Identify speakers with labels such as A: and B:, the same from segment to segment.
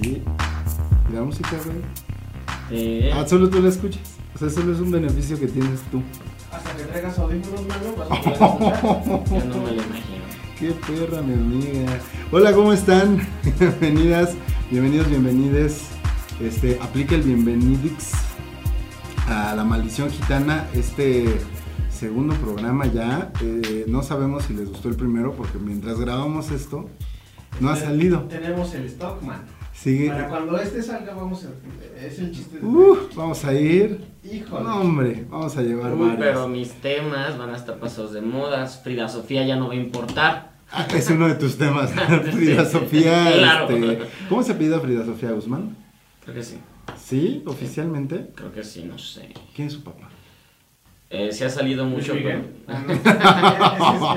A: Sí. Y la música, güey.
B: Eh,
A: Ah, solo tú la escuchas. O sea, solo es un beneficio que tienes tú.
C: Hasta que traigas audífonos, mano, vas a
B: yo no me lo imagino.
A: Qué perra, mi amiga. Hola, ¿cómo están? Bienvenidas, bienvenidos, bienvenides. Este, aplica el bienvenidix a la maldición gitana. Este segundo programa ya. Eh, no sabemos si les gustó el primero porque mientras grabamos esto, no ha salido.
C: Tenemos el Stockman.
A: Sigue.
C: Para cuando este salga, vamos a. Es el chiste de.
A: Uh, vamos a ir.
C: Híjole.
A: No, hombre, vamos a llevar
B: Uy,
A: varios.
B: pero mis temas van a estar pasados de modas. Frida Sofía ya no va a importar.
A: Ah, Es uno de tus temas, Frida Sofía.
B: Claro.
A: este, ¿Cómo se pide Frida Sofía Guzmán?
B: Creo que sí.
A: ¿Sí? ¿Oficialmente?
B: Creo que sí, no sé.
A: ¿Quién es su papá?
B: Eh, se ha salido mucho.
C: Miguel. Ah,
B: pero-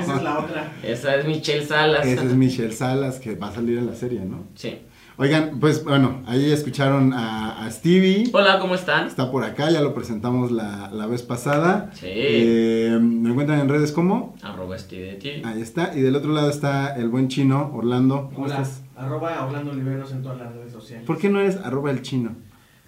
C: esa, es, esa es la otra.
B: Esa es Michelle Salas.
A: Ese es Michelle Salas, que va a salir en la serie, ¿no?
B: Sí.
A: Oigan, pues bueno, ahí escucharon a, a Stevie.
B: Hola, ¿cómo están?
A: Está por acá, ya lo presentamos la, la vez pasada.
B: Sí.
A: Eh, me encuentran en redes como.
B: Arroba este de ti.
A: Ahí está. Y del otro lado está el buen chino, Orlando. ¿Cómo
C: Hola.
A: estás?
C: Arroba hablando liberos en todas las redes sociales.
A: ¿Por qué no eres arroba el chino?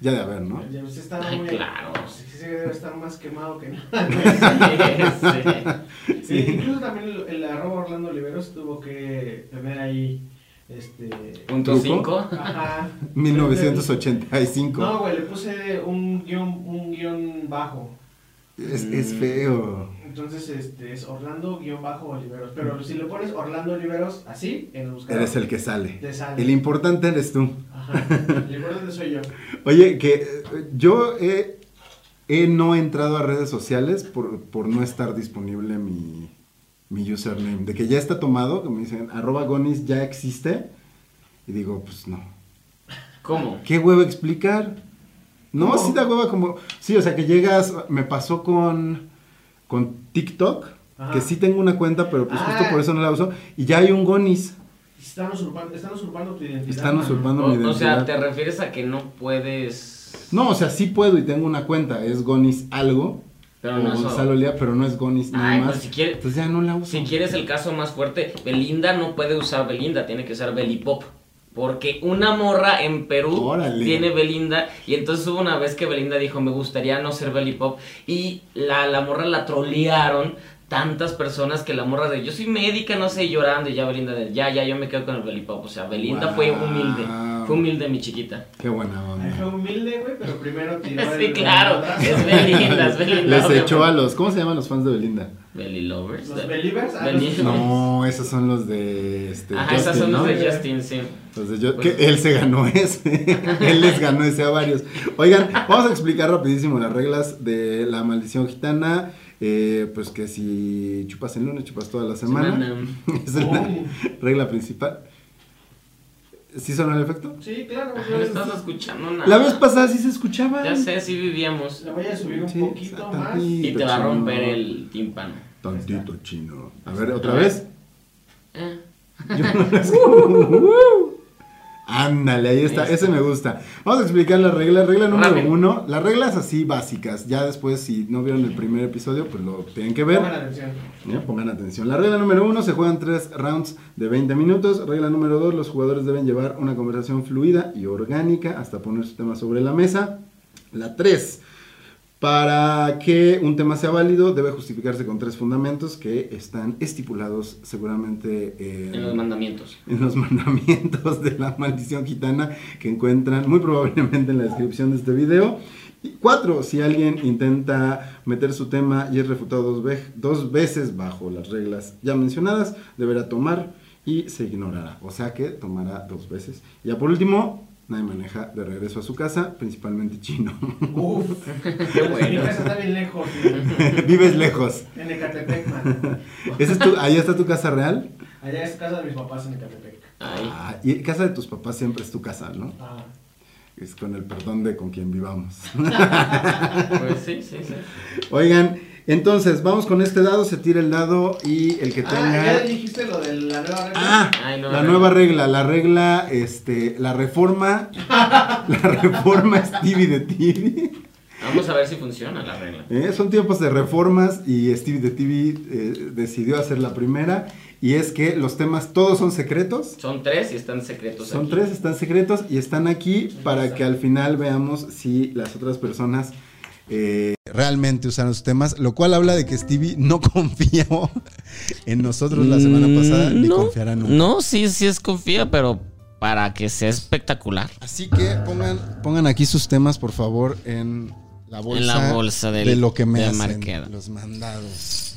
A: Ya de haber, ¿no?
C: Ya usted está
B: Ay,
C: muy.
B: claro.
C: Sí, sí, debe estar más quemado que nada.
B: Sí,
C: Sí, Incluso también el, el arroba Orlando Oliveros tuvo que tener ahí. Este.
B: sí. Punto
A: ¿Truco?
B: 5.
C: Ajá.
A: 1985.
C: No, güey, le puse un guión, un guión bajo.
A: Es, es feo.
C: Entonces, este es Orlando-Oliveros. Pero si le pones Orlando Oliveros así, en el buscador.
A: Eres el que sale.
C: Te sale.
A: El importante eres tú.
C: Ajá. El importante soy yo.
A: Oye, que eh, yo he, he no entrado a redes sociales por, por no estar disponible mi, mi username. De que ya está tomado, que me dicen arroba gonis ya existe. Y digo, pues no.
B: ¿Cómo?
A: ¿Qué huevo explicar? No,
C: ¿Cómo?
A: sí da hueva como... Sí, o sea, que llegas... Me pasó con, con TikTok,
C: Ajá.
A: que sí tengo una cuenta, pero pues
C: Ah.
A: justo por eso no la uso. Y ya hay un gonis.
C: Están usurpando, están usurpando tu identidad.
A: Están
C: mano.
A: usurpando mi
B: O,
A: identidad.
B: o sea, ¿te refieres a que no puedes.
A: No, o sea, sí puedo y tengo una cuenta. Es Gonis algo.
B: Pero
A: o
B: no es
A: Gonzalo Lea, pero no es Gonis nada
B: Ay,
A: más.
B: pues si quiere-
A: Entonces ya no la uso.
B: Si quieres el caso más fuerte, Belinda no puede usar Belinda, tiene que usar Belipop. Porque una morra en Perú
A: Órale.
B: tiene Belinda y entonces hubo una vez que Belinda dijo, me gustaría no ser Belipop y la, la morra la trolearon tantas personas que la morra de yo soy médica, no sé, y llorando y ya Belinda de ya, ya, yo me quedo con el Belipop. O sea, Belinda fue
A: Guau.
B: humilde, fue humilde mi chiquita.
A: Qué buena
C: Ay, fue
A: onda.
C: humilde, güey, pero primero tiró.
B: Sí,
C: el-
B: claro, es Belinda, es Belinda.
A: Les echó a
B: obviamente.
A: los. ¿Cómo se llaman los fans de Belinda?
B: Belly lovers.
C: Los Believers, ah,
B: Believers.
A: No, esos son los de. Este,
B: Ajá,
A: Justin,
B: esas son
A: ¿no?
B: los de pues- Justin, sí.
A: Los de Ju- que él se ganó ese. él les ganó ese a varios. Oigan, vamos a explicar rapidísimo las reglas de la maldición gitana. Eh, pues que si chupas el lunes, chupas toda la semana.
B: Semana.
A: Esa es la
C: Oh.
A: regla principal. ¿Sí sonó el efecto?
C: Sí, claro.
B: No
C: güey.
B: estás escuchando nada.
A: La vez pasada sí se escuchaba.
B: Ya sé, sí vivíamos.
C: La voy a subir un
A: Sí,
C: poquito
A: está
C: más.
A: tantito.
B: Y te va a
A: chino.
B: romper el tímpano.
A: Tantito chino. A ver,
B: A
A: otra
B: ver.
A: vez.
B: Eh,
A: Yo no lo escucho. Ándale, ahí está,
B: Ahí está.
A: ese me gusta. Vamos a explicar las reglas. Regla número
B: Rápido.
A: uno, las reglas así básicas. Ya después, si no vieron el primer episodio, pues lo tienen que ver.
C: Pongan atención.
A: Ya, pongan atención. La regla número uno, se juegan tres rounds de 20 minutos. Regla número dos, los jugadores deben llevar una conversación fluida y orgánica hasta poner su tema sobre la mesa. La tres, para que un tema sea válido, debe justificarse con tres fundamentos que están estipulados seguramente eh,
B: en los mandamientos.
A: en los mandamientos de la maldición gitana que encuentran muy probablemente en la descripción de este video. Y cuatro, si alguien intenta meter su tema y es refutado dos, ve- dos veces bajo las reglas ya mencionadas, deberá tomar y se ignorará. O sea que tomará dos veces. Y ya por último, nadie maneja de regreso a su casa, principalmente chino.
D: Uf.
E: Qué
D: Mi
E: bueno.
D: casa está bien lejos, güey.
A: Vives lejos.
D: En Ecatepec, man.
A: ¿Esa es tu- ¿Ahí está tu casa real?
D: Allá es casa de mis papás en Ecatepec.
E: Ay,
A: Ah, y casa de tus papás siempre es tu casa, ¿no?
D: Ah.
A: Es con el perdón de con quien vivamos.
E: pues sí, sí, sí.
A: Oigan, entonces, vamos con este dado, se tira el dado y el que
D: Ah, ya
A: tenga...
D: dijiste lo de la nueva regla.
A: Ah,
E: Ay, no,
A: la
E: no.
A: nueva regla, la regla, este, la reforma, la reforma Stevie de TV.
E: Vamos a ver si funciona la regla.
A: Eh, Son tiempos de reformas y Stevie de TV eh, decidió hacer la primera y es que los temas todos son secretos.
E: Son tres y están secretos
A: Son
E: aquí.
A: tres, están secretos y están aquí para que al final veamos si las otras personas eh, realmente usaron sus temas, lo cual habla de que Stevie no confió en nosotros la semana pasada ni confiará nunca.
B: Mm, No, sí, sí es confía, pero para que sea espectacular.
A: Así que pongan, pongan aquí sus temas, por favor, en la bolsa,
B: En la bolsa del-
A: de lo que me
B: de
A: hacen
B: Marqueda.
A: los mandados.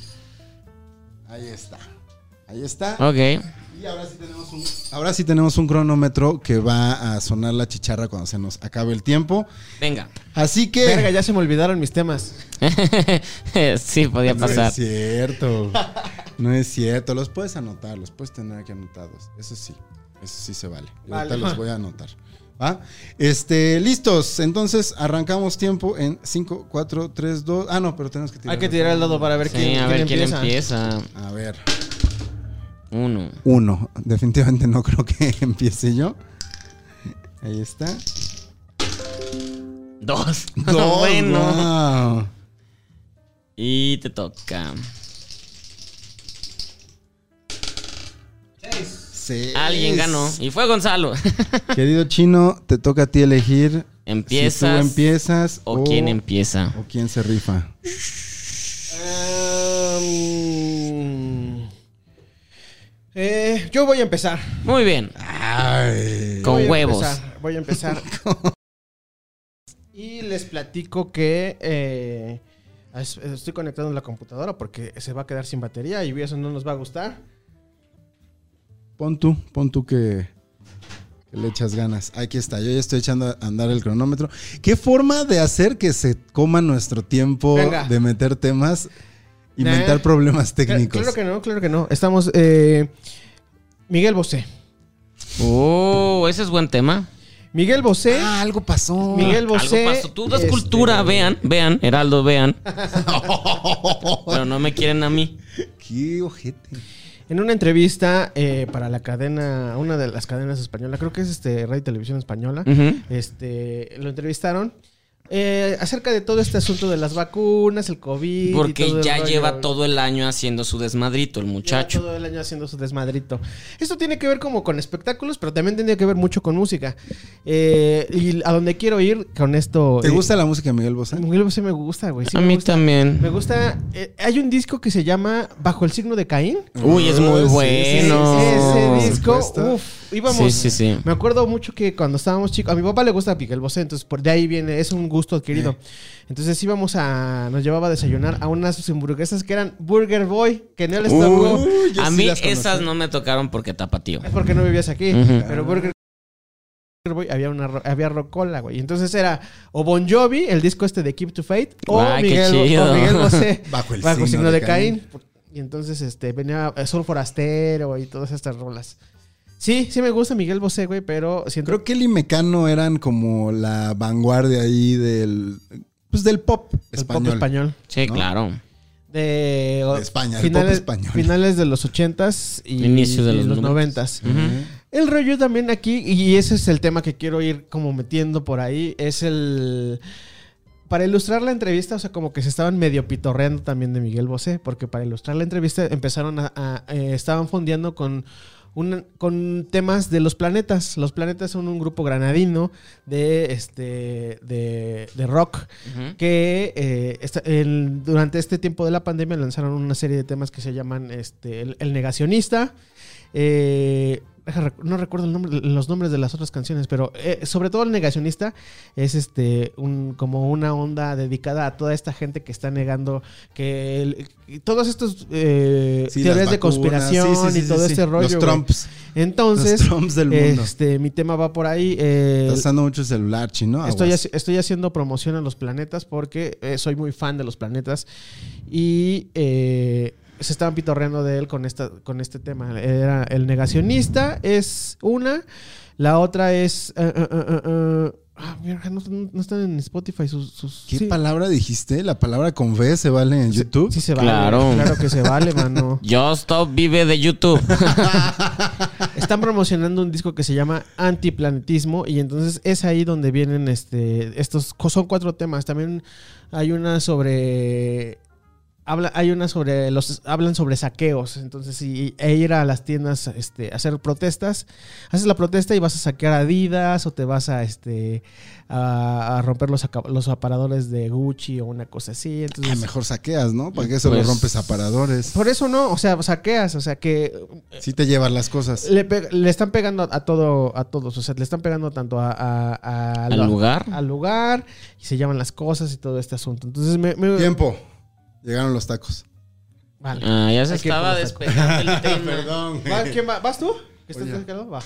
A: Ahí está. Ahí está.
B: Ok.
A: Y ahora sí, tenemos un, ahora sí tenemos un cronómetro que va a sonar la chicharra cuando se nos acabe el tiempo.
B: Venga.
A: Así que...
C: Verga, ya se me olvidaron mis temas.
B: sí, podía
A: no
B: pasar.
A: es cierto. No es cierto. Los puedes anotar, los puedes tener aquí anotados. Eso sí. Eso sí se vale. Yo
C: Vale.
A: ahorita los voy a anotar. ¿Va? Este, listos. Entonces arrancamos tiempo en 5, 4, 3, 2. Ah, no, pero tenemos que tirar.
C: Hay que tirar el dado para ver
B: Sí,
C: quién,
B: a
C: quién
B: ver quién
C: empieza.
B: empieza.
A: A ver.
B: Uno.
A: Uno. Definitivamente no creo que empiece yo. Ahí está.
B: Dos.
A: Dos,
B: Ah, bueno.
A: wow.
B: Y te toca.
A: Seis.
B: Alguien ganó. Y fue Gonzalo.
A: Querido chino, te toca a ti elegir.
B: ¿Empiezas
A: Si tú empiezas
C: Oh.
B: ¿O quién empieza?
A: o quién se rifa.
C: Am, eh, yo voy a empezar.
B: Muy bien.
A: Ay.
B: Con
C: Voy a
B: huevos.
C: empezar, voy a empezar. y les platico que eh, es- estoy conectando la computadora porque se va a quedar sin batería y eso no nos va a gustar.
A: Pon tú, pon tú que, que le echas ganas. Aquí está, yo ya estoy echando a andar el cronómetro. ¿Qué forma de hacer que se coma nuestro tiempo
C: Venga.
A: de meter temas, inventar
C: Nah.
A: problemas
C: Cla-
A: técnicos?
C: Claro que no, claro que no. Estamos. eh, Miguel Bosé.
B: Oh, ese es buen tema.
C: Miguel Bosé.
A: Ah, algo pasó.
C: Miguel Bosé.
B: Algo pasó. Tú das
C: este,
B: cultura, vean, vean, Heraldo, vean. Pero no me quieren a mí.
A: Qué ojete.
C: En una entrevista eh, para la cadena, una de las cadenas españolas, creo que es este Radio y Televisión Española,
B: Ujú.
C: este, lo entrevistaron eh, acerca de todo este asunto de las vacunas, el COVID. y todo
B: Porque
C: el
B: ya
C: rollo.
B: lleva todo el año haciendo su desmadrito, el
C: Lleva
B: muchacho.
C: Todo el año haciendo su desmadrito. Esto tiene que ver como con espectáculos, pero también tiene que ver mucho con música. Eh, y a donde quiero ir con esto.
A: ¿Te
C: eh,
A: gusta la música de Miguel Bosé?
C: Miguel Bosé me gusta, güey. sí
B: a
C: me
B: mí
C: gusta.
B: también.
C: Me gusta. eh, hay un disco que se llama Bajo el signo de Caín.
B: Uy, es muy
A: Sí, sí,
B: bueno.
A: sí,
C: Ese,
A: sí, sí.
C: disco,
A: Supuesto.
C: uf, íbamos.
B: Sí, sí, sí.
C: Me acuerdo mucho que cuando estábamos chicos, a mi papá le gusta Miguel Bosé, entonces por de ahí viene, es un gusto adquirido. Entonces íbamos a, nos llevaba a desayunar a unas hamburguesas que eran Burger Boy, que no les tocó.
A: Uy, yo
B: a
A: sí
B: mí
A: las conocí.
B: esas no me tocaron porque tapatío.
C: Es porque no vivías aquí.
B: Ujú.
C: Pero Burger Burger Boy había una ro- había rocola, güey. Entonces era o Bon Jovi, el disco este de Keep to Fate, o,
B: Ah, qué
C: Miguel, Bo- o
B: chido.
C: Miguel Bosé.
A: Bajo el
C: Bajo signo de Caín. Y entonces este venía eh, Sol Forastero y todas estas rolas. Sí, sí me gusta Miguel Bosé, güey, pero siento
A: Creo que él y Mecano eran como la vanguardia ahí del, pues del pop
C: el
A: español.
C: pop español.
B: Sí,
A: ¿No?
B: claro.
C: De, o-
A: De España, el pop
C: finales,
A: español.
C: finales de los 80s y
B: Inicio de
C: y
B: los
C: noventas. El rollo también aquí, y ese es el tema que quiero ir como metiendo por ahí, es el... Para ilustrar la entrevista, o sea, como que se estaban medio pitorreando también de Miguel Bosé, porque para ilustrar la entrevista empezaron a... a- eh, estaban fondeando con, un- con temas de los planetas. Los planetas son un grupo granadino de, este, de, de rock
B: Ujú.
C: que eh, esta- el- durante este tiempo de la pandemia lanzaron una serie de temas que se llaman este, el, el negacionista, eh, deja rec- no recuerdo el nombre, los nombres de las otras canciones, pero eh, sobre todo el negacionista es este un, como una onda dedicada a toda esta gente que está negando que el- y todos estos eh,
A: Sí, las
C: teorías de
A: vacunas,
C: conspiración
A: sí, sí, sí,
C: y
A: sí,
C: todo
A: sí.
C: este rollo.
A: Los
C: güey.
A: Trumps.
C: Entonces,
A: Los Trumps del mundo.
C: este mi tema va por ahí. eh,
A: Estás usando mucho el celular, chino.
C: Estoy,
A: aguas.
C: haci- estoy haciendo promoción a los planetas porque eh, soy muy fan de los planetas y eh, se estaban pitorreando de él con, esta, con este tema. Era el negacionista, es una. La otra es... eh, eh, eh, eh, ah, mierda, no, no están en Spotify sus... sus-
A: ¿Qué
C: sí.
A: palabra dijiste? La palabra con fe se vale en YouTube.
C: Sí se vale.
B: Claro.
C: Claro que se vale, mano.
B: Yo Stop vive de YouTube.
C: Están promocionando un disco que se llama Antiplanetismo y entonces es ahí donde vienen este estos co- son cuatro temas. También hay una sobre habla hay una sobre los hablan sobre saqueos, entonces y, e ir a las tiendas este a hacer protestas. Haces la protesta y vas a saquear Adidas o te vas a este a, a romper los aca- los aparadores de Gucci o una cosa así.
A: Ah,
C: Entonces
A: mejor saqueas, ¿no? ¿Para qué se
B: Pues-
A: lo rompes a paradores?
C: por eso no, o sea, saqueas, o sea que
A: Sí te llevas las cosas.
C: le, pe- le están pegando a todo a todos o sea le están pegando tanto a, a- a-
B: ¿Al
C: lo-
B: lugar?
C: al lugar y se llaman las cosas y todo este asunto entonces me, me-
A: Tiempo. Llegaron los tacos.
C: vale
B: Ah, ya se
C: Hay que
B: estaba
C: poner-
B: despegando el tema.
A: Perdón.
C: ¿Va? ¿Quién va? vas tú ¿Que estás
A: Oye.
C: tranquilo? va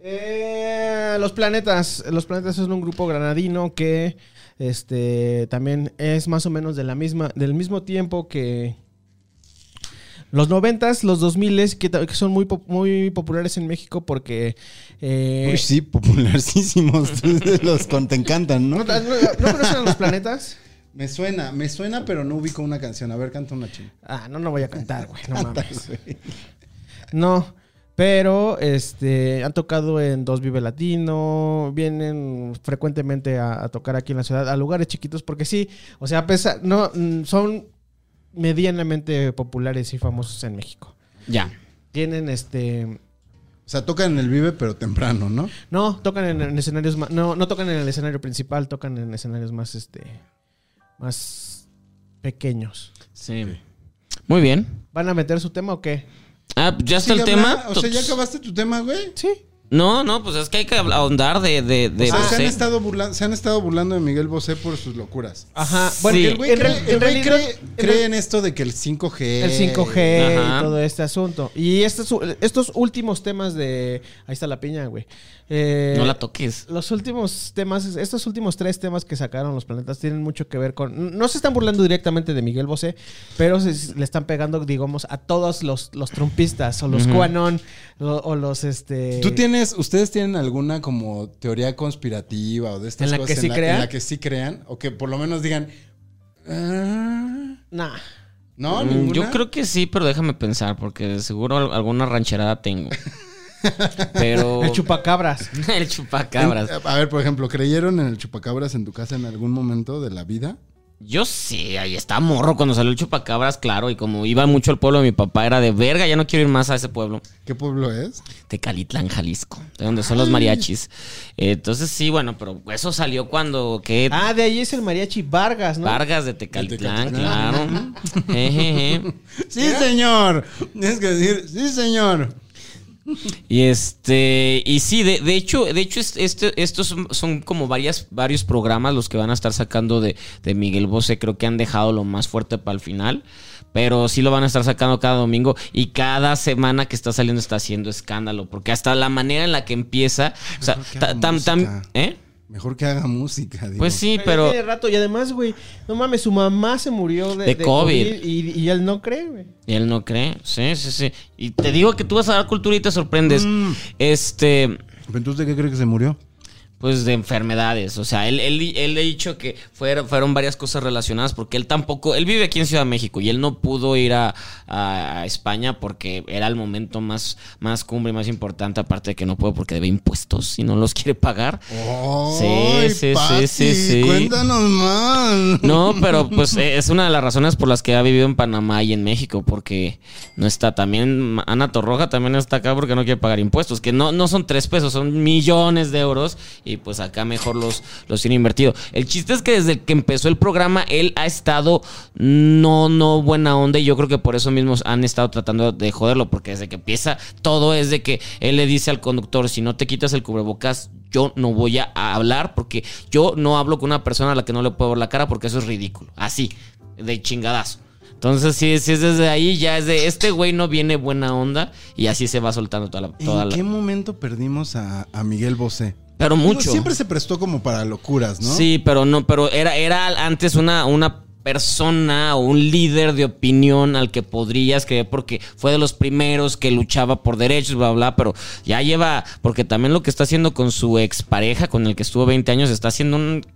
C: Eh, los planetas. Los planetas es un grupo granadino que este también es más o menos de la misma, del mismo tiempo que los noventas, los dos miles, que, ta- que son muy, pop- muy populares en México porque eh,
A: Uy, sí, popularísimos. los con te encantan,
C: ¿no,
A: ¿no?
C: no- no conocen a los planetas?
A: Me suena, me suena, pero no ubico una canción. A ver, canta una china.
C: Ah, no, no voy a cantar, güey. No mames. No. Pero este han tocado en Dos Vive Latino, vienen frecuentemente a, a tocar aquí en la ciudad, a lugares chiquitos, porque sí, o sea, a pesar, no, mm, son medianamente populares y famosos en México.
B: Ya.
C: Tienen este.
A: O sea, tocan en el Vive, pero temprano, ¿no?
C: No, tocan en, en escenarios más. No, no tocan en el escenario principal, tocan en escenarios más este. más pequeños.
B: Sí. Muy bien.
C: ¿Van a meter su tema o qué?
B: Ah, ya está el
A: Sigue
B: tema.
A: hablando. O sea, ¿ya
B: Tops.
A: acabaste tu tema, güey?
C: Sí.
B: No, no, pues es que hay que ahondar de, de, de
A: O sea, se, han
B: Bosé.
A: estado burlando, se han estado burlando de Miguel Bosé por sus locuras.
C: Ajá.
B: Sí.
C: Bueno,
A: El güey
C: Ah, en,
A: cree,
C: real-
A: el güey
C: en realidad-
A: cree-
C: en
A: cree en esto de que el 5G.
C: el 5G
B: Eh, Ajá.
C: y todo este asunto. Y estos, estos últimos temas de. Ahí está la piña, güey. Eh,
B: No la toques.
C: Los últimos temas, estos últimos tres temas que sacaron los planetas tienen mucho que ver con. No se están burlando directamente de Miguel Bosé, pero se- le están pegando, digamos, a todos los, los trumpistas o los QAnon o, o los este.
A: ¿Tú tienes, ustedes tienen alguna como teoría conspirativa o de estas
C: ¿En la
A: cosas
C: que sí crean?
A: en la que sí crean? O que por lo menos digan. "Ah".
C: Nah.
A: ¿No?
B: Mm,
A: ¿Ninguna?
B: Yo creo que sí, pero déjame pensar, porque seguro al- alguna rancherada tengo. Pero.
C: El chupacabras.
B: el chupacabras.
A: En- A ver, por ejemplo, ¿creyeron en el chupacabras en tu casa en algún momento de la vida?
B: Yo sí, ahí está morro cuando salió el chupacabras, claro. Y como iba mucho al pueblo de mi papá, era de verga, ya no quiero ir más a ese pueblo.
A: ¿Qué pueblo es?
B: Tecalitlán, Jalisco, de donde son los mariachis. Entonces sí, bueno, pero eso salió cuando que
C: Ah, de ahí es el mariachi Vargas, ¿no?
B: Vargas de Tecalitlán,
A: De
B: claro.
A: Tecalitlán.
B: Ejeje.
A: Sí, señor. Tienes que decir, sí, señor.
B: Y este, y sí, de, de hecho, de hecho, es- este, estos son, son como varias, varios programas los que van a estar sacando de, de Miguel Bosé. Creo que han dejado lo más fuerte para el final. Pero sí lo van a estar sacando cada domingo. Y cada semana que está saliendo está haciendo escándalo. Porque hasta la manera en la que empieza. O sea,
A: Mejor que
B: ta-
A: haga
B: tam- tam-
A: música.
B: ¿eh?
A: Mejor que haga música. digo.
B: Pues sí,
C: Pero ya
B: pero.
C: tiene rato y además, güey, no mames, su mamá se murió de,
B: De COVID.
C: y, y él no cree, güey.
B: Y él no cree. Sí, sí, sí. Y
A: Mm.
B: te digo que tú vas a dar cultura y te sorprendes. Este.
A: ¿Entonces de qué cree que se murió?
B: pues de enfermedades. O sea, él, él, él ha dicho que fueron, fueron varias cosas relacionadas porque él tampoco, él vive aquí en Ciudad de México y él no pudo ir a, a- a España porque era el momento más, más cumbre, más importante, aparte de que no puede porque debe impuestos y no los quiere pagar.
A: Ay,
B: Sí, sí, sí,
A: Pati,
B: sí, sí.
A: Cuéntanos más.
B: No, pero pues eh, es una de las razones por las que ha vivido en Panamá y en México, porque no está también, Ma- Ana Torroja también está acá porque no quiere pagar impuestos, que no, no son tres pesos, son millones de euros y pues acá mejor los, los tiene invertido. El chiste es que desde que empezó el programa él ha estado no, no buena onda y yo creo que por eso mismos han estado tratando de joderlo, porque desde que empieza todo es de que él le dice al conductor, si no te quitas el cubrebocas, yo no voy a a hablar porque yo no hablo con una persona a la que no le puedo ver la cara porque eso es ridículo. Así, de chingadazo. Entonces, si, si es desde ahí, ya es de este güey no viene buena onda y así se va soltando toda la. toda
A: ¿En
B: la-
A: qué momento perdimos a, a Miguel Bosé?
B: Pero
A: Digo,
B: mucho.
A: siempre se prestó como para locuras, ¿no?
B: Sí, pero no, pero era, era antes una, una persona o un líder de opinión al que podrías creer porque fue de los primeros que luchaba por derechos, bla, bla, pero ya lleva, porque también lo que está haciendo con su expareja, con el que estuvo 20 años, está haciendo un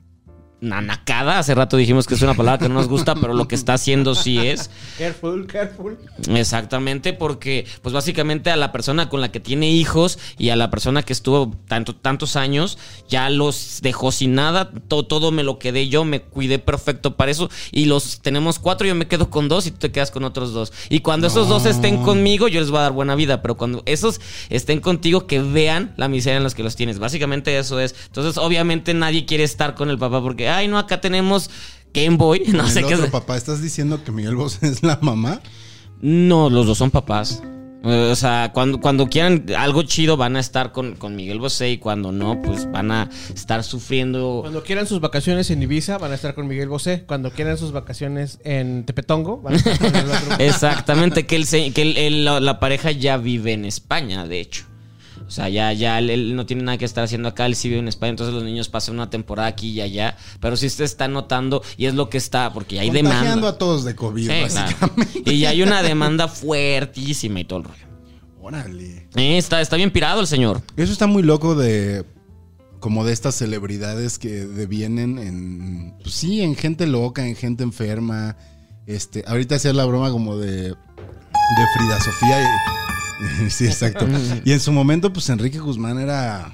B: nanacada, hace rato dijimos que es una palabra que no nos gusta, pero lo que está haciendo sí es.
C: Careful, careful.
B: Exactamente, porque pues básicamente a la persona con la que tiene hijos y a la persona que estuvo tanto, tantos años, ya los dejó sin nada, to- todo, me lo quedé yo, me cuidé perfecto para eso y los tenemos cuatro, yo me quedo con dos y tú te quedas con otros dos. Y cuando esos dos estén conmigo, yo les voy a dar buena vida, pero cuando esos estén contigo, que vean la miseria en las que los tienes. Básicamente eso es. Entonces obviamente nadie quiere estar con el papá porque, ay no, acá tenemos... Game Boy, no
A: Con
B: sé
A: el
B: qué
A: otro
B: es.
A: papá, ¿estás diciendo que Miguel Bosé es la mamá?
B: No, los dos son papás. Eh, O sea, cuando, cuando quieran algo chido van a estar con, con Miguel Bosé y cuando no, pues van a estar sufriendo.
C: Cuando quieran sus vacaciones en Ibiza, van a estar con Miguel Bosé. Cuando quieran sus vacaciones en Tepetongo, van a estar con el otro.
B: Exactamente, que, el, se- que el- el- la, la pareja ya vive en España, de hecho. O sea, ya, ya él, él no tiene nada que estar haciendo acá, él sí vive en España, entonces los niños pasan una temporada aquí y allá, pero sí se está notando y es lo que está, porque hay
A: Contagiando
B: demanda.
A: a todos de COVID,
B: Sí, claro.
A: básicamente.
B: Y hay una demanda fuertísima y todo el rollo.
A: Órale.
B: Eh, está, está bien pirado el señor.
A: Eso está muy loco de como de estas celebridades que devienen en pues sí, en gente loca, en gente enferma. Este, ahorita hacía la broma como de de Frida Sofía y- sí, exacto. Y en su momento pues Enrique Guzmán era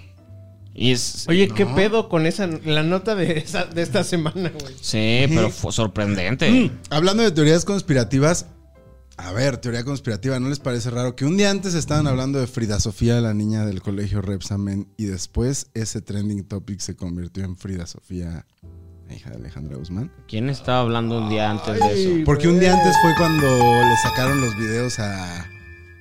B: Y es,
C: Oye, ¿qué pedo con esa la nota de, esa- de esta semana, güey?
B: Sí, pero fue sorprendente.
A: Hablando de teorías conspirativas, a ver, teoría conspirativa, ¿no les parece raro que un día antes estaban hablando de Frida Sofía, la niña del colegio Repsamen, y después ese trending topic se convirtió en Frida Sofía, la hija de Alejandra Guzmán?
B: ¿Quién estaba hablando un día antes de eso?
A: Porque un día antes fue cuando le sacaron los videos a,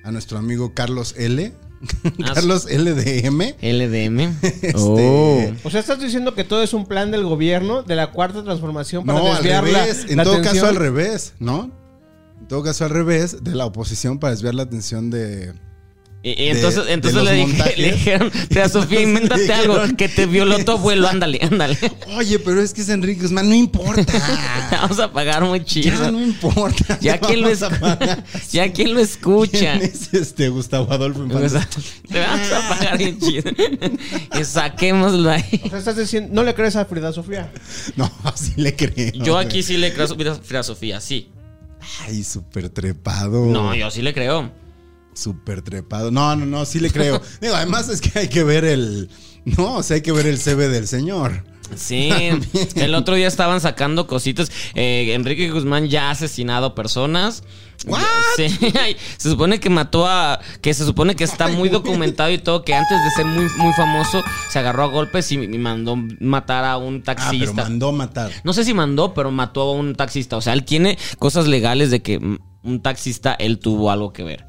A: a nuestro amigo Carlos L.
B: Ah,
A: Carlos LDM.
B: LDM.
A: Este,
B: Oh.
C: O sea, estás diciendo que todo es un plan del gobierno de la cuarta transformación para
A: No, al
C: desviar la-
A: revés. en
C: la
A: todo
C: atención?
A: caso, al revés, ¿no? En todo caso, al revés, de la oposición para desviar la atención de,
B: Y, y entonces,
A: de
B: entonces
A: los
B: le, dije-
A: montajes.
B: le dijeron, Frida Sofía,
A: Entonces
B: invéntate
A: le dijeron-
B: algo, que te violó tu abuelo, ándale, ándale.
A: Oye, pero es que es Enrique Guzmán, no importa.
B: Vamos a pagar muy
A: ya no
B: chido.
A: importa.
B: Ya quién lo,
A: vamos a
B: escu-
A: pagar.
B: ya Pues, quién lo escucha.
A: ¿Quién es este Gustavo Adolfo
B: O
A: Infante?
B: sea, Te vamos a pagar bien chido. Y saquémoslo
C: O
B: ahí.
C: sea, estás diciendo, no le crees a Frida Sofía.
A: No, así le creo.
B: Yo aquí sí le creo a Frida Sofía, sí.
A: Ay, súper trepado.
B: No, yo sí le creo.
A: Súper trepado. No, no, no, sí le creo. Digo, además es que hay que ver el. No, o sea, hay que ver el CV del señor.
B: Sí, el otro día estaban sacando cositas. Eh, Enrique Guzmán ya ha asesinado personas.
A: ¿What?
B: Sí, ay, se supone que mató a. Que se supone que está muy documentado y todo. Que antes de ser muy, muy famoso, se agarró a golpes y, y mandó matar a un
A: Ah, pero
B: taxista.
A: mandó matar.
B: No sé si mandó, pero mató a un taxista. O sea, él tiene cosas legales de que mm, un taxista él tuvo algo que ver.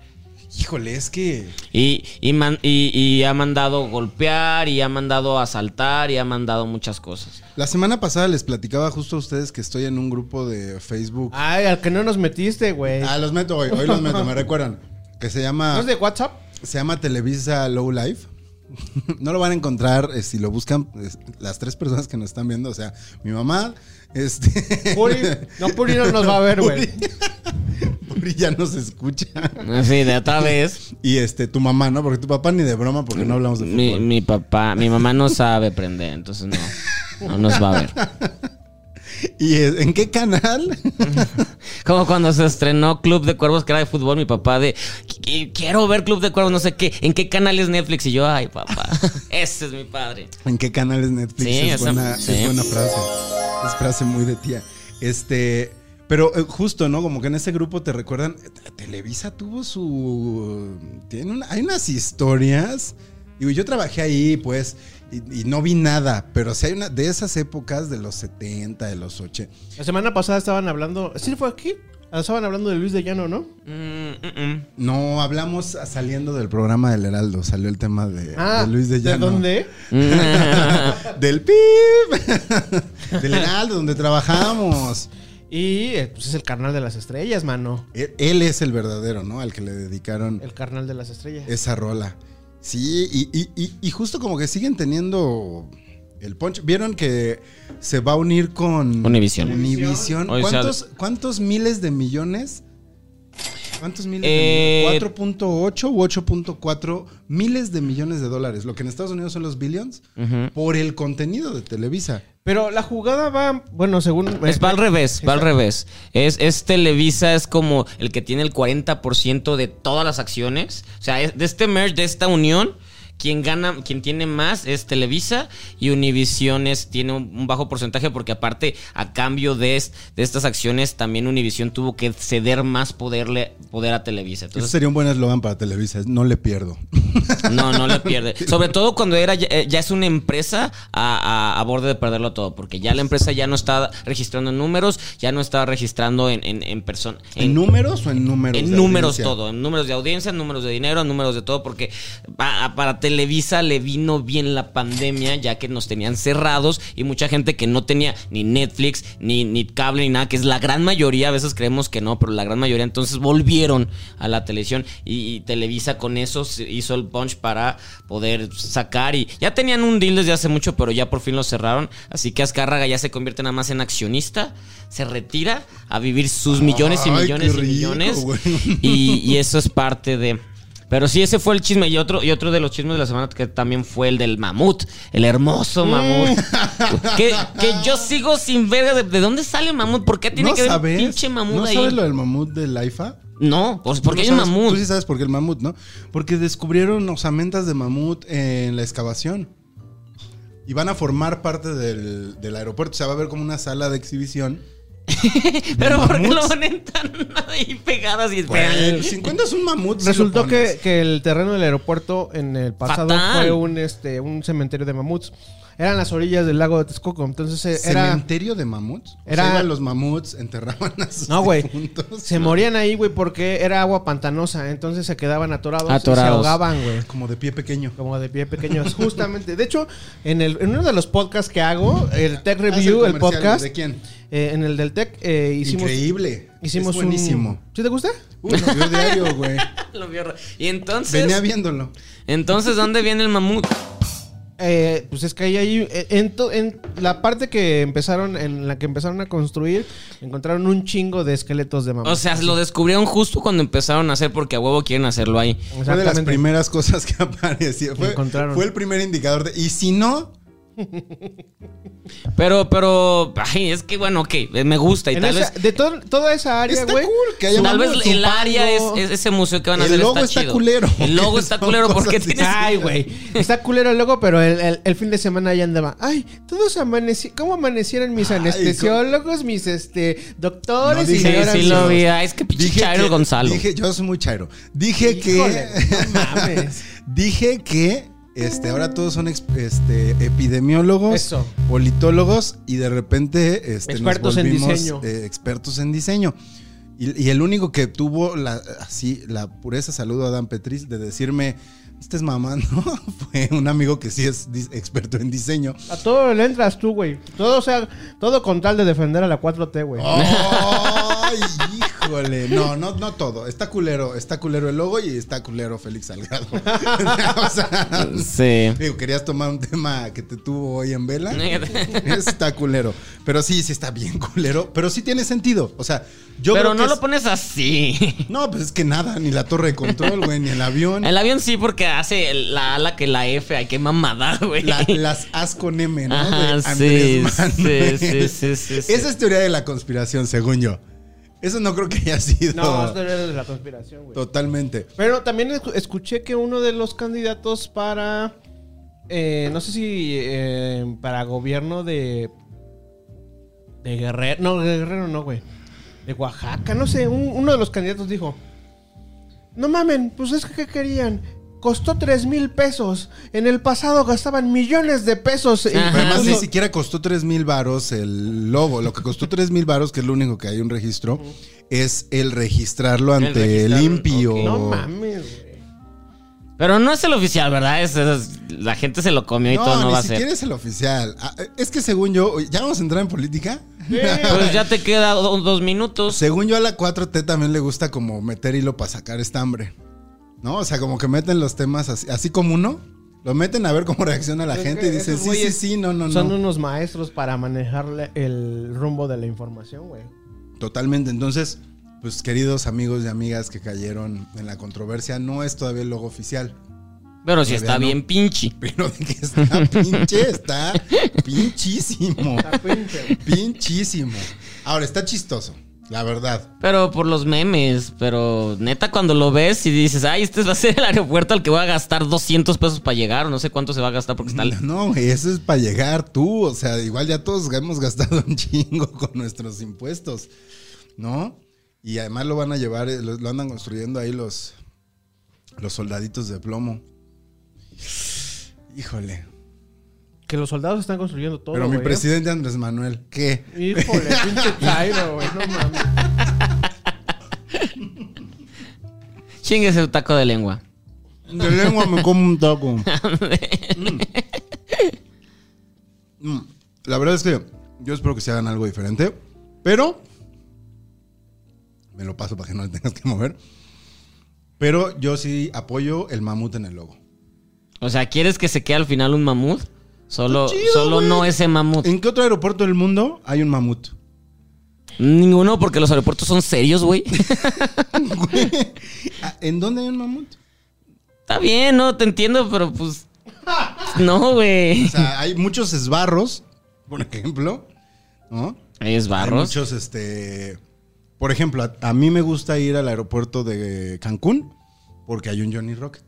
A: Híjole, es que.
B: Y, y, man- y- y ha mandado golpear, y ha mandado asaltar, y ha mandado muchas cosas.
A: La semana pasada les platicaba justo a ustedes que estoy en un grupo de Facebook.
C: Ay, al que no nos metiste, güey.
A: Ah, los meto hoy, hoy los meto, me recuerdan. Que se llama.
C: ¿No es de WhatsApp?
A: Se llama Televisa Low Life. no lo van a encontrar eh, si lo buscan eh, las tres personas que nos están viendo. O sea, mi mamá, este.
C: Puri, no, Puri no nos va a ver, güey.
A: Puri- Pri ya nos escucha.
B: Sí, de otra vez.
A: Y este, tu mamá, ¿no? Porque tu papá ni de broma, porque no hablamos de fútbol.
B: Mi, mi papá, mi mamá no sabe prender, entonces no, no nos va a ver.
A: ¿Y es- en qué canal?
B: Como cuando se estrenó Club de Cuervos, que era de fútbol, mi papá de "Qui- quiero ver Club de Cuervos, no sé qué, en qué canal es Netflix. Y yo, ay, papá, ese es mi padre.
A: ¿En qué canal es Netflix?
B: Sí,
A: es,
B: esa-
A: buena,
B: sí.
A: es buena frase. Es frase muy de tía. Este, pero eh, justo, ¿no? Como que en ese grupo te recuerdan. eh, Televisa tuvo su. Tiene una- hay unas historias. Digo, yo trabajé ahí, pues, y, y no vi nada. Pero sí hay una. De esas épocas de los 70, de los 80.
C: La semana pasada estaban hablando. ¿Sí fue aquí? Ah, Estaban hablando de Luis de Llano, ¿no?
B: Mm, mm, mm.
A: No, hablamos a- saliendo del programa del Heraldo. Salió el tema de, de Luis de Llano.
C: Ah, dónde?
B: mm.
A: del PIB. del Heraldo, donde trabajamos.
C: Y eh, pues es el carnal de las estrellas, mano.
A: Él, E, él es el verdadero, ¿no? Al que le dedicaron
C: El carnal de las estrellas.
A: esa rola. Sí, y, y- y- y justo como que siguen teniendo el punch. ¿Vieron que se va a unir con
B: Univision.
A: Univision?
B: O sea,
A: ¿Cuántos, cuántos miles de millones? ¿Cuántos miles?
B: Eh,
A: de millones? 4.8 u 8.4 miles de millones de dólares. Lo que en Estados Unidos son los billions
B: Ujú.
A: por el contenido de Televisa.
C: Pero la jugada va, bueno, según... eh,
B: Es va al revés, va al revés. Es, es Televisa, es como el que tiene el 40% de todas las acciones. O sea, es- de este merge, de esta unión, quien gana, quien tiene más es Televisa y Univision es- tiene un, un bajo porcentaje porque aparte, a cambio de, es- de estas acciones, también Univision tuvo que ceder más poderle, poder a Televisa.
A: Eso
B: Entonces,
A: sería un buen eslogan para Televisa. es, No le pierdo.
B: no, no le pierde. Sobre todo cuando era ya, eh, ya es una empresa a, a- a borde de perderlo todo, porque ya la empresa ya no está registrando en números, ya no está registrando en, en, en persona.
A: ¿En números o en números?
B: En
A: de
B: números
A: audiencia?
B: todo, en números de audiencia, en números de dinero, en números de todo, porque pa- a- para Televisa le vino bien la pandemia, ya que nos tenían cerrados y mucha gente que no tenía ni Netflix, ni, ni cable, ni nada, que es la gran mayoría, a veces creemos que no, pero la gran mayoría, entonces volvieron a la televisión y, y Televisa con eso se hizo el punch para poder sacar y ya tenían un deal desde hace mucho, pero ya por fin lo cerraron, así que Azcárraga ya se convierte nada más en accionista, se retira a vivir sus millones y
A: Ay,
B: millones
A: qué
B: y millones.
A: rico, güey.
B: Y, y eso es parte de. Pero sí, ese fue el chisme. Y otro, y otro de los chismes de la semana que también fue el del mamut. El hermoso
A: Mm.
B: mamut. que, que yo sigo sin ver de, de dónde sale el mamut. ¿Por qué tiene
A: ¿No
B: que ver
A: sabes?
B: un pinche mamut
A: ¿No
B: ahí?
A: sabes lo del mamut del AIFA?
B: No, pues porque
A: ¿Tú
B: hay
A: no
B: un
A: sabes-
B: mamut.
A: Tú sí sabes por qué el mamut, ¿no? Porque descubrieron osamentas de mamut en la excavación. Y van a formar parte del, del aeropuerto. O sea, va a haber como una sala de exhibición.
B: Pero ¿por qué lo
A: mamuts?
B: ponen tan ahí pegadas y
A: Bueno,
B: eh,
A: si encuentras un mamut, sí lo
C: Resultó
A: pones.
C: que, que el terreno del aeropuerto en el pasado
B: Fatal.
C: fue un, este, un cementerio de mamuts. Eran las orillas del lago de Texcoco, entonces eh, era...
A: ¿Cementerio de mamuts? O sea,
C: era-
A: iban los mamuts, enterraban a sus
C: No, güey.
A: difuntos.
C: Se morían ahí, güey, porque era agua pantanosa, entonces se quedaban atorados, y
B: Atorados.
C: se ahogaban, güey.
A: Como de pie pequeño.
C: Como de pie pequeño, justamente. De hecho, en, el, en uno de los podcasts que hago, el Tech
A: Haz
C: Review, el,
A: Ah, comercial,
C: podcast,
A: ¿De quién?
C: eh, en el del Tech eh, hicimos,
A: Increíble.
C: hicimos
A: es buenísimo.
C: un... ¿Sí te gusta?
A: Uy, lo veo diario, güey.
B: Lo vio ra- Y entonces.
A: Venía viéndolo.
B: Entonces, ¿dónde viene el mamut?
C: Eh, pues es que ahí hay eh, en, to- en la parte que empezaron en la que empezaron a construir encontraron un chingo de esqueletos de mamá.
B: O sea, lo descubrieron justo cuando empezaron a hacer, porque a huevo quieren hacerlo ahí.
A: Fue de las primeras cosas que apareció. Fue,
C: Encontraron.
A: fue el primer indicador de. Y si no,
B: Pero, pero, ay, es que bueno, ok, eh, me gusta y
C: En
B: tal
C: esa-
B: vez.
C: de to- toda esa área,
A: está
C: güey.
A: cool que haya
B: Tal vez
A: mamut,
B: el
A: supongo.
B: área es, es- ese museo que van a
A: El
B: hacer.
A: logo está
B: chido.
A: culero.
B: El logo está
A: Son
B: culero porque
A: cosas
B: tienes.
C: Ay, güey. Está culero el logo, pero el, el- el fin de semana ya andaba. Ay, todos amaneci ¿Cómo amanecieron mis
A: Ay,
C: anestesiólogos, mis este doctores
A: No,
C: y
A: dije-
B: Sí,
C: señoras
B: sí
C: y
B: lo
C: señores?
B: vi. Ay, es que pinche
A: Dije
B: Chairo
A: que-
B: Gonzalo.
A: Dije, yo soy muy chairo. Dije
C: Híjole,
A: que.
C: no mames.
A: dije que. Este, ahora todos son ex- este, epidemiólogos,
C: Eso.
A: politólogos y de repente este,
C: Expertos en
A: volvimos,
C: diseño.
A: eh, expertos en diseño. Y, y el único que tuvo la, así la pureza, saludo a Dan Petris, de decirme, "Este estés mamando, fue un amigo que sí es dis- experto en diseño.
C: A todo le entras tú, güey. Todo, o sea, todo con tal de defender a la 4T, güey.
A: ¡Oh! Ay, híjole. No, no, no todo. Está culero, está culero el logo y está culero Félix Salgado. o sea,
B: Sí.
A: digo, querías tomar un tema que te tuvo hoy en vela. Está culero. Pero sí, sí está bien culero. Pero sí tiene sentido. O sea, yo
B: Pero
A: creo
B: no
A: que
B: lo
A: es-
B: pones así.
A: No, pues es que nada, ni la torre de control, güey, ni el avión.
B: El avión sí, porque hace la ala que la F. Ay, qué mamada, güey.
A: La- las as con M, ¿no?
B: Ajá,
A: de
B: sí,
A: Andrés Manuel.
B: sí, sí, sí, sí.
A: Esa es teoría de la conspiración, según yo. Eso no creo que haya sido
C: No, es teoría de la conspiración, güey.
A: totalmente.
C: Pero también escu- escuché que uno de los candidatos para. eh, no sé si. eh, para gobierno de. De Guerrero. No, de Guerrero no, güey. De Oaxaca, no sé. un- uno de los candidatos dijo: No mamen, pues es que ¿qué querían? Costó 3 mil pesos. En el pasado gastaban millones de pesos. y-
A: Pero además,
C: pues,
A: ni
C: no-
A: siquiera costó 3 mil varos el logo. Lo que costó 3 mil varos, que es lo único que hay un registro, es el registrarlo
B: El
A: ante el,
B: registrar-
A: IMPI
B: ok.
A: o-
C: No mames, güey.
B: Pero no es el oficial, ¿verdad? Es- es- la gente se lo comió y
A: No,
B: todo no
A: ni
B: va a
A: siquiera
B: ser.
A: es el oficial. Ah, Es que según yo, ¿ya vamos a entrar en política?
B: Pues ya te queda do- dos minutos.
A: Según yo, a la 4T también le gusta como meter hilo para sacar estambre. ¿No? O sea, como que meten los temas así, así como uno. Lo meten a ver cómo reacciona la
C: Es
A: gente
C: que
A: y dicen,
C: esos
A: sí, sí,
C: güeyes
A: sí, no, no, no.
C: Son unos maestros para manejar la- el rumbo de la información, güey.
A: Totalmente. Entonces, pues queridos amigos y amigas que cayeron en la controversia, no es todavía el logo oficial.
B: Pero si está
A: Todavía no.
B: bien pinche.
A: Pero de que está pinche, está pinchísimo. Pinchísimo. Ahora, está chistoso, la verdad.
B: Pero por los memes. Pero neta, cuando lo ves y dices, ay, este va a ser el aeropuerto al que voy a gastar 200 pesos para llegar. O no sé cuánto se va a gastar porque está. al-
A: No, güey, eso es para llegar tú. O sea, igual ya todos hemos gastado un chingo con nuestros impuestos, ¿no? Y además lo van a llevar, eh, lo, lo andan construyendo ahí los, los soldaditos de plomo. Híjole.
C: Que los soldados están construyendo todo.
A: Pero mi
C: güey, ¿eh?
A: presidente Andrés Manuel, ¿qué?
C: Híjole, pinche Cairo, güey. No mames.
B: Chingue ese taco de lengua.
A: De lengua me como un taco. Mm. Mm. La verdad es que yo espero que se hagan algo diferente, pero me lo paso para que no le tengas que mover. Pero yo sí apoyo el mamut en el logo.
B: O sea, ¿quieres que se quede al final un mamut? Solo,
A: Está chido,
B: solo
A: güey.
B: no ese mamut.
A: ¿En qué otro aeropuerto del mundo hay un mamut?
B: Ninguno, porque los aeropuertos son serios, güey.
A: Ah, ¿En dónde hay un mamut?
B: Está bien, no, te entiendo, pero pues. No,
A: O
B: güey.
A: sea, hay muchos esbarros, por ejemplo, ¿no?
B: Ahí es
A: Hay
B: barros.
A: muchos, este. Por ejemplo, a, a mí me gusta ir al aeropuerto de Cancún porque hay un Johnny Rocket.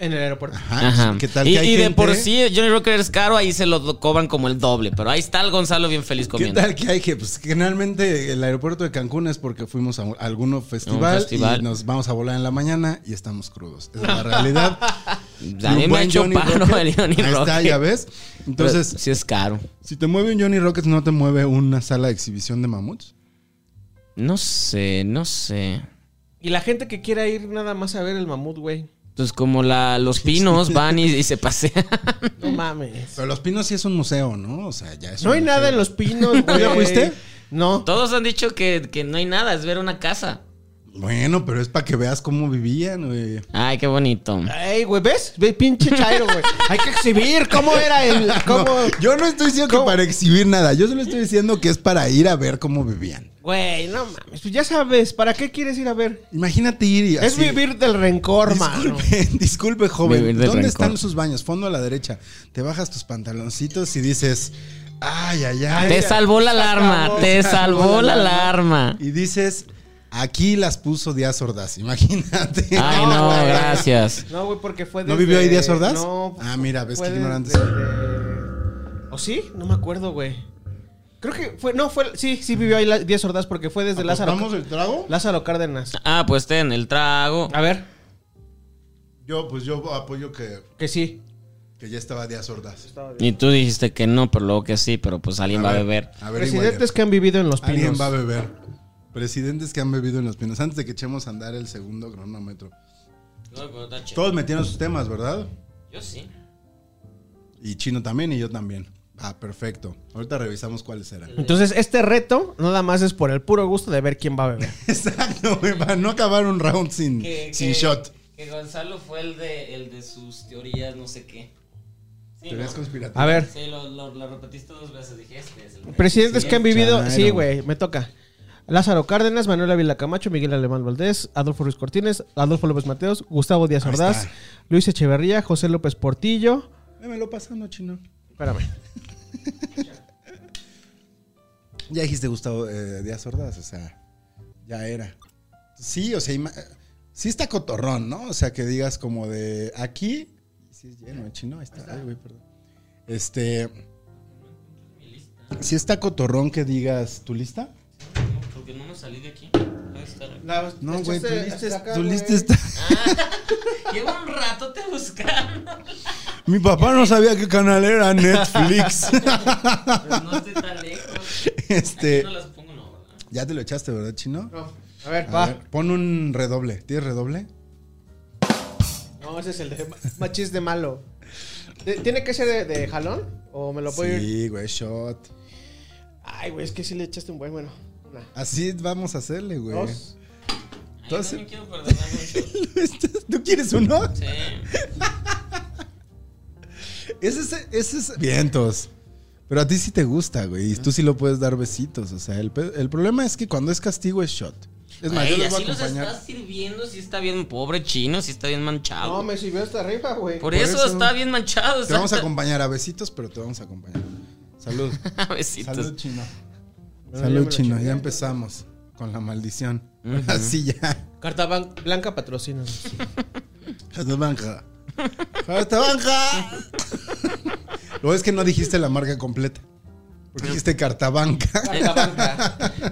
C: En el aeropuerto.
A: Ajá.
B: Ajá.
A: ¿Qué tal
B: y
A: que hay
B: y de
A: gente-
B: por sí, Johnny Rocker es caro, ahí se lo do- cobran como el doble. Pero ahí está el Gonzalo bien feliz
A: ¿Qué
B: comiendo.
A: tal que hay que? Pues generalmente el aeropuerto de Cancún es porque fuimos a, un- a algún festival,
B: festival.
A: y nos vamos a volar en la mañana y estamos crudos. Esa es la realidad.
B: A mí
A: Un
B: me ha
A: buen
B: hecho paro
A: Rocket.
B: el Johnny
A: Ahí está,
B: Rocker.
A: ya ves. Entonces,
B: Pero sí es caro.
A: si te mueve un Johnny Rocket, ¿no te mueve una sala de exhibición de mamuts?
B: No sé, no sé.
C: Y la gente que quiera ir nada más a ver el mamut, güey.
B: Pues como la, los pinos van y, y se pasean.
C: No mames.
A: Pero Los Pinos sí es un museo, ¿no? O sea, ya es
C: No
A: un
C: hay nada
A: museo.
C: en los pinos, güey.
A: ¿Ya fuiste?
C: No.
B: Todos han dicho que, que no hay nada, es ver una casa.
A: Bueno, pero es para que veas cómo vivían, güey.
B: Ay, qué bonito.
C: Ey, güey, ¿ves? Ve, pinche Chairo, güey. Hay que exhibir cómo era el. Cómo...
A: No, yo no estoy diciendo
C: ¿Cómo?
A: que para exhibir nada, yo solo estoy diciendo que es para ir a ver cómo vivían.
C: Güey, no mames. Pues ya sabes, ¿para qué quieres ir a ver?
A: Imagínate ir y
C: Es
A: así-
C: vivir del rencor, mano.
A: Disculpe, disculpe, joven.
B: Vivir
A: ¿Dónde
B: del rencor.
A: están sus baños? Fondo a la derecha. Te bajas tus pantaloncitos y dices, ay, ay, ay.
B: Te salvó la alarma,
C: acabó,
B: te
A: se
B: salvó
A: acabó
B: la
A: la
B: alarma.
A: Y dices, aquí las puso Díaz Ordaz. Imagínate.
B: Ay, no, gracias.
C: No, güey, porque fue
A: ¿No vivió ahí Díaz
C: desde-
A: Ordaz?
C: No.
A: Ah, mira, ves
C: fue
A: que
C: desde-
A: ignorantes.
C: ¿O sí? No me acuerdo, güey. Creo que fue. No, fue. Sí, sí vivió ahí la- Díaz Ordaz porque fue desde Lázaro.
A: Ah, pues ¿Vamos el trago?
C: Lázaro Cárdenas.
B: Ah, pues ten el trago.
C: A ver,
A: Yo, pues yo apoyo que,
C: que sí.
A: que ya estaba Díaz Ordaz.
B: Y tú dijiste que no, pero luego que sí, pero pues alguien va a
A: ver,
B: beber.
A: a ver,
C: Presidentes que han vivido en los
A: Alguien
C: pinos.
A: va a beber. Presidentes que han bebido en los pinos. Antes de que echemos a andar el segundo cronómetro. Todos metieron sus temas, ¿verdad?
B: Yo sí.
A: Y Chino también y yo también. Ah, perfecto. Ahorita revisamos cuáles eran.
C: Entonces, este reto nada más es por el puro gusto de ver quién va a beber.
A: Exacto, güey, para no acabar un round sin,
F: Que-
A: sin
F: que-
A: shot.
F: Que Gonzalo fue el de, el de sus teorías, no sé qué. Sí,
A: Teorías
F: ¿no?
A: conspirativas.
C: A ver,
F: Sí, lo, lo- lo repetiste dos veces, dije, este es el
C: presidentes que han vivido.
A: claro.
C: Sí, güey, me toca. Lázaro Cárdenas, Manuel Ávila Camacho, Miguel Alemán Valdés, Adolfo Ruiz Cortines, Adolfo López Mateos, Gustavo Díaz
A: Ahí
C: Ordaz,
A: está.
C: Luis Echeverría, José López Portillo.
A: Vémelo pasando, chino.
C: Espérame.
A: Ya dijiste Gustavo eh, Díaz Ordaz, o sea, ya era. Sí, o sea, ima- sí está cotorrón, ¿no? O sea, que digas como de aquí. Sí, es lleno, chino, ahí está. Ay, güey, perdón. Este. Sí está cotorrón que digas tu lista.
F: Porque no me salí de aquí. Voy a estar aquí.
A: No, güey, tu lista, es- tu lista está.
F: Llevo un rato te buscando.
A: Mi papá no sabía qué canal era Netflix.
F: Pero Pues no estoy tan lejos. Aquí
A: este.
F: no las pongo, no, ¿verdad?
A: Ya te lo echaste, ¿verdad, chino?
C: A ver,
A: A ver, pon un redoble. ¿Tienes redoble?
C: No, ese es el de machis de malo. ¿De- ¿Tiene que ser de, de jalón? ¿O me lo puedo ir?
A: Sí, güey, shot.
C: Ay, güey, es que sí le echaste un buen, bueno. Una,
A: Así vamos a hacerle, güey.
C: dos.
F: Ay,
A: Entonces-
F: yo también quiero perdonar mucho.
A: ¿Tú quieres uno?
F: Sí.
A: Ese es, ese es- Vientos. Pero a ti sí te gusta, güey. Y tú sí lo puedes dar besitos. O sea, el, pe- el problema es que cuando es castigo es shot. Es más, yo
F: Ay,
A: les voy a
F: así los
A: acompañar.
F: estás sirviendo, si está bien pobre chino, si está bien manchado.
C: No, me sirvió esta rifa, güey.
F: por, eso
A: eso.
F: está bien manchado.
A: Te vamos a
F: exacto.
A: acompañar a besitos, pero te vamos a acompañar. Salud.
F: Besitos.
A: Salud, chino.
C: Bueno, ya me
A: Salud,
C: lo
A: chino.
C: chingué.
A: Ya empezamos con la maldición. Así ya.
C: Carta ban- blanca patrocina.
A: Hasta Banja. Hasta Banja. Lo es que no dijiste la marca completa. Porque dijiste Cartabanca.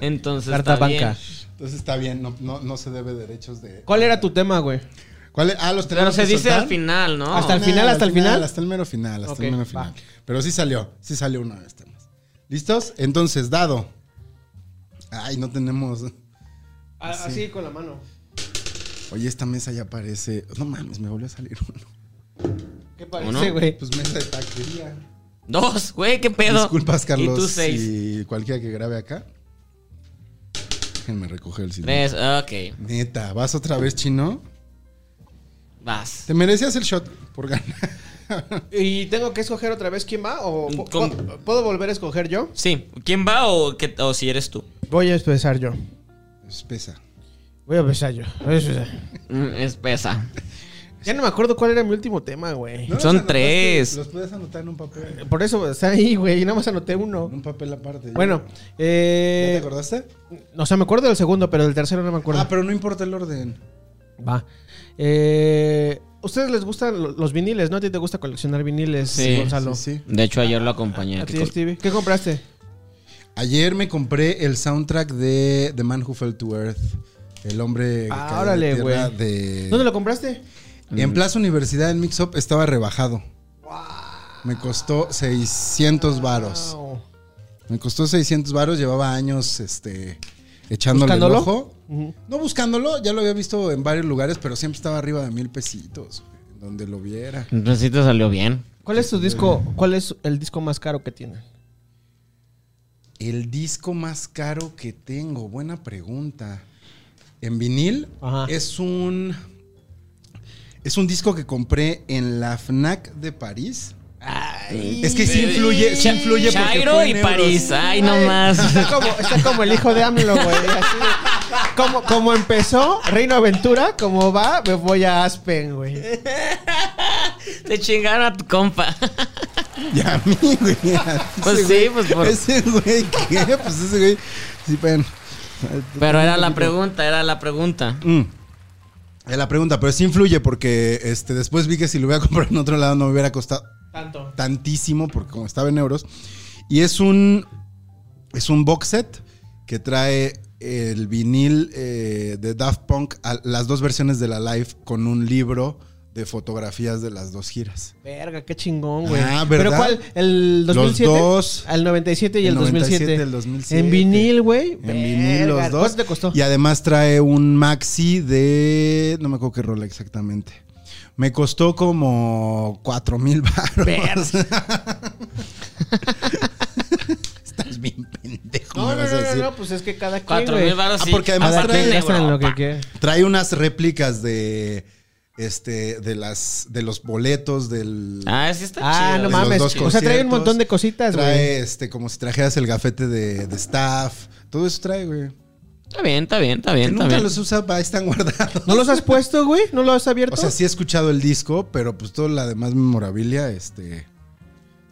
F: Entonces,
C: Carta
F: está
C: banca.
F: bien.
A: Entonces está bien, no, no, no se debe derechos de.
C: ¿Cuál era tu tema, güey?
A: ¿Cuál es? Ah, los
F: Pero
A: tenemos
F: se
A: que
F: dice
A: soltar.
F: al final, ¿no?
C: Hasta el final, hasta el final.
A: Hasta el mero final, hasta
C: Ok,
A: el mero
C: va.
A: final. Pero sí salió, sí salió uno de estos temas. ¿Listos? Entonces, dado. Ay, no tenemos.
C: Ah, Así. con la mano.
A: Oye, esta mesa ya parece. No mames, me volvió a salir uno.
C: ¿Qué
F: ¿Uno?
C: parece, güey?
A: Pues mesa de taquería.
F: Dos, güey, qué pedo.
A: Disculpas, Carlos.
F: Y tú seis.
A: si cualquiera que grabe acá. Déjenme recoger el silencio.
F: Tres, ok.
A: Neta, ¿vas otra vez, chino?
F: Vas.
A: Te merecías el shot por ganar.
C: ¿Y tengo que escoger otra vez quién va? ¿O
A: Mm,
C: po-
F: ¿Cómo?
C: po- puedo volver a escoger yo?
F: Sí, ¿quién va o, qué- o si eres tú?
C: Voy a empezar yo.
A: Espesa.
C: Voy a empezar yo. Voy a empezar.
F: Mm, Es pesa.
C: Ya no me acuerdo cuál era mi último tema, güey.
A: ¿No los
F: Son
A: anotaste?
F: tres.
A: Los puedes anotar en un papel.
C: Por eso está ahí, güey. Y nada más anoté
A: En
C: uno.
A: un papel aparte.
C: Bueno,
A: ¿Ya te
C: eh.
A: acordaste?
C: O sea, me acuerdo del segundo, pero del tercero no me acuerdo.
A: Ah, pero no importa el orden.
C: Va. Eh, ¿Ustedes les gustan lo- los viniles, no? ¿A ti te gusta coleccionar viniles,
F: Sí,
C: Gonzalo?
A: Sí, sí.
B: De hecho, ayer lo acompañé.
C: ¿A
B: que
C: ti,
B: col-
C: Stevie? ¿Qué compraste?
A: Ayer me compré el soundtrack de The Man Who Fell to Earth. El hombre que
C: Ah,
A: cayó de
C: órale,
A: tierra
C: güey.
A: de...
C: ¿Dónde lo compraste?
A: En Plaza Universidad el mix-up estaba rebajado. Me costó 600 varos.
C: Wow.
A: Me costó 600 varos, llevaba años este echándole el
C: ¿Buscándolo?
A: ojo.
C: Ujú.
A: No buscándolo, ya lo había visto en varios lugares, pero siempre estaba arriba de mil pesitos, güey, donde lo viera.
B: Entonces sí te salió bien.
C: ¿Cuál es tu disco? ¿Cuál es el disco más caro que tienen?
A: El disco más caro que tengo, buena pregunta. En vinil
C: Ajá.
A: es un es un disco que compré en la Fnac de París. es que sí
F: bebé.
A: influye, sí influye porque
F: Chairo
A: fue
F: y
A: en euros.
F: París. Ay, no
C: Ay,
F: más.
C: Está como, está como el hijo de AMLO, güey. así de- Como, como empezó Reino Aventura, como va, me voy a Aspen, güey.
F: Te chingaron a tu compa.
A: Y a mí, güey.
F: Pues
A: Ese
F: sí,
A: güey-
F: pues, por-
A: Ese güey, ¿qué? Pues ese güey. Sí, ven.
F: Pero era la pregunta, era la pregunta.
A: Mm. Es la pregunta, pero sí influye porque este, después vi que si lo hubiera comprado en otro lado no me hubiera costado
C: Tanto.
A: tantísimo porque como estaba en euros. Y es un. Es un box set que trae el vinil eh, de Daft Punk, a- las dos versiones de la live con un libro de fotografías de las dos giras.
C: Verga, qué chingón, güey.
A: Ah,
C: ¿Pero
A: ¿verdad?
C: cuál? ¿El 2007?
A: Los dos.
C: Al 97 y el,
A: El 97,
C: 2007.
A: el 2007.
C: En vinil, güey.
A: En vinil los
C: Verga,
A: dos.
C: ¿Cuánto te costó?
A: Y además trae un maxi de. No me acuerdo qué rola exactamente. Me costó como 4 mil baros. Estás bien pendejo.
C: No,
A: me
C: no,
A: vas a
C: no, no,
A: decir.
C: no, pues es que cada quien.
B: Cuatro mil baros.
A: Ah, porque además Ah, trae-
C: gastan lo que quieran.
A: Trae unas réplicas de este de las de los boletos del
B: Ah, sí está
C: Ah,
B: chido.
C: no
A: de los
C: mames.
A: dos
C: O sea, trae un
A: conciertos.
C: montón de cositas, güey.
A: Trae este como si trajeras el gafete de, de staff. Todo eso trae, güey.
B: Está bien, está bien, está bien.
A: Que
B: Está
A: nunca
B: bien.
A: los usa, ahí están guardados.
C: ¿No los has puesto, güey? ¿No los has abierto?
A: O sea, sí he escuchado el disco, pero pues toda la demás memorabilia, este.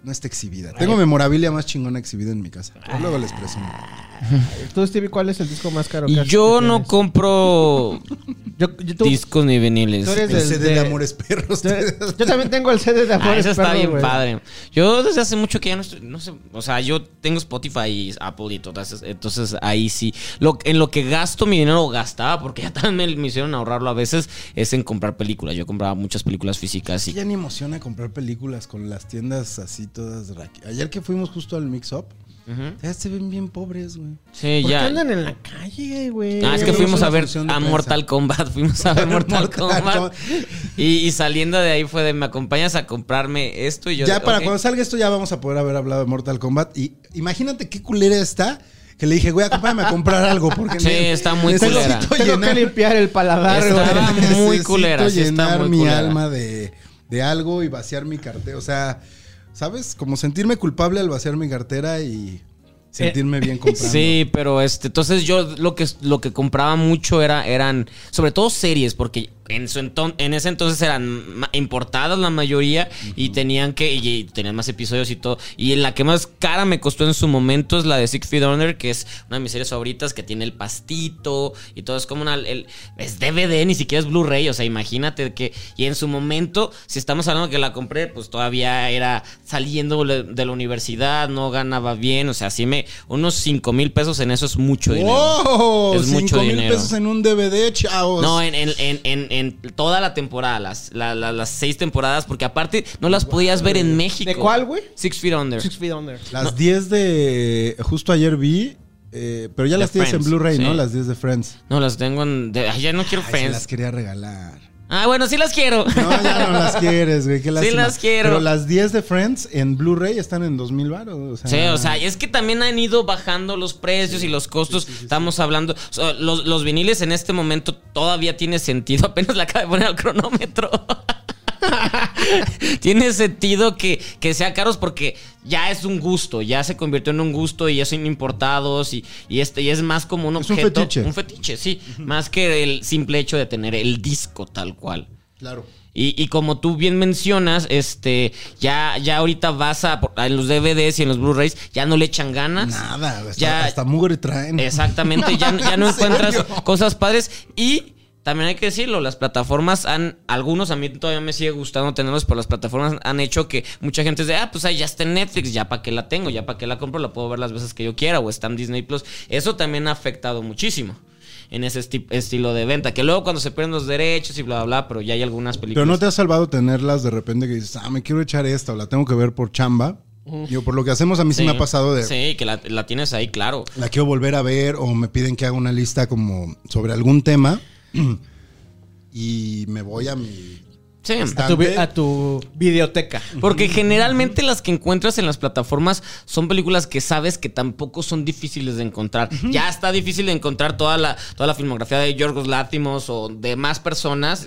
A: No está exhibida. Tengo memorabilia más chingona exhibida en mi casa. Pero Luego les presumo.
C: Tú, Stevie, ¿cuál es el disco más caro? que
B: Y
C: has-
B: yo
C: que
B: no
C: tienes?
B: compro
C: Yo, yo- tú-
B: discos ni viniles.
C: tú eres
A: El
C: del-
A: CD de,
C: de-
A: Amores Perros.
C: tú eres- Yo también tengo el CD de
B: Ah,
C: Amores
B: eso está
C: Perros,
B: bien
C: güey.
B: padre. Yo desde hace mucho que ya no estoy, no sé, o sea, yo tengo Spotify y Apple y todas esas, entonces ahí sí, lo, en lo que gasto mi dinero o gastaba, porque ya también me, me hicieron ahorrarlo a veces, es en comprar películas. Yo compraba muchas películas físicas
A: Sí,
B: y...
A: Este ya ni emociona comprar películas con las tiendas así todas. raqui- Ayer que fuimos justo al Mix Up,
B: Ujú.
A: ya se ven bien pobres, güey.
B: Sí,
C: ¿Por qué
B: ya...
C: andan en la calle, güey?
B: Ah, es que
A: Hicimos
B: fuimos
A: una
B: a ver
A: función de
B: a
A: prensa.
B: Mortal Kombat, fuimos a ver Mortal
A: Mortal
B: Kombat
A: Kombat.
B: y, y saliendo de ahí fue de me acompañas a comprarme esto y yo
A: ya
B: de,
A: para
B: "Ok".
A: cuando salga esto ya vamos a poder haber hablado de Mortal Kombat. Y imagínate qué culera está. Que le dije, güey, acompáñame a comprar algo. Porque
B: Sí,
A: ne-
B: está muy
A: necesito
B: culera.
C: Tengo
A: llenar-
C: que limpiar el paladar,
B: Está-
C: güey.
B: Estaba muy
A: Necesito
B: culera, sí, está
A: llenar
B: muy
A: mi
B: culera.
A: alma de, de algo y vaciar mi cartera. O sea, ¿sabes? Como sentirme culpable al vaciar mi cartera y sentirme bien comprando.
B: Eh, Sí, pero este, entonces yo lo que lo que compraba mucho era eran sobre todo series porque en su enton- en ese entonces eran ma- importadas la mayoría y tenían que y, y tenían más episodios y todo y la que más cara me costó en su momento es la de Six Feet Under que es una de mis series favoritas que tiene el pastito y todo es como una el- es DVD ni siquiera es Blu-ray o sea imagínate que y en su momento si estamos hablando que la compré pues todavía era saliendo le- de la universidad no ganaba bien o sea sí me unos 5 mil pesos en eso es mucho dinero
A: ¡Wow!
B: Es mucho
A: 5 mil
B: dinero.
A: pesos en un DVD, chavos.
B: no, eh, en, en- en- en- en toda la temporada, las, la- la- las seis temporadas, porque aparte no las podías ver en México.
C: ¿De cuál, güey?
B: Six Feet Under.
C: Six Feet Under.
A: Las 10 de. Justo ayer vi. eh, pero ya
B: De
A: las tienes en
B: Friends,
A: Blu-ray,
B: sí.
A: ¿no? Las 10 de Friends.
B: No, las tengo en... de- ay, ya no quiero
A: Ay, se
B: Friends.
A: las quería regalar.
B: Ah, bueno, sí las quiero.
A: No, ya no las quieres, güey. Qué lástima.
B: las quiero.
A: Pero las 10 de Friends en Blu-ray están en 2000 baros. O sea,
B: Sí, o sea, es que también han ido bajando los precios y los costos. Estamos hablando. o sea, los, los viniles en este momento todavía tiene sentido. Apenas le acabo de poner al cronómetro. tiene sentido que, que sea caros porque ya es un gusto, ya se convirtió en un gusto y ya son importados y, y este, y es más como un
A: Es un
B: objeto.
A: fetiche.
B: Un fetiche, sí. Más que el simple hecho de tener el disco tal cual.
A: Claro.
B: Y, y como tú bien mencionas, este, ya, ya ahorita vas a, en los DVDs y en los Blu-rays, ya no le echan ganas.
A: Nada, hasta,
B: Ya-
A: hasta mugre traen.
B: Exactamente, ya, ya no
A: ¿En serio?
B: encuentras cosas padres. Y también hay que decirlo, las plataformas han, algunos a mí todavía me sigue gustando tenerlos, pero las plataformas han hecho que mucha gente dice, ah, pues ahí ya está en Netflix, ya para qué la tengo, ya para qué la compro, la puedo ver las veces que yo quiera, o está en Disney Plus. Eso también ha afectado muchísimo. En ese esti- estilo de venta, que luego cuando se pierden los derechos y bla, bla, bla, pero ya hay algunas películas.
A: Pero no te ha salvado tenerlas de repente que dices, ah, me quiero echar esta o la tengo que ver por chamba. Digo, por lo que hacemos a mí sí, me ha pasado de.
B: Sí, que la, la tienes ahí, claro.
A: la quiero volver a ver o me piden que haga una lista como sobre algún tema y me voy a mi
B: Sí.
A: Está-
C: A tu, vi- a tu videoteca.
B: Porque generalmente las que encuentras en las plataformas son películas que sabes que tampoco son difíciles de encontrar. Ya está difícil de encontrar toda la, toda la filmografía de Yorgos Látimos o de más personas.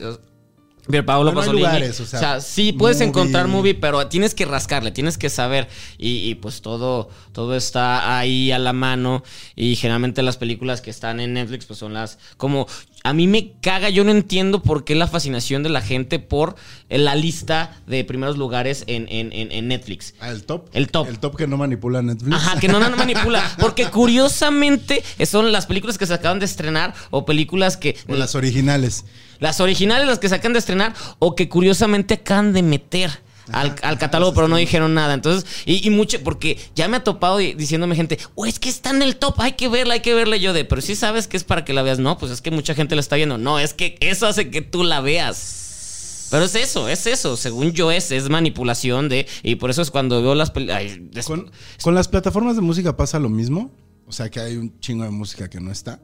B: Pero Paolo
A: Pero hay
B: Pasolini.
A: lugares, o sea,
B: sí puedes
A: movie.
B: encontrar movie, pero tienes que rascarle, tienes que saber. Y, y, pues todo, todo está ahí a la mano. Y generalmente las películas que están en Netflix, pues son las. Como. A mí me caga, yo no entiendo por qué la fascinación de la gente por la lista de primeros lugares en, en- en- en Netflix.
A: Ah, el top.
B: El top.
A: El top que no manipula Netflix.
B: Ajá, que no no manipula. Porque curiosamente eh, son las películas que se acaban de estrenar o películas que.
A: O las originales.
B: Las originales, las que se acaban de estrenar o que curiosamente acaban de meter al, al catálogo, pero no dijeron nada. Entonces, y, y mucho, porque ya me ha topado di- diciéndome gente, o es que está en el top, hay que verla, hay que verla Y yo de, pero si sabes que es para que la veas. No, pues es que mucha gente la está viendo. No, es que eso hace que tú la veas. Pero es eso, es eso. Según yo es, es manipulación de... Y por eso es cuando veo las películas...
A: Con, con las plataformas de música pasa lo mismo. O sea, que hay un chingo de música que no está.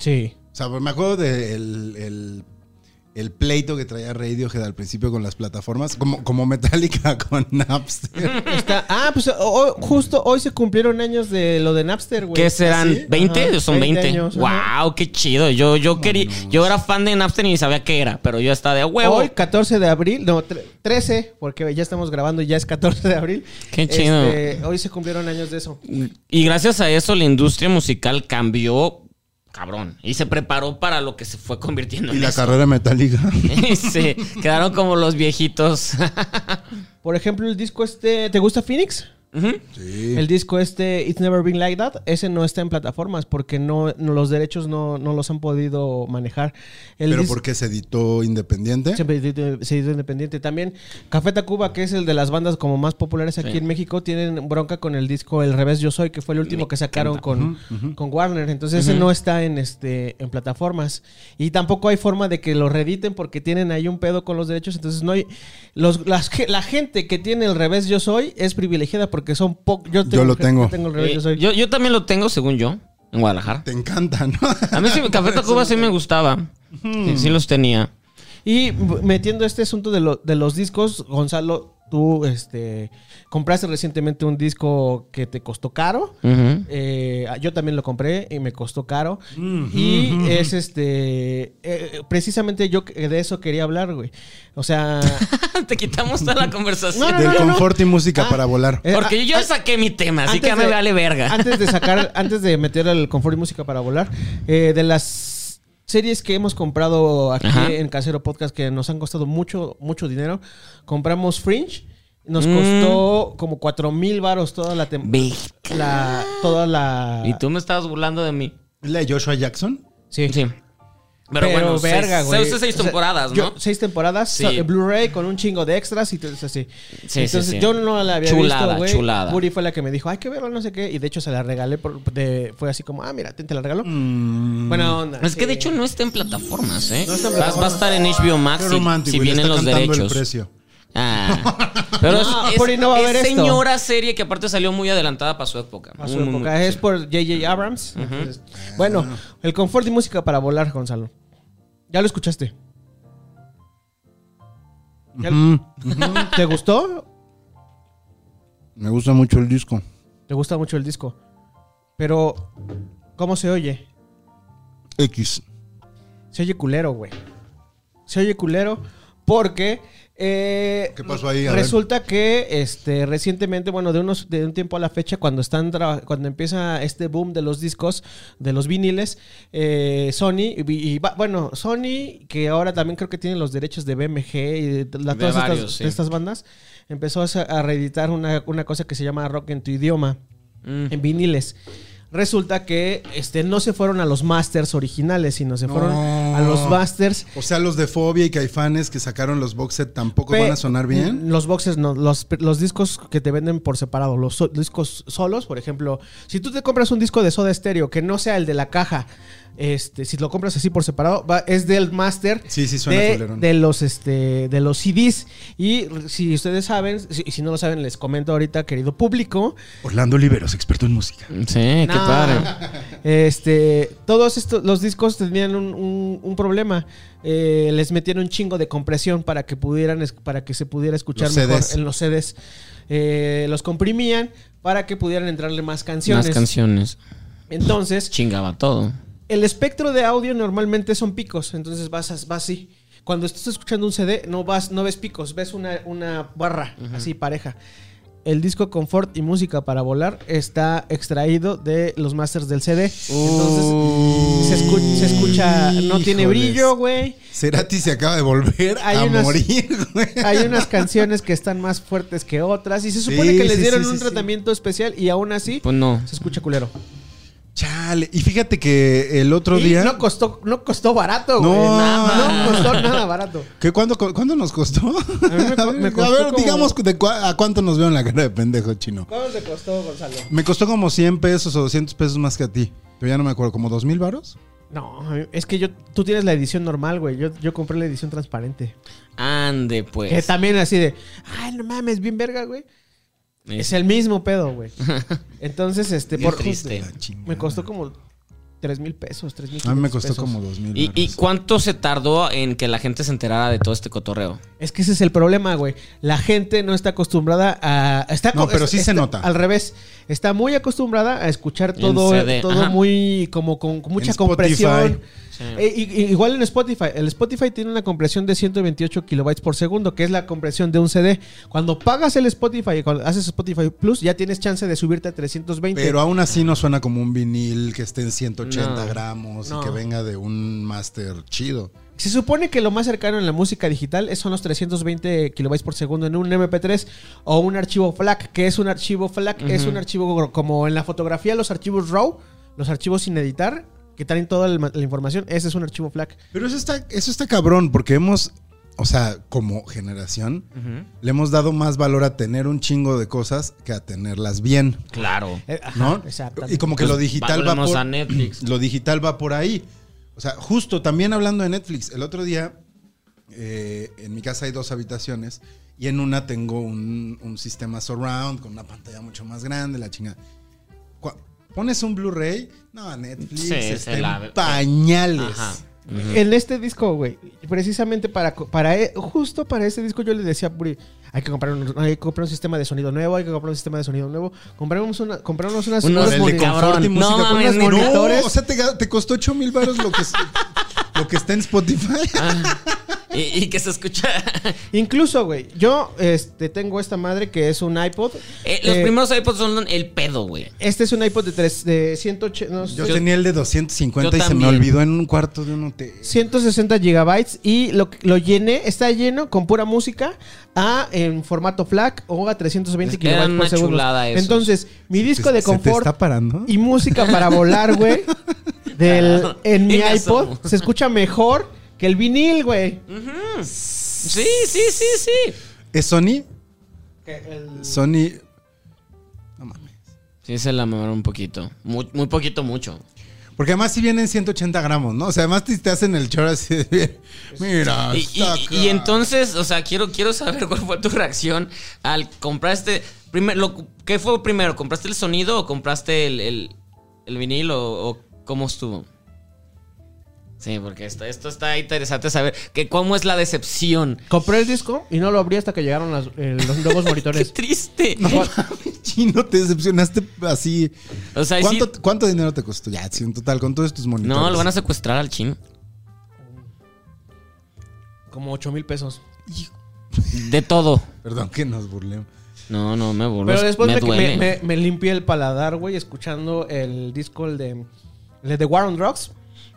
C: Sí.
A: O sea, me acuerdo del el, el pleito que traía Radiohead al principio con las plataformas, como, como Metallica con Napster.
C: Está- ah, pues o- justo hoy se cumplieron años de lo de Napster, güey.
B: ¿Qué serán?
C: ¿Ah, Sí,
B: ¿20?
C: ajá,
B: Son 20.
C: años, ajá.
B: wow, qué chido. Yo, yo quería, yo era fan de Napster y ni sabía qué era, pero yo estaba de "A huevo.
C: Hoy, 14 de abril, no, tre- 13, porque ya estamos grabando y ya es 14 de abril.
B: Qué chido.
C: Este, hoy se cumplieron años de eso.
B: Y gracias a eso la industria musical cambió, cabrón, y se preparó para lo que se fue convirtiendo
A: y
B: en
A: la
B: eso.
A: carrera de Metallica.
B: Y se quedaron como los viejitos.
C: Por ejemplo, el disco este, ¿te gusta Phoenix?
B: Ujú.
A: Sí.
C: El disco este, It's Never Been Like That, ese no está en plataformas porque no, no- los derechos no, no los han podido manejar. El
A: Pero
C: dis-
A: porque se editó independiente.
C: Siempre edito- se hizo independiente. También Café Tacuba, que es el de las bandas como más populares aquí en México, tienen bronca con el disco El Revés Yo Soy, que fue el último que sacaron con, con Warner. Entonces ese no está en este en plataformas. Y tampoco hay forma de que lo reediten porque tienen ahí un pedo con los derechos. Entonces no hay... Los, las ge- la gente que tiene El Revés Yo Soy es privilegiada porque son pocos... Yo,
A: lo tengo.
C: El Revés
B: Eh,
C: Yo Soy.
B: yo, yo también lo tengo, según yo, en Guadalajara.
A: Te encanta, ¿no?
B: A mí sí, Café Tacuba sí me gustaba.
C: Hmm.
B: Sí, sí los tenía.
C: Y b- metiendo este asunto de, lo- de los discos, Gonzalo, tú este, compraste recientemente un disco que te costó caro.
B: Ujú.
C: Eh, yo también lo compré y me costó caro. Y es este. eh, precisamente yo que- de eso quería hablar, güey. O sea.
B: Te quitamos toda la conversación.
C: No, no,
A: Del
C: no, no.
A: confort y música
C: Ah,
A: para volar.
C: eh,
B: Porque
C: a-
B: yo ya
C: a-
B: saqué mi tema, así
C: antes
B: que ya me
C: de-
B: vale verga.
C: Antes de sacar, antes de meter el confort y música para volar, eh, de las series que hemos comprado aquí
B: Ajá.
C: en Casero Podcast que nos han costado mucho, mucho dinero, compramos Fringe. Nos
B: Mm.
C: costó como 4 mil varos toda la temporada.
B: Ve-
C: toda la.
B: Y tú me estabas burlando de mí.
A: ¿Es la de Joshua Jackson?
C: Sí.
B: Sí. Pero, bueno, seis, seis- seis
C: O sea,
B: temporadas,
C: yo-
B: ¿no?
C: seis temporadas,
B: Sí.
C: so- en Blu-ray con un chingo de extras y todo eso así.
B: sí,
C: Entonces
B: sí.
C: yo no la había
B: Chulada,
C: visto, güey.
B: chulada.
C: Puri fue la que me dijo, hay que verla, no sé qué. Y de hecho se la regalé, por- de- fue así como, ah, mira, te, te la regalo. Buena onda.
B: Mm. Es que de
C: sí.
B: hecho no está en plataformas, ¿eh?
C: está en
B: Va- va, a estar en HBO
C: Ah,
B: Max
A: Qué
B: si- si,
A: romántico. y le
B: vienen
A: está
B: los
A: cantando el
B: derechos.
A: precio.
B: Ah. Pero
C: No,
B: es,
C: Puri,
B: es,
C: no va a
B: es
C: ver esto.
B: señora serie que aparte salió muy adelantada para su época.
C: A su
B: Muy, muy,
C: época.
B: muy-
C: Es por J.J. Abrams. Entonces, bueno, el confort y música para volar, Gonzalo. Ya lo escuchaste. Ya lo- ¿Te gustó?
A: Me gusta mucho el disco.
C: Te gusta mucho el disco. Pero, ¿cómo se oye?
A: X.
C: Se oye culero, güey. Se oye culero porque... eh,
A: ¿Qué pasó ahí? A ver.
C: Resulta que este, recientemente, bueno, de, unos, de un tiempo a la fecha, cuando, están tra- cuando empieza este boom de los discos, de los viniles, eh, Sony, y, y va- bueno, Sony, que ahora también creo que tiene los derechos de BMG y de, t- la-
B: De
C: todas
B: varios,
C: estas,
B: sí.
C: de estas bandas, empezó a, sa- a reeditar una, una cosa que se llama Rock en tu idioma
B: Mm.
C: en viniles. Resulta que este, no se fueron a los masters originales, sino se fueron
A: No.
C: a los masters.
A: O sea, los de Fobia y Caifanes que sacaron los box set tampoco
C: pe- mm,
A: van a sonar bien.
C: Los boxes no, los, los discos que te venden por separado, los so- discos solos, por ejemplo, si tú te compras un disco de Soda Stereo que no sea el de la caja, este, si lo compras así por separado, va- es del master
A: Sí, sí, suena
C: de,
A: culerón.
C: de los este de los CDs y si ustedes saben, si, si no lo saben les comento ahorita, querido público,
A: Orlando Oliveros, experto en música.
B: Sí, qué
C: No.
B: padre.
C: Este, todos estos, los discos tenían un, un- un problema. Eh, les metían un chingo de compresión para que pudieran, es- para que se pudiera escuchar
A: Los
C: mejor
A: CDs.
C: en los CDs. Eh, los comprimían para que pudieran entrarle más canciones.
B: Más canciones.
C: Entonces,
B: Chingaba todo.
C: el espectro de audio normalmente son picos, entonces vas, as- vas así. Cuando estás escuchando un CD, no, vas, no ves picos, ves una, una barra así pareja. El disco Confort y Música para Volar está extraído de los masters del CD. Entonces se, escu- se escucha, no tiene
A: Híjoles.
C: brillo, güey.
A: Cerati se acaba de volver
C: Hay
A: a
C: unas-
A: morir, güey.
C: Hay unas canciones que están más fuertes que otras y se
A: Sí,
C: supone que les
A: sí,
C: dieron
A: sí,
C: un
A: sí, sí.
C: tratamiento especial y aún así
B: Pues no.
C: se escucha culero.
A: Chale. Y fíjate que el otro
C: Y
A: día.
C: no costó, no costó barato, güey.
A: No.
C: no costó nada barato.
A: ¿Qué, cuándo, co- cuándo nos costó? A,
C: me co- me
A: ver,
C: costó
A: a ver,
C: como-
A: digamos de cua- a cuánto nos veo en la cara de pendejo chino.
C: ¿Cuánto te costó, Gonzalo?
A: Me costó como 100 pesos o 200 pesos más que a ti. Pero ya no me acuerdo, ¿como 2 mil varos?
C: No, es que yo, tú tienes la edición normal, güey. Yo, yo compré la edición transparente.
B: Ande, pues.
C: Que también así de, ay, no mames, bien verga, güey. Es el mismo pedo, güey. Entonces, este,
B: Bien
C: por
B: triste.
A: La chingada.
C: me costó como 3 mil pesos, 3 mil
A: A mí me
C: 500
A: costó
C: pesos.
A: como dos mil.
B: ¿Y, y
A: varos.
B: cuánto se tardó en que la gente se enterara de todo este cotorreo?
C: Es que ese es el problema, güey. La gente no está acostumbrada a. Está,
A: No, pero
C: es-
A: sí se
C: está-
A: nota.
C: Al revés. Está muy acostumbrada a escuchar
B: En
C: todo,
B: CD,
C: todo
B: ajá.
C: muy. como con, con mucha
A: En
C: compresión.
A: Spotify.
B: Sí.
C: Eh, y- y- igual en Spotify. El Spotify tiene una compresión de 128 kilobytes por segundo, que es la compresión de un CD. Cuando pagas el Spotify, cuando haces Spotify Plus, ya tienes chance de subirte a 320.
A: Pero aún así no suena como un vinil que esté en 180
B: No.
A: gramos
C: No.
A: y que venga de un master chido.
C: Se supone que lo más cercano en la música digital es- son los 320 kilobytes por segundo en un MP3 o un archivo FLAC, que es un archivo FLAC, es un archivo gro- como en la fotografía, los archivos RAW, los archivos sin editar, que traen toda la, ma- la información, ese es un archivo FLAC.
A: Pero eso está, eso está cabrón, porque hemos, o sea, como generación, le hemos dado más valor a tener un chingo de cosas que a tenerlas bien,
B: Claro.
C: Eh, ajá,
A: ¿no?
C: exactamente.
A: Y como que lo digital va
B: Volvemos
A: por,
B: a Netflix.
A: lo digital va por ahí. O sea, justo también hablando de Netflix, el otro día eh, en mi casa hay dos habitaciones y en una tengo un, un sistema surround con una pantalla mucho más grande, la chingada. Cu- Pones un Blu-ray, no, Netflix
B: Sí,
A: está
B: se
A: en
B: la-
A: pañales.
B: Ajá.
C: En este disco, güey, precisamente para, co- para e- justo para este disco yo le decía a Puri, hay que comprar un, hay que comprar un sistema de sonido nuevo, hay que comprar un sistema de sonido nuevo, compramos una, compramos unas,
B: Unos
C: unos
A: Con el de
B: Cabrón.
A: confort y
B: No
A: música con
B: mames,
A: unos
B: ni-
A: monitores.
C: no.
A: o sea, te, ga- te costó 8 mil baros lo que, es- lo que está en Spotify.
B: Ah, Y, y que se escucha.
C: Incluso, güey, yo este, tengo esta madre que es un iPod.
B: Eh, los
C: Eh,
B: primeros iPods son el pedo, güey.
C: Este es un iPod de, tres, de 180, no,
A: Yo,
B: Yo-
A: tenía el de 250 y
B: yo
A: se me
B: también.
A: olvidó en un cuarto de un hotel.
C: 160 gigabytes y lo, lo llené, está lleno con pura música a en formato FLAC o a 320
B: Era
C: kilobytes por
B: una
C: segundo.
B: chulada eso.
C: Entonces, mi disco de
A: ¿Se te
C: confort
A: está parando?
C: y música para volar, güey, del, en mi
B: En
C: iPod
B: asomo.
C: se escucha mejor que el vinil, güey.
B: Mm. Sí, sí, sí, sí.
A: ¿Es Sony? Sony. No mames.
B: Sí, se la mamaron un poquito. Muy, muy poquito, mucho.
A: Porque además si vienen 180 gramos, ¿no? O sea, además te, te hacen el chorro así de. Mira.
B: Pues, Y, y-
A: saca".
B: y entonces, o sea, quiero, quiero saber cuál fue tu reacción al comprar este. Primer, lo, ¿Qué fue primero? ¿Compraste el sonido o compraste el, el, el vinil o, o cómo estuvo? Sí, porque esto, esto está interesante saber que cómo es la decepción.
C: Compré el disco y no lo abrí hasta que llegaron las- eh, los nuevos
B: ¡Qué
C: monitores.
B: triste!
A: No mames, chino, te decepcionaste así.
B: O sea, sí-
A: ¿Cuánto, cuánto dinero te costó? Ya, sí, en total, con todos tus monitores.
B: no, lo van a secuestrar al chino.
C: Como 8 mil pesos.
B: De todo.
A: Perdón, que nos burlemos.
B: No, no, me burlo.
C: Pero después
B: me
C: de que
B: duele.
C: me, me, me limpié el paladar, güey, escuchando el disco el de, el de War on Drugs.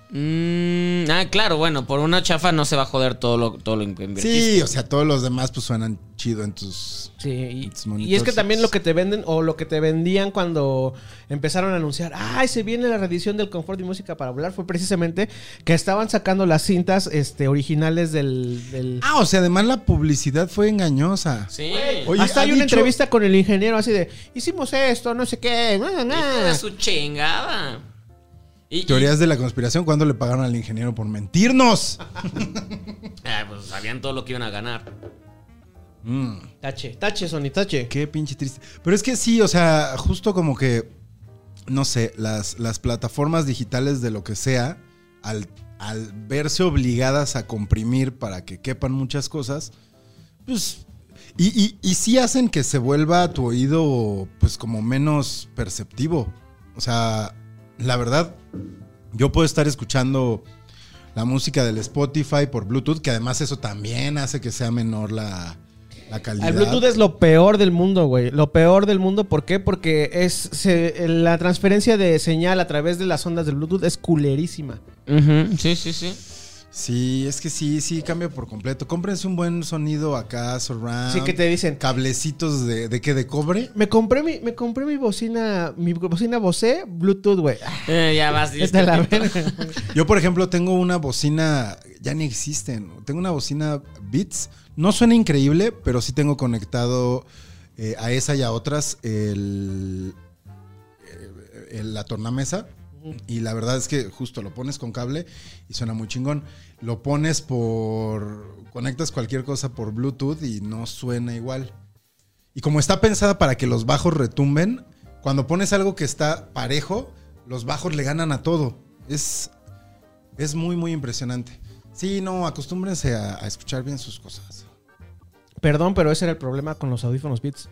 B: Mm, ah, claro, bueno, por una chafa no se va a joder todo lo, todo lo que invertiste.
A: Sí, o sea, todos los demás pues suenan chido en tus.
C: Sí,
A: It's
C: y,
A: monitors.
C: y es que también lo que te venden o lo que te vendían cuando empezaron a anunciar, ay, se viene la reedición del Confort y Música para hablar, fue precisamente que estaban sacando las cintas este, originales del... del-
A: Ah, o sea, además la publicidad fue engañosa.
B: Sí.
A: Oye,
C: Hasta
A: ha
C: hay una
A: dicho-
C: entrevista con el ingeniero así de, hicimos esto, no sé qué. na, na, na".
B: Hijo de su chingada. Y, y-
A: Teorías de la conspiración, ¿cuándo le pagaron al ingeniero por mentirnos?
B: ah, pues sabían todo lo que iban a ganar.
A: Mm.
C: Tache, tache, Sony, tache.
A: Qué pinche triste. Pero es que sí, o sea, justo como que, no sé, las, las plataformas digitales de lo que sea, al, al verse obligadas a comprimir para que quepan muchas cosas, pues... Y, y, y sí hacen que se vuelva a tu oído pues como menos perceptivo. O sea, la verdad, yo puedo estar escuchando la música del Spotify por Bluetooth, que además eso también hace que sea menor la, la calidad.
C: El Bluetooth es lo peor del mundo, güey. Lo peor del mundo, ¿por qué? Porque es se- la transferencia de señal a través de las ondas del Bluetooth es culerísima.
B: Sí, sí, sí.
A: Sí, es que sí, sí, cambia por completo. Cómprense un buen sonido acá, surround.
C: Así que te dicen,
A: Cablecitos de, de qué, de cobre.
C: me compré mi, me compré mi bocina, mi bocina Bose Bluetooth, güey. Ah,
B: Eh, ya vas.
C: Esta la
B: disculpito.
C: verga.
A: Yo, por ejemplo, tengo una bocina, ya ni existen. Tengo una bocina Beats. No suena increíble, pero sí tengo conectado eh, a esa y a otras el, eh, el- la tornamesa. Y la verdad es que justo lo pones con cable y suena muy chingón. Lo pones por... Conectas cualquier cosa por Bluetooth y no suena igual. Y como está pensada para que los bajos retumben, cuando pones algo que está parejo, los bajos le ganan a todo. Es, es muy, muy impresionante. Sí, no, acostúmbrense a, a escuchar bien sus cosas.
C: Perdón, pero ese era el problema con los audífonos Beats.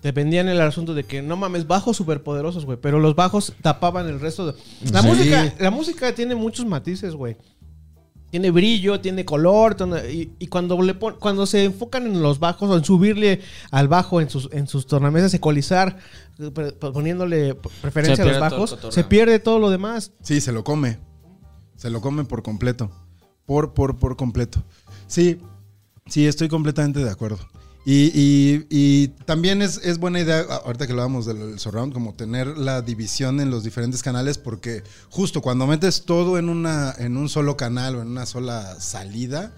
C: Dependían el asunto de que no mames, bajos superpoderosos, güey. Pero los bajos tapaban el resto de. La,
A: Sí.
C: música, la música tiene muchos matices, güey. Tiene brillo, tiene color. tono- y y cuando, le pon- cuando se enfocan en los bajos o en subirle al bajo en sus, en sus tornamesas, ecualizar, eh, pre- poniéndole
B: Se
C: preferencia a los
B: pierde todo el
C: bajos,
B: cotorreo.
C: se pierde todo lo demás.
A: Sí, se lo come. Se lo come por completo. Por, por, por completo. Sí, sí, estoy completamente de acuerdo. Y, y- y también es, es buena idea, a- ahorita que hablábamos del surround, como tener la división en los diferentes canales, porque justo cuando metes todo en, una, en un solo canal o en una sola salida,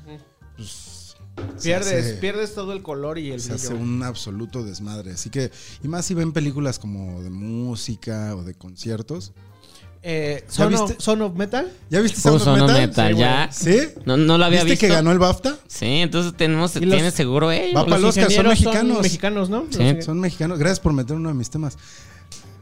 A: pues, se
C: Pierdes,
A: hace-
C: pierdes todo el color y el
A: se hace
C: brillo.
A: un absoluto desmadre. Así que, y más si ven películas como de música o de conciertos.
C: Eh,
A: ¿Ya
C: Son of-
A: viste?
C: Son of Metal.
A: ¿Ya viste
B: Fue
A: Sound of
B: Sound of
A: Metal?
B: Metal,
A: Sí, güey.
B: ya.
A: ¿Sí?
B: No, no lo había
A: ¿Viste
B: visto.
A: que ganó el BAFTA?
B: Sí, entonces tenemos,
C: Y los-
B: tienes seguro ellos.
A: Va para el
C: Los
A: Oscar, son
C: ingenieros
A: mexicanos.
C: mexicanos, ¿no?
B: Sí.
C: Los ingen-
A: Son mexicanos. Gracias por meter uno de mis temas.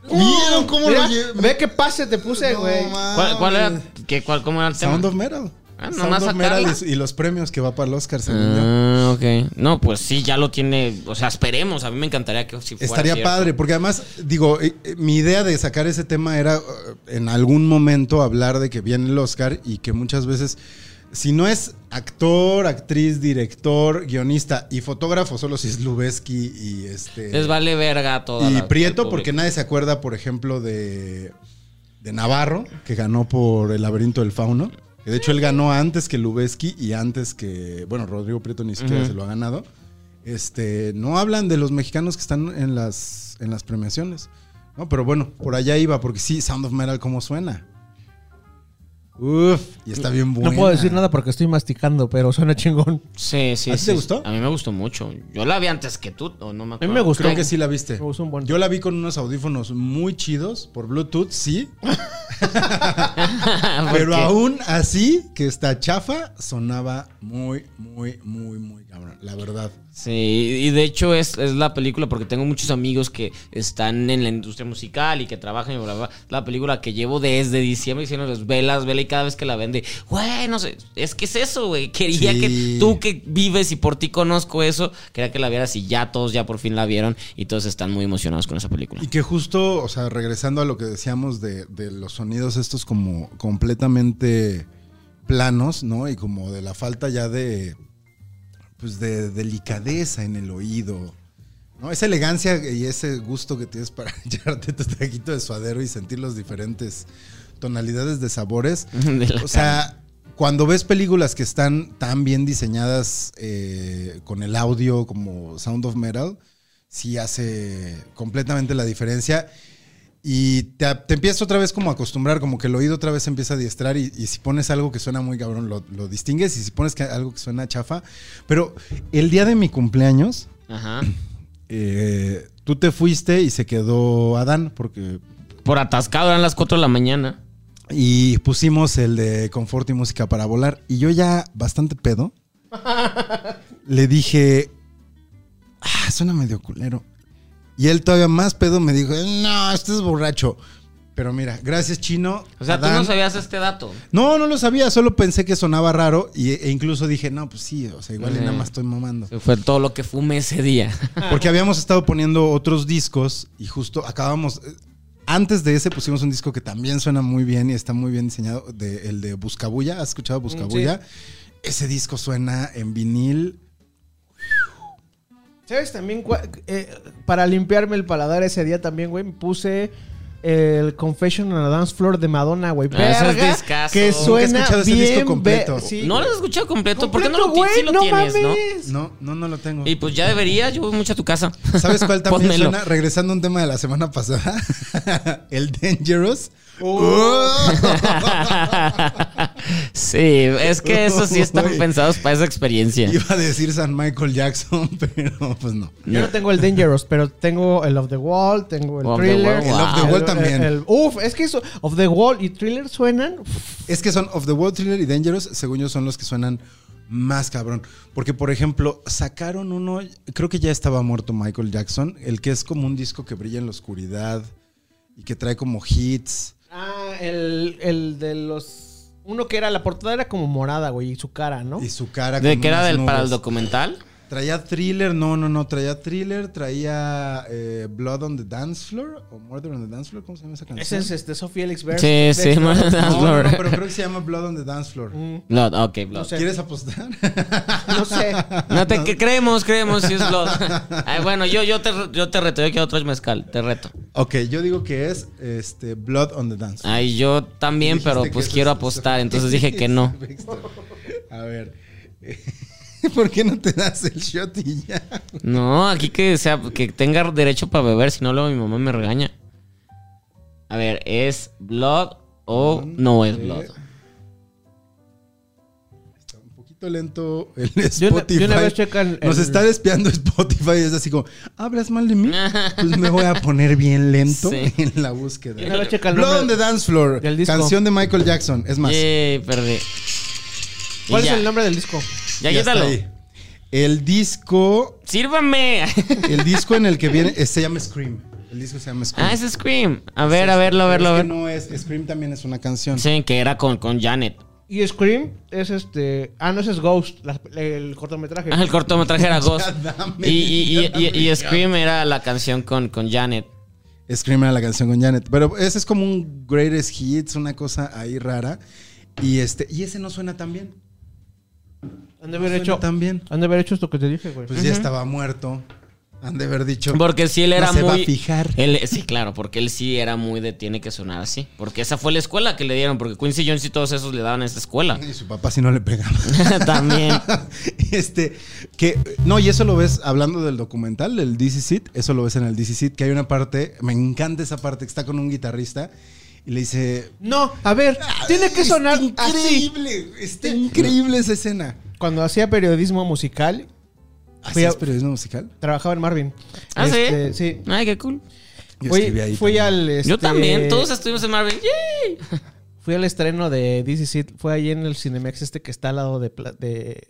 A: ¿Vieron cómo
C: Mira,
A: lo lle-
C: Ve qué pase te puse,
A: No
C: güey.
A: mames.
B: ¿Cuál, cuál era? ¿Qué, cuál, ¿Cómo era el tema?
A: Sound of Metal.
B: Ah, nomás
A: Sound of Metal
B: sacarla.
A: y, y los premios que va para el Oscar, según yo.
B: Ah, ok. No, pues sí, ya lo tiene. O sea, esperemos. A mí me encantaría que si fuera
A: Estaría
B: cierto.
A: padre, porque además, digo, eh, eh, mi idea de sacar ese tema era eh, en algún momento hablar de que viene el Oscar y que muchas veces, si no es actor, actriz, director, guionista y fotógrafo, solo si es Lubeski y este.
B: Les vale verga todo.
A: Y Prieto, porque nadie se acuerda, por ejemplo, de, de Navarro, que ganó por El laberinto del fauno. Que de hecho, él ganó antes que Lubeski y antes que, bueno, Rodrigo Prieto ni siquiera
B: Ujú.
A: se lo ha ganado. Este, no hablan de los mexicanos que están en las, en las premiaciones. No, pero bueno, por allá iba, porque sí, Sound of Metal, ¿cómo suena? Uf, y está bien bueno.
C: No puedo decir nada porque estoy masticando, pero suena chingón.
B: Sí, sí.
A: ¿A ti
B: sí,
A: te
B: sí.
A: gustó?
B: A mí me gustó mucho. Yo la vi antes que tú. o no me acuerdo.
C: me gustó.
A: Creo que sí la viste.
C: Me gustó un buen-
A: Yo la vi con unos audífonos muy chidos, por Bluetooth, sí, Pero
B: Porque-
A: aún así, que esta chafa sonaba muy, muy, muy, muy cabrón. La verdad.
B: Sí, y de hecho es, es la película, porque tengo muchos amigos que están en la industria musical y que trabajan y bla, bla, bla. La película que llevo desde diciembre diciéndoles velas, vela, y cada vez que la ven de, güey, no sé, es que es eso, güey. Quería
A: Sí.
B: que tú que vives y por ti conozco eso, quería que la vieras y ya todos ya por fin la vieron y todos están muy emocionados con esa película.
A: Y que justo, o sea, regresando a lo que decíamos de, de los sonidos estos como completamente planos, ¿no? Y como de la falta ya de, pues de delicadeza en el oído, ¿no? Esa elegancia y ese gusto que tienes para echarte tu taquito de suadero y sentir los diferentes tonalidades de sabores.
B: De la-
A: O sea, cuando ves películas que están tan bien diseñadas eh, con el audio como Sound of Metal, sí hace completamente la diferencia. Y te, te empiezas otra vez como a acostumbrar, como que el oído otra vez se empieza a diestrar y, y si pones algo que suena muy cabrón lo, lo distingues y si pones que- algo que suena chafa. Pero el día de mi cumpleaños,
B: Ajá.
A: eh, tú te fuiste y se quedó Adán porque...
B: Por atascado eran las 4 de la mañana.
A: Y pusimos el de confort y música para volar. Y yo ya bastante pedo. le dije, ah, suena medio culero. Y él todavía más pedo me dijo, no, este es borracho. Pero mira, gracias chino.
B: O sea, tú
A: Adán.
B: no sabías este dato.
A: No, no lo sabía, solo pensé que sonaba raro y, e incluso dije, no, pues sí, o sea, igual y
B: Ajá.
A: nada más estoy mamando.
B: Fue todo lo que fumé ese día.
A: Porque habíamos estado poniendo otros discos y justo acabamos. eh, Antes de ese pusimos un disco que también suena muy bien y está muy bien diseñado, de- el de Buscabulla. ¿Has
B: Mm,
A: escuchado Buscabulla? Ese disco suena en vinil.
C: ¿Sabes también? cuál- eh, para limpiarme el paladar ese día también, güey, me puse el Confession on a Dance Floor de Madonna, güey.
B: Ah, ese es
C: Verga,
B: discazo.
C: que
B: Nunca he
C: suena
A: escuchado ese
C: bien
A: disco completo.
C: ve- sí,
B: no lo
C: güey.
B: has escuchado completo. ¿Por qué no lo, ti-
C: Completo,
B: sí lo
C: güey,
B: tienes, no?
C: mames.
A: No, no, no lo tengo.
B: Y pues ya debería, yo voy mucho a tu casa.
A: ¿Sabes cuál también
B: Pónmelo.
A: suena? Regresando a un tema de la semana pasada, el Dangerous.
B: Uh. sí, es que esos sí están
A: Uy.
B: pensados para esa experiencia.
A: Iba a decir San Michael Jackson, pero pues no.
C: Yo no tengo el Dangerous, pero tengo el Of the Wall, tengo el
B: Of the
C: Thriller.
B: Wall, El
A: Of the wow. Wall también.
C: el- uf, es que eso, Of the Wall y Thriller suenan.
A: Es que son Of the World Thriller y Dangerous, según yo, son los que suenan más cabrón. Porque, por ejemplo, sacaron uno, creo que ya estaba muerto Michael Jackson, el que es como un disco que brilla en la oscuridad y que trae como hits.
C: Ah, el, el de los. Uno que era, la portada era como morada, güey, y su cara, ¿no?
A: Y su cara.
B: ¿De
A: con
B: qué era
A: unas
B: del, para el
A: nubes.
B: documental?
A: Traía thriller, no, no, no, traía thriller, traía eh, Blood on the Dance Floor o Murder on the Dance Floor, ¿cómo se llama esa canción?
C: Ese es este, Sofía Félix Berg.
B: Sí, sí,
C: Berg-
B: Murder on
A: No,
B: the Dance
A: no,
B: Floor.
A: no, pero creo que se llama Blood on the Dance Floor.
C: Mm,
B: Blood, ok, Blood.
C: No sé.
A: ¿Quieres apostar?
C: No sé.
B: No te cre- creemos, creemos si es Blood. Ay, bueno, yo, yo, te, yo te reto, yo quiero otro mezcal, te reto.
A: ok, yo digo que es este, Blood on the Dance Floor.
B: Ay, yo también,
A: Dijiste
B: pero
A: que
B: pues
A: eso
B: quiero
A: es-
B: apostar, entonces dije que no.
A: A ver. eh, ¿Por qué no te das el shot y ya?
B: No, aquí que sea que tenga derecho para beber, si no luego mi mamá me regaña. A ver, ¿es Blood o
A: Mm,
B: no
A: eh,
B: es Blood?
A: Está un poquito lento el
C: Yo una-
A: Spotify.
C: yo una vez checa el-
A: Nos
C: el-
A: está despiando Spotify. Es así como, ¿hablas mal de mí? Pues me voy a poner bien lento
B: Sí.
A: en la búsqueda.
C: Una vez checa el
A: Blood on the
C: nombre.
A: Dance Floor.
C: del disco.
A: Canción de Michael Jackson. Es más,
B: Yay, perdí. Y
C: ¿Cuál
B: ya,
C: es el nombre del disco?
B: Ya,
A: ya está
B: quítalo.
A: ahí. El disco,
B: ¡Sírvame!
A: el disco en el que viene eh, se llama Scream. El disco se llama Scream.
B: ah, es Scream. A ver, a verlo, a verlo, a
A: Pero es que
B: verlo.
A: no es, Scream también es una canción.
B: Sí, que era con, con Janet.
C: Y Scream es este. Ah, no, ese es Ghost, la- el cortometraje.
B: Ah, el cortometraje era Ghost.
A: dame,
B: Y, y- y-
A: ya dame,
B: y- y
A: ya.
B: Scream era la canción con, con Janet.
A: Scream era la canción con Janet. Pero ese es como un greatest hits, una cosa ahí rara. Y este, y ese no suena tan bien.
C: Han de haber
A: Suena
C: hecho.
A: tan bien.
C: Han de haber hecho esto que te dije, güey.
A: Pues ya estaba muerto. Han de haber dicho.
B: Porque sí, él
A: "No
B: era
A: se
B: muy.
A: va a fijar.
B: Él- eh, sí, claro, porque él sí era muy de tiene que sonar así. Porque esa fue la escuela que le dieron, porque Quincy Jones y todos esos le daban esa escuela.
A: Y su papá si no le pegaba.
B: También.
A: este, que, no, y eso lo ves hablando del documental, del DC Sit, eso lo ves en el DC Sit, que hay una parte, me encanta esa parte, que está con un guitarrista y le dice... "Ah,
C: No, a ver, tiene que
A: "Está
C: sonar así.
A: increíble, está increíble esa escena.
C: Cuando hacía periodismo musical,
A: ¿Así
C: Fui a-
A: es periodismo musical?
C: trabajaba en Marvin.
B: Ah, ¿sí?
C: Este, sí.
B: Ay, qué cool.
A: Yo
C: Fui,
A: escribí ahí
C: fui
A: también.
C: al.
B: Yo
C: este,
B: también, todos estuvimos en Marvel. ¡Yay!
C: Fui al estreno de DC Seed. Fue ahí en el Cinemex este que está al lado de, pla- de-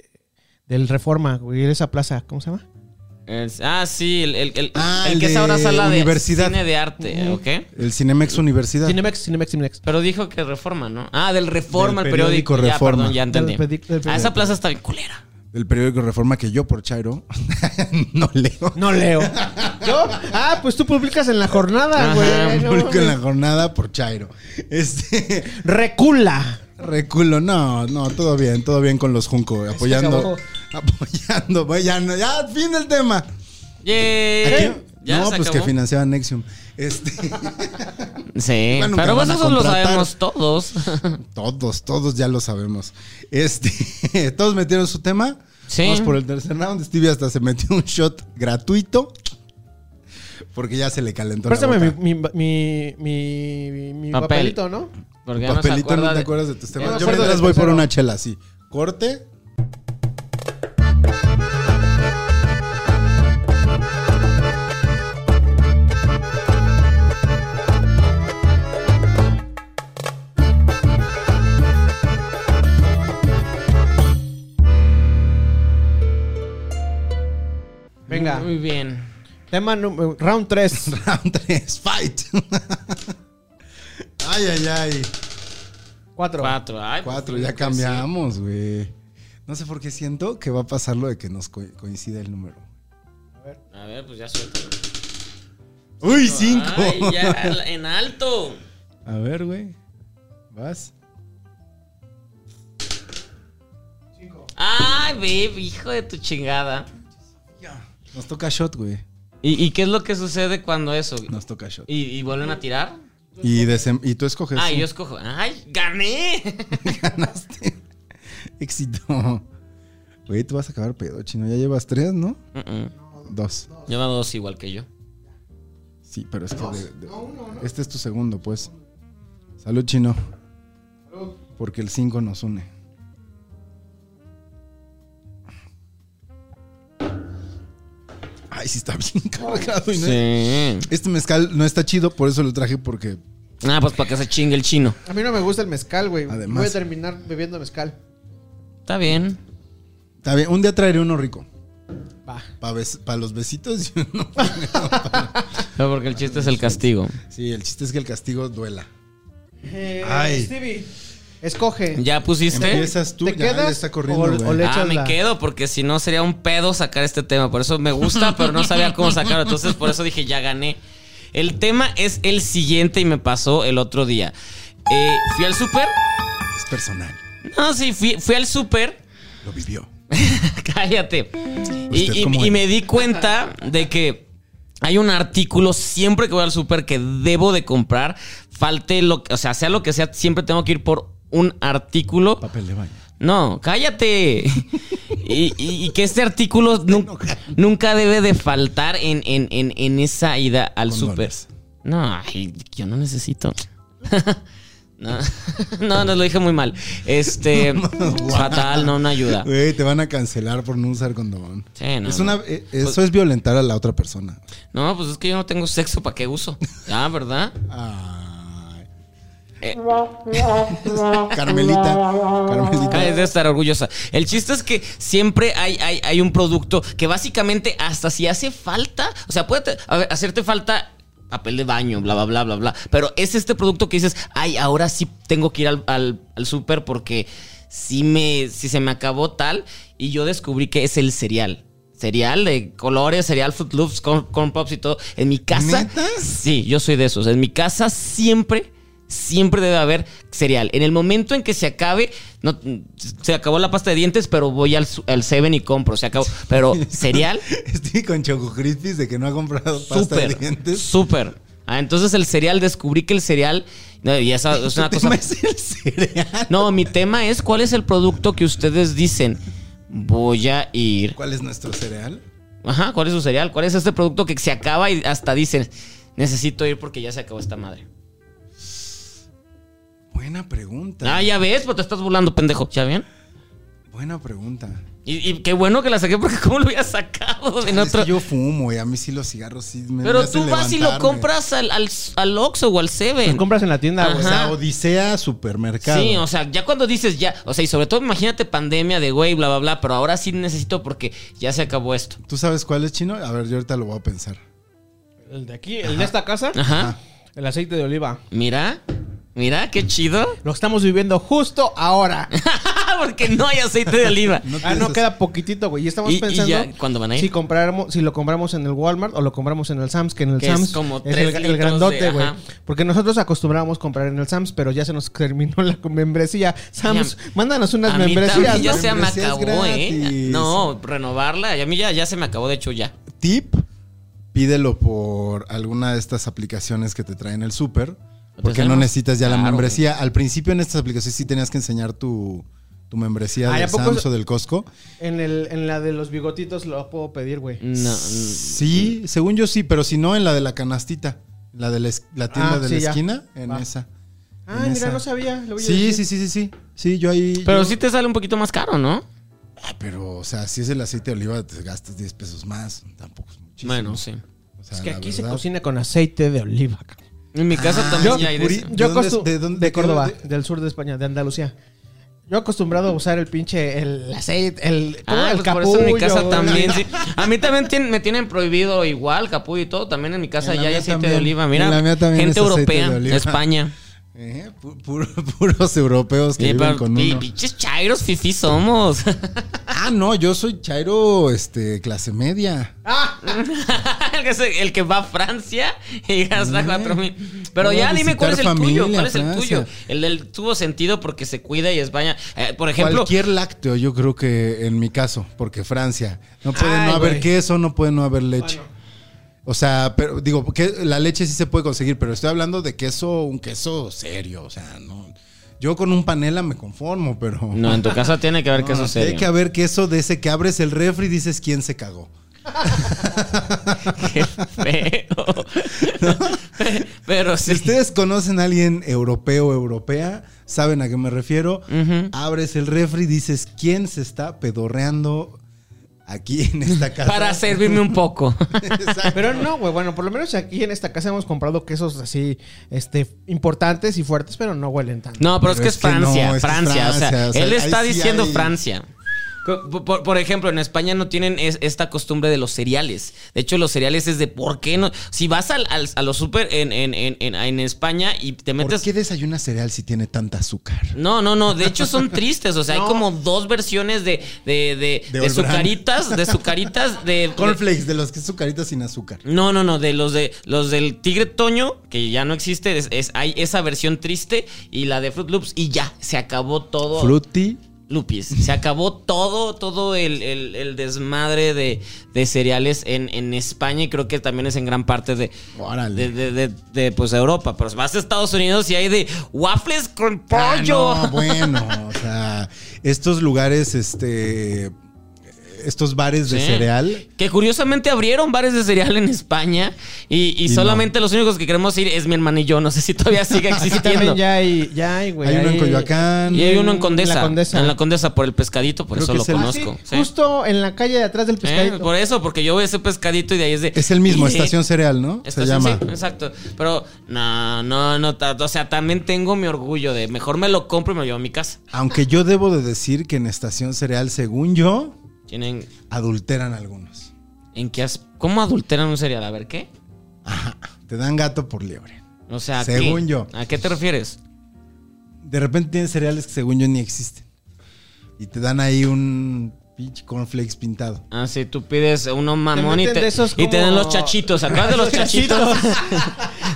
C: del Reforma, güey. Esa plaza, ¿cómo se llama?
B: Es- ah, sí, el, el- el-
A: Ah,
B: el
A: el
B: que es
A: de
B: ahora sala de
A: universidad.
B: cine de arte, ¿ok?
A: El Cinemex Universidad.
C: Cinemex, Cinemex, Cinemex.
B: Pero dijo que reforma, ¿no? Ah, del reforma,
A: Del
B: el periódico.
A: periódico
B: Ya,
A: Reforma.
B: perdón, ya entendí.
C: Del pedi- del
B: Ah, esa
C: periódico.
B: plaza está bien culera.
A: el periódico Reforma que yo por Chairo no leo.
C: No leo. ¿Yo? Ah, pues tú publicas en la jornada,
B: Ajá,
C: güey.
A: Lo
C: Ay, no
A: publico en la
C: mames.
A: jornada por Chairo. Este,
C: Recula.
A: Reculo, no, no, todo bien, todo bien con los Junco, apoyando,
C: acabó.
A: apoyando, bueno, ya, no- ya, fin del tema. ¿A
C: Eh,
B: ¡Yay!
A: quién?
B: Ya
A: no,
B: se
A: pues
B: acabó.
A: que financiaban Nexium. Este,
B: Sí,
A: Bueno, que
B: pero
A: van a
B: eso lo
A: contratar.
B: sabemos todos.
A: todos, todos ya lo sabemos. Este, todos metieron su tema.
B: Sí.
A: Vamos por el tercer round. Stevie hasta se metió un shot gratuito porque ya se le calentó
C: Préstame
A: la
C: mi,
A: boca.
C: mi, mi, mi, mi
B: Papel.
C: papelito, ¿no?
B: Porque ya no se
A: Papelito,
B: acuerda
A: ¿no te
B: de-
A: acuerdas de tus
B: Ya
A: temas?
B: no
A: Yo
C: acuerdo
A: mientras
C: del
A: voy por
C: tercero.
A: una chela, así. Corte.
C: Venga.
B: Muy bien.
C: Tema num- round 3.
A: Round 3, fight. ay, ay, ay.
C: 4.
B: Cuatro. Ay, pues,
A: Cuatro,
B: sí,
A: ya
B: pues,
A: cambiamos, güey. No sé por qué siento que va a pasar lo de que nos co- coincida el número.
B: sí. A ver, pues ya suelta.
A: ¡Uy, cinco!
B: Ay, ya, en alto.
A: A ver, güey. ¿Vas?
B: Ay, babe, hijo de tu chingada.
A: Nos toca shot, güey.
B: ¿Y, y qué es lo que sucede cuando eso?
A: Nos toca shot.
B: ¿Y, y vuelven a tirar?
A: Y, desem- y tú escoges.
B: Ah,
A: Pues sí.
B: yo escojo. ¡Ay, gané!
A: Ganaste. Éxito. Güey, tú vas a acabar pedo, chino. Ya llevas tres, ¿no?
B: Mm, mm.
A: Dos.
B: Lleva dos igual que yo.
A: Sí, pero es que de- de- este es tu segundo, pues. Salud, chino. Porque el cinco nos une. Ay, sí está bien cargado. y no-
B: Sí.
A: Este mezcal no está chido, por eso lo traje porque
B: Ah, pues para que se chingue el chino.
C: A mí no me gusta el mezcal, güey.
A: Además.
C: Voy a terminar bebiendo mezcal.
B: Está bien.
A: está bien. Un día traeré uno rico.
C: Va.
A: Para los besitos y uno.
B: No, porque el chiste es el castigo.
A: Sí, el chiste es que el castigo duela.
C: Eh,
A: Ay.
C: Stevie, escoge.
B: ¿Ya pusiste?
A: Empiezas tú,
C: ¿Te
A: ya
C: quedas
A: le está corriendo.
C: o-
A: güey.
C: o le-
B: Ah,
C: echas
B: me
C: la-
B: quedo porque si no sería un pedo sacar este tema. Por eso me gusta, pero no sabía cómo sacarlo. Entonces por eso dije, ya gané. El tema es el siguiente y me pasó el otro día. Eh, fui al súper.
A: Es personal.
B: No, sí, fui, fui al súper.
A: Lo vivió.
B: Cállate. Y,
A: Usted
B: y-
A: como
B: y
A: él.
B: me di cuenta de que hay un artículo siempre que voy al súper que debo de comprar. Falte lo que, o sea, sea lo que sea, siempre tengo que ir por un artículo.
A: Papel de baño.
B: No, cállate. y, y- y que este artículo nun- nunca debe de faltar en, en- en- en esa ida al súper.
A: Condones.
B: No, ay, yo no necesito. no, no, nos lo dije muy mal. Este, fatal, no, no ayuda.
A: Güey, te van a cancelar por no usar condón.
B: Sí, no,
A: es una,
B: no. Pues-
A: eh, eso es violentar a la otra persona.
B: No, pues es que yo no tengo sexo, ¿para qué uso? Ah, ¿verdad?
A: Ay.
B: Eh.
A: Carmelita.
B: Ah, es
A: Carmelita.
B: de estar orgullosa. El chiste es que siempre hay, hay, hay un producto que básicamente hasta si hace falta, o sea, puede te- a ver, hacerte falta papel de baño, bla, bla, bla, bla, bla. Pero es este producto que dices, ay, ahora sí tengo que ir al, al, al súper porque si, me, si se me acabó tal y yo descubrí que es el cereal. Cereal de colores, cereal Fruit Loops, corn, corn Pops y todo. En mi casa...
A: ¿Neta?
B: Sí, yo soy de esos. En mi casa siempre, siempre debe haber cereal. En el momento en que se acabe, no, se acabó la pasta de dientes, pero voy al, su- al Seven y compro. Se acabó. Pero cereal,
A: Estoy con Choco Crispies de que no ha comprado pasta de
B: súper,
A: dientes.
B: súper. Ah, entonces el cereal, descubrí que el cereal, no, y esa es una
A: ¿Te
B: cosa...
A: imaginas el cereal?
B: No, mi tema es cuál es el producto que ustedes dicen. Voy a ir.
A: ¿Cuál es nuestro cereal?
B: Ajá, ¿cuál es su cereal? ¿Cuál es este producto que se acaba y hasta dicen, necesito ir porque ya se acabó esta madre?
A: Buena pregunta.
B: Ah, ya ves, pero te estás burlando, pendejo. ¿Ya bien?
A: Buena pregunta.
B: Y, y qué bueno que la saqué porque cómo lo había sacado en
A: Es que
B: otro.
A: yo fumo y a mí sí los cigarros sí me me
B: Pero
A: hacen
B: tú vas y lo
A: levantarme.
B: compras al, al, al Oxxo o al
C: Lo
B: Seven.
C: compras en la tienda,
A: O
C: güey.
A: sea,
B: Ajá.
A: Odisea Supermercado.
B: Sí, o sea, ya cuando dices ya, o sea, y sobre todo imagínate pandemia de güey, bla, bla, bla, pero ahora sí necesito porque ya se acabó esto.
A: ¿Tú sabes cuál es chino? A ver, yo ahorita lo voy a pensar.
C: El de aquí, el de esta casa,
B: Ajá.
C: el aceite de oliva.
B: Mira, mira, qué chido. Ah,
C: Lo estamos viviendo justo ahora.
B: porque no hay aceite de oliva.
C: Ah, no,
A: pienses-
C: queda poquitito, güey. Y estamos
B: Y- y
C: pensando
B: ya, ¿cuándo van a ir?
C: Si, compramos, si lo compramos en el Walmart o lo compramos en el Sams, que en el
B: Que es
C: Sams
B: como
C: es
B: tres
C: el, el
B: litros de-
C: grandote, güey.
B: ajá.
C: Porque nosotros acostumbrábamos comprar en el Sams, pero ya se nos terminó la membresía. Sams,
B: Ya.
C: mándanos unas
B: a mí
C: membresías.
B: también ya
C: ¿no?
B: se me
A: Membresías
B: acabó, ¿eh?
A: gratis.
B: No, renovarla, y a mí ya, ya se me acabó, de hecho, ya.
A: Tip, pídelo por alguna de estas aplicaciones que te traen el súper, porque no
B: sabemos?
A: necesitas ya la
B: Claro,
A: membresía. Al principio en estas aplicaciones sí tenías que enseñar tu, tu membresía
C: Ay,
A: del
C: ¿a poco
A: Sam's
C: es-
A: o del Costco.
C: En, el, en la de los bigotitos lo puedo pedir, güey.
B: No, mm,
A: Sí, según yo sí, pero si no en la de la canastita, la de la, es- la tienda
C: Ah,
A: de
C: sí,
A: la
C: ya.
A: esquina, en
C: Va.
A: esa.
C: Ah,
A: en
C: mira,
A: esa.
C: no sabía. Lo voy a
A: Sí,
C: decir.
A: sí, sí, sí, sí. Sí, yo ahí.
B: Pero
A: yo-
B: sí te sale un poquito más caro, ¿no?
A: Ah, pero, o sea, si es el aceite de oliva, te gastas 10 pesos más. Tampoco es muchísimo.
B: Bueno, sí.
A: O sea,
C: Es que
A: la
C: aquí se
A: verdad.
C: cocina con aceite de oliva. cabrón.
B: En mi casa
A: Ah,
B: también
A: yo-
B: ya hay de
A: Puri-
B: ese.
C: Yo
A: dónde es-
C: acostum-
A: de
C: de,
A: dónde- de qué-
C: Córdoba,
A: de-
C: del sur de España, de Andalucía. Yo acostumbrado a usar el pinche el aceite, el, ¿cómo?
B: Ah,
C: el
B: pues por eso en mi
C: capullo,
B: casa
C: güey.
B: también, sí. A mí también tien- me tienen prohibido igual, capullo y todo. También en mi casa
A: En la
B: ya hay
A: mía
B: aceite de
A: también.
B: oliva.
A: En
B: Mira,
A: la mía también
B: gente
A: es aceite de
B: europea,
A: oliva.
B: España.
A: Eh, pu- pu- puros europeos que
B: Y
A: viven
B: pa-
A: con
B: pi-
A: uno.
B: pinches chairos, fifi somos.
A: Ah, no, yo soy Chairo, este, clase media.
B: el, que se- el que va a Francia y gasta
A: Eh,
B: cuatro mil. Pero
A: voy a
B: ya dime cuál es el
A: visitar
B: tuyo.
A: familia
B: ¿Cuál es
A: a
B: el
A: Francia.
B: tuyo? El del tuvo sentido porque se cuida y España. eh, por ejemplo,
A: Cualquier lácteo, yo creo que en mi caso, porque Francia. No puede
C: Ay,
A: no haber
C: güey.
A: queso, no puede no haber leche. O sea, pero digo, que la leche sí se puede conseguir, pero estoy hablando de queso, un queso serio. O sea, no. Yo con un panela me conformo, pero.
B: no, en tu casa tiene que haber
A: No,
B: queso
A: no,
B: serio.
A: Tiene que haber queso de ese que abres el refri y dices quién se cagó.
B: Qué feo. Pero sí.
A: Si ustedes conocen a alguien europeo o europea, saben a qué me refiero.
B: Ujú.
A: Abres el refri y dices quién se está pedorreando aquí en esta casa.
B: Para servirme un poco.
A: Exacto.
C: Pero no, güey, bueno, por lo menos aquí en esta casa hemos comprado quesos así, este, importantes y fuertes, pero no huelen tanto.
B: No, pero, es
A: Pero
B: que
A: es
B: es
A: que no,
B: Francia,
A: es que
B: Francia,
A: Francia,
B: O sea,
A: o sea,
B: él
A: ahí
B: está
A: sí
B: diciendo
A: hay-
B: Francia. Co- Por, por- por ejemplo, en España no tienen es- esta costumbre de los cereales. De hecho, los cereales es de por qué no. Si vas al, al- a los super en, en- en- en- en España y te
A: ¿Por
B: metes.
A: qué desayuna cereal si tiene tanta azúcar?
B: No, no, no. De hecho, son tristes. O sea,
C: No.
B: hay como dos versiones de, de, de,
A: De
B: de
A: All Brand.
B: sucaritas. De sucaritas de. de-
A: Cornflakes, de los que es azucarita sin azúcar.
B: no, no, no, de los de los del Tigre Toño, que ya no existe, es, es- hay esa versión triste y la de Fruit Loops y ya, se acabó todo.
A: Fruity.
B: Lupis. Se acabó todo, todo el, el- el desmadre de, de cereales en, en España y creo que también es en gran parte de, de,
A: Órale.
B: de- de- de, pues, Europa. Pero vas a Estados Unidos y hay de waffles con
A: Ah,
B: pollo.
A: no, bueno, o sea, estos lugares, este, estos bares de
B: Sí.
A: cereal.
B: Que curiosamente abrieron bares de cereal en España y, y
A: Y
B: solamente los únicos que queremos ir es mi hermano y yo. No sé si todavía sigue
C: Aquí también
B: existiendo.
C: ya hay, ya hay, güey.
A: Hay uno en
C: ahí-
A: Coyoacán.
B: Y hay uno en
C: en
B: Condesa, en
C: la
B: la Condesa.
C: Condesa.
B: por el pescadito, por
A: Creo que
B: eso lo
A: es el-
C: Ah, sí,
B: conozco. Sí.
C: Justo en la calle de atrás del
B: Sí,
C: pescadito.
B: por eso, porque yo veo ese pescadito y de ahí es de...
A: Es el mismo,
B: y de-
A: Estación Cereal, ¿no? Se
B: Estación,
A: llama.
B: sí, exacto. Pero no, no, no. ta- O sea, también tengo mi orgullo de mejor me lo compro y me lo llevo a mi casa.
A: Aunque yo debo de decir que en Estación Cereal, según yo,
B: Tienen.
A: adulteran algunos.
B: ¿En qué as- ¿Cómo adulteran un cereal? A ver, ¿qué?
A: Te dan gato por liebre.
B: O sea, ¿a
A: Según
B: qué?
A: yo.
B: ¿A qué te refieres?
A: De repente tienen cereales que según yo ni existen. Y te dan ahí un pinche cornflakes pintado.
B: Ah, sí, tú pides uno mamón y
C: meten
B: te,
C: de esos
B: y te dan
C: como-
B: los chachitos. Acá de los chachitos.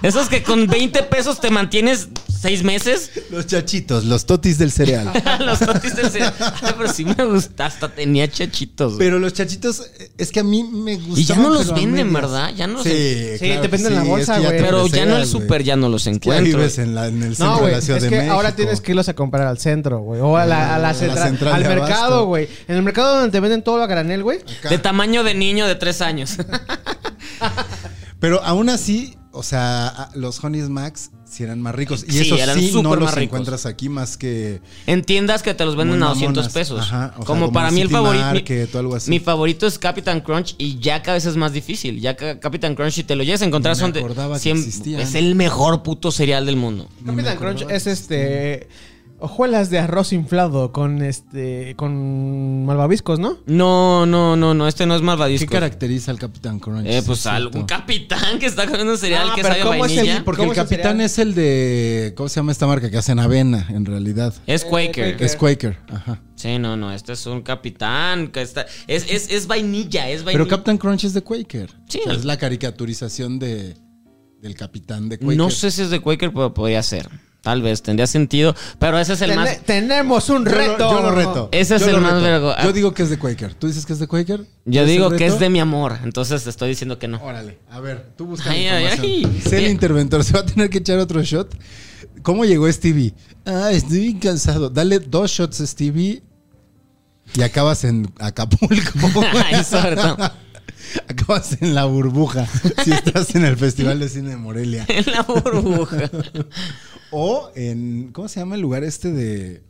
B: Esos que con 20 pesos te mantienes seis meses.
A: Los chachitos, los totis del cereal.
B: los totis del cereal. Ay, pero sí me gusta. Hasta tenía chachitos. güey.
A: Pero los chachitos, eh, es que a mí me gustan.
B: no los venden, ¿verdad? Ya no los-
A: sí,
C: Sí, te venden la bolsa,
A: es que
C: güey.
A: te
B: Pero ya no el
A: fregas, güey.
B: super ya no los
A: Es que ya
B: encuentro.
A: vives en, la- en el centro
C: No,
A: de
C: güey,
A: la
C: es
A: Ciudad
C: que
A: de México.
C: ahora tienes que irlos a comprar al centro, güey. O a la, a la
A: Ah,
C: central,
A: la central
C: al
A: de
C: mercado,
A: abasto.
C: güey. En el mercado donde te venden todo a granel, güey.
A: Acá.
B: De tamaño de niño de tres años.
A: Pero aún así, o sea, a- los Honey Max sí eran más ricos. Y
B: Sí,
A: eso
B: eran
A: sí,
B: súper
A: no los
B: más ricos.
A: encuentras aquí más que.
B: En tiendas que te los venden
A: Muy
B: a 200
A: mamonas.
B: pesos.
A: Ajá, o sea,
B: como,
A: como
B: para
A: en
B: mí el
A: City
B: favorito.
A: Market o algo así.
B: Mi favorito es Captain Crunch y ya cada vez es más difícil. Ya ca- Captain Crunch, si te lo llegas a encontrar,
A: Ni me
B: son de.
A: acordaba que
B: 100
A: existían.
B: es el mejor puto cereal del mundo.
C: Capitán Crunch es este. Hojuelas de arroz inflado con este. con malvaviscos, ¿no?
B: No, no, no, no. Este no es
A: ¿Qué
B: malvadisco.
A: caracteriza al Capitán Crunch?
B: Eh, pues
A: Sí, es
B: algún
A: cierto.
B: capitán que está comiendo un cereal
C: Ah,
B: que
C: pero
B: sabe a
C: ¿cómo es el
B: vainilla.
C: por-
A: Porque
C: ¿Cómo
A: el
C: es el
A: capitán
C: cereal?
A: es el de. ¿Cómo se llama esta marca? Que hacen avena, en realidad.
B: Es Quaker.
C: Quaker.
A: Es Quaker. Ajá.
B: Sí, no, no. Este es un capitán que está. Es, es, es vainilla, es vainilla.
A: Pero Captain Crunch es de Quaker.
B: Sí.
A: O sea, es la caricaturización de, del capitán de Quaker.
B: No sé si es de Quaker, pero podría ser. Tal vez, tendría sentido. pero ese es el
C: Tene-
B: más.
C: Tenemos un
A: Yo lo-
C: reto.
A: Yo lo reto.
B: Ese es
A: Yo lo
B: el más
A: reto.
B: vergo- ah.
A: Yo digo que es de Quaker. ¿Tú dices que es de Quaker?
B: Yo
A: el
B: digo que
A: reto?
B: es de mi amor, entonces te estoy diciendo que no.
A: Órale, a ver, tú busca
B: Ay,
A: la
B: ay,
A: información.
B: ay. Eh.
A: Sé el
B: Bien.
A: interventor, se va a tener que echar otro shot. ¿Cómo llegó Stevie? Ah, estoy bien cansado. Dale dos shots, Stevie. Y acabas en Acapulco.
B: Ay, sobre todo.
A: acabas en la burbuja. Si estás en el Festival de Cine de Morelia.
B: En la burbuja.
A: O en. ¿Cómo se llama el lugar este de.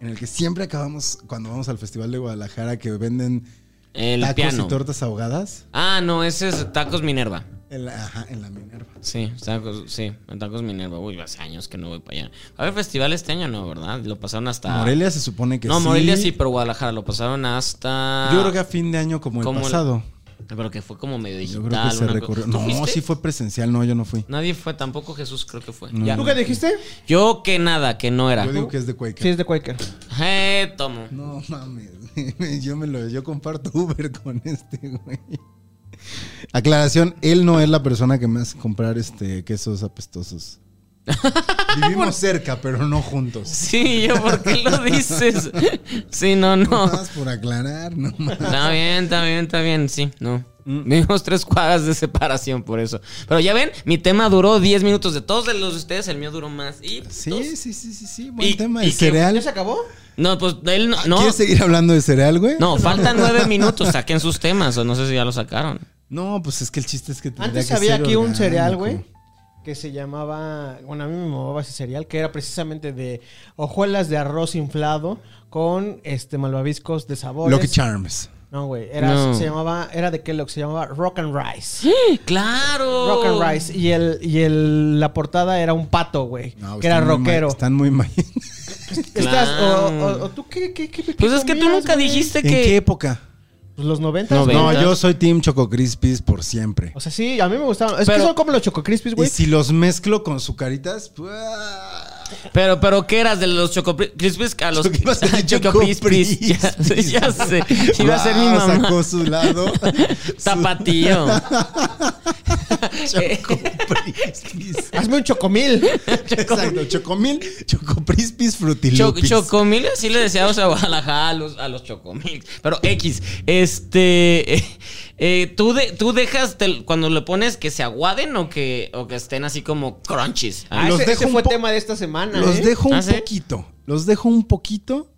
A: En el que siempre acabamos cuando vamos al Festival de Guadalajara que venden
B: El
A: tacos
B: piano.
A: y tortas ahogadas?
B: Ah, no, ese es Tacos Minerva.
A: En la, ajá, en la Minerva.
B: Sí, tacos, sí, en Tacos Minerva. Uy, hace años que no voy para allá. A ver, festival este año no, ¿verdad? Lo pasaron hasta.
A: Morelia se supone que
B: Ah. No,
A: sí.
B: Morelia sí, pero Guadalajara lo pasaron hasta.
A: Yo creo que a fin de año como el
B: Como el-
A: pasado.
B: Pero que fue como medio
A: Yo
B: digital.
A: creo que se
B: una co-
A: recurrió.
B: ¿Tú
A: No,
B: fuiste?
A: sí fue presencial, no, yo no fui.
B: Nadie fue, tampoco Jesús creo que fue.
A: No.
B: Ya.
C: ¿Tú qué dijiste?
B: Yo que nada, que no era.
A: Yo digo que es de Quaker.
C: Sí, es de Quaker.
B: Eh, tomo.
A: No mames, yo me lo, yo comparto Uber con este güey. Aclaración, él no es la persona que me hace comprar este quesos apestosos. Vivimos cerca, pero no juntos.
B: Sí, yo, ¿por qué lo dices? Sí, no, no.
A: Nada más por aclarar, no más.
B: Está bien, está bien, está bien, sí, no.
A: Mm.
B: Vimos tres cuadras de separación por eso. Pero ya ven, mi tema duró 10 minutos de todos los de ustedes, el mío duró más. Y dos.
A: Sí, sí, sí, sí, sí, buen
B: Y-
A: tema.
B: y
A: El
B: que-
A: cereal.
C: acabó?
B: No, pues él no. No,
A: ¿Quieres seguir hablando de cereal, güey?
B: no, faltan nueve minutos, saquen sus temas, o no sé si ya lo sacaron.
A: No, pues es que el chiste es que tendría
C: Antes
A: que
C: había
A: ser
C: aquí un cereal,
A: orgánico.
C: güey. Que se llamaba. Bueno, a mí me movaba ese cereal. Que era precisamente de hojuelas de arroz inflado. Con este malvaviscos de sabores.
A: Lucky Charms.
C: No, güey. Era,
B: No.
C: se llamaba. Era de Kellogg, se llamaba Rock and Rice.
B: ¡Claro!
C: Rock and Rice. Y el, y el la portada era un pato, güey.
A: No,
C: que era
A: están muy mal-
C: rockero.
A: Están muy mal.
C: Estás, o,
B: Clown.
C: o- o tú qué, qué, qué- qué
B: Pues es que tú
C: comías,
B: nunca
C: güey?
B: dijiste
A: ¿En qué
B: que.
A: época?
C: Pues los 90.
B: No,
A: No,
B: ¿Ventas?
A: yo soy Team Choco Crispies por siempre.
C: O sea, sí, a mí me gustaban. Es que
B: Pero-
C: son como los Choco Crispies,
A: Y
C: güey.
A: si los mezclo con sucaritas, pues,
B: Pero, pero, ¿qué eras de los Choco Pri- Crispies? A los
A: Choco- iba a ser de
B: Choco
A: Choco
B: Crispies. Ya, sé,
A: Crispies.
B: ya sé. Iba a ser mi
A: wow,
B: mamá.
A: Sacó su lado.
B: Tapatío.
A: Choco Crispies.
C: Hazme un chocomil.
A: Exacto, Chocomil, Chocoprispis
B: Cho-
A: Frutilupis.
B: Chocomil, así le decíamos a Guadalajara a los, a los Chocomil. Pero X, este. eh, eh, ¿tú, de- ¿Tú dejas te- cuando le pones que se aguaden o que, o que estén así como crunchies?
C: Ah,
A: Los
C: ese,
A: dejo
C: ese
A: un
C: fue
A: po-
C: tema de esta semana.
A: Los
C: ¿eh?
A: dejo un
B: ¿Ah, sí?
A: poquito. Los dejo un poquito.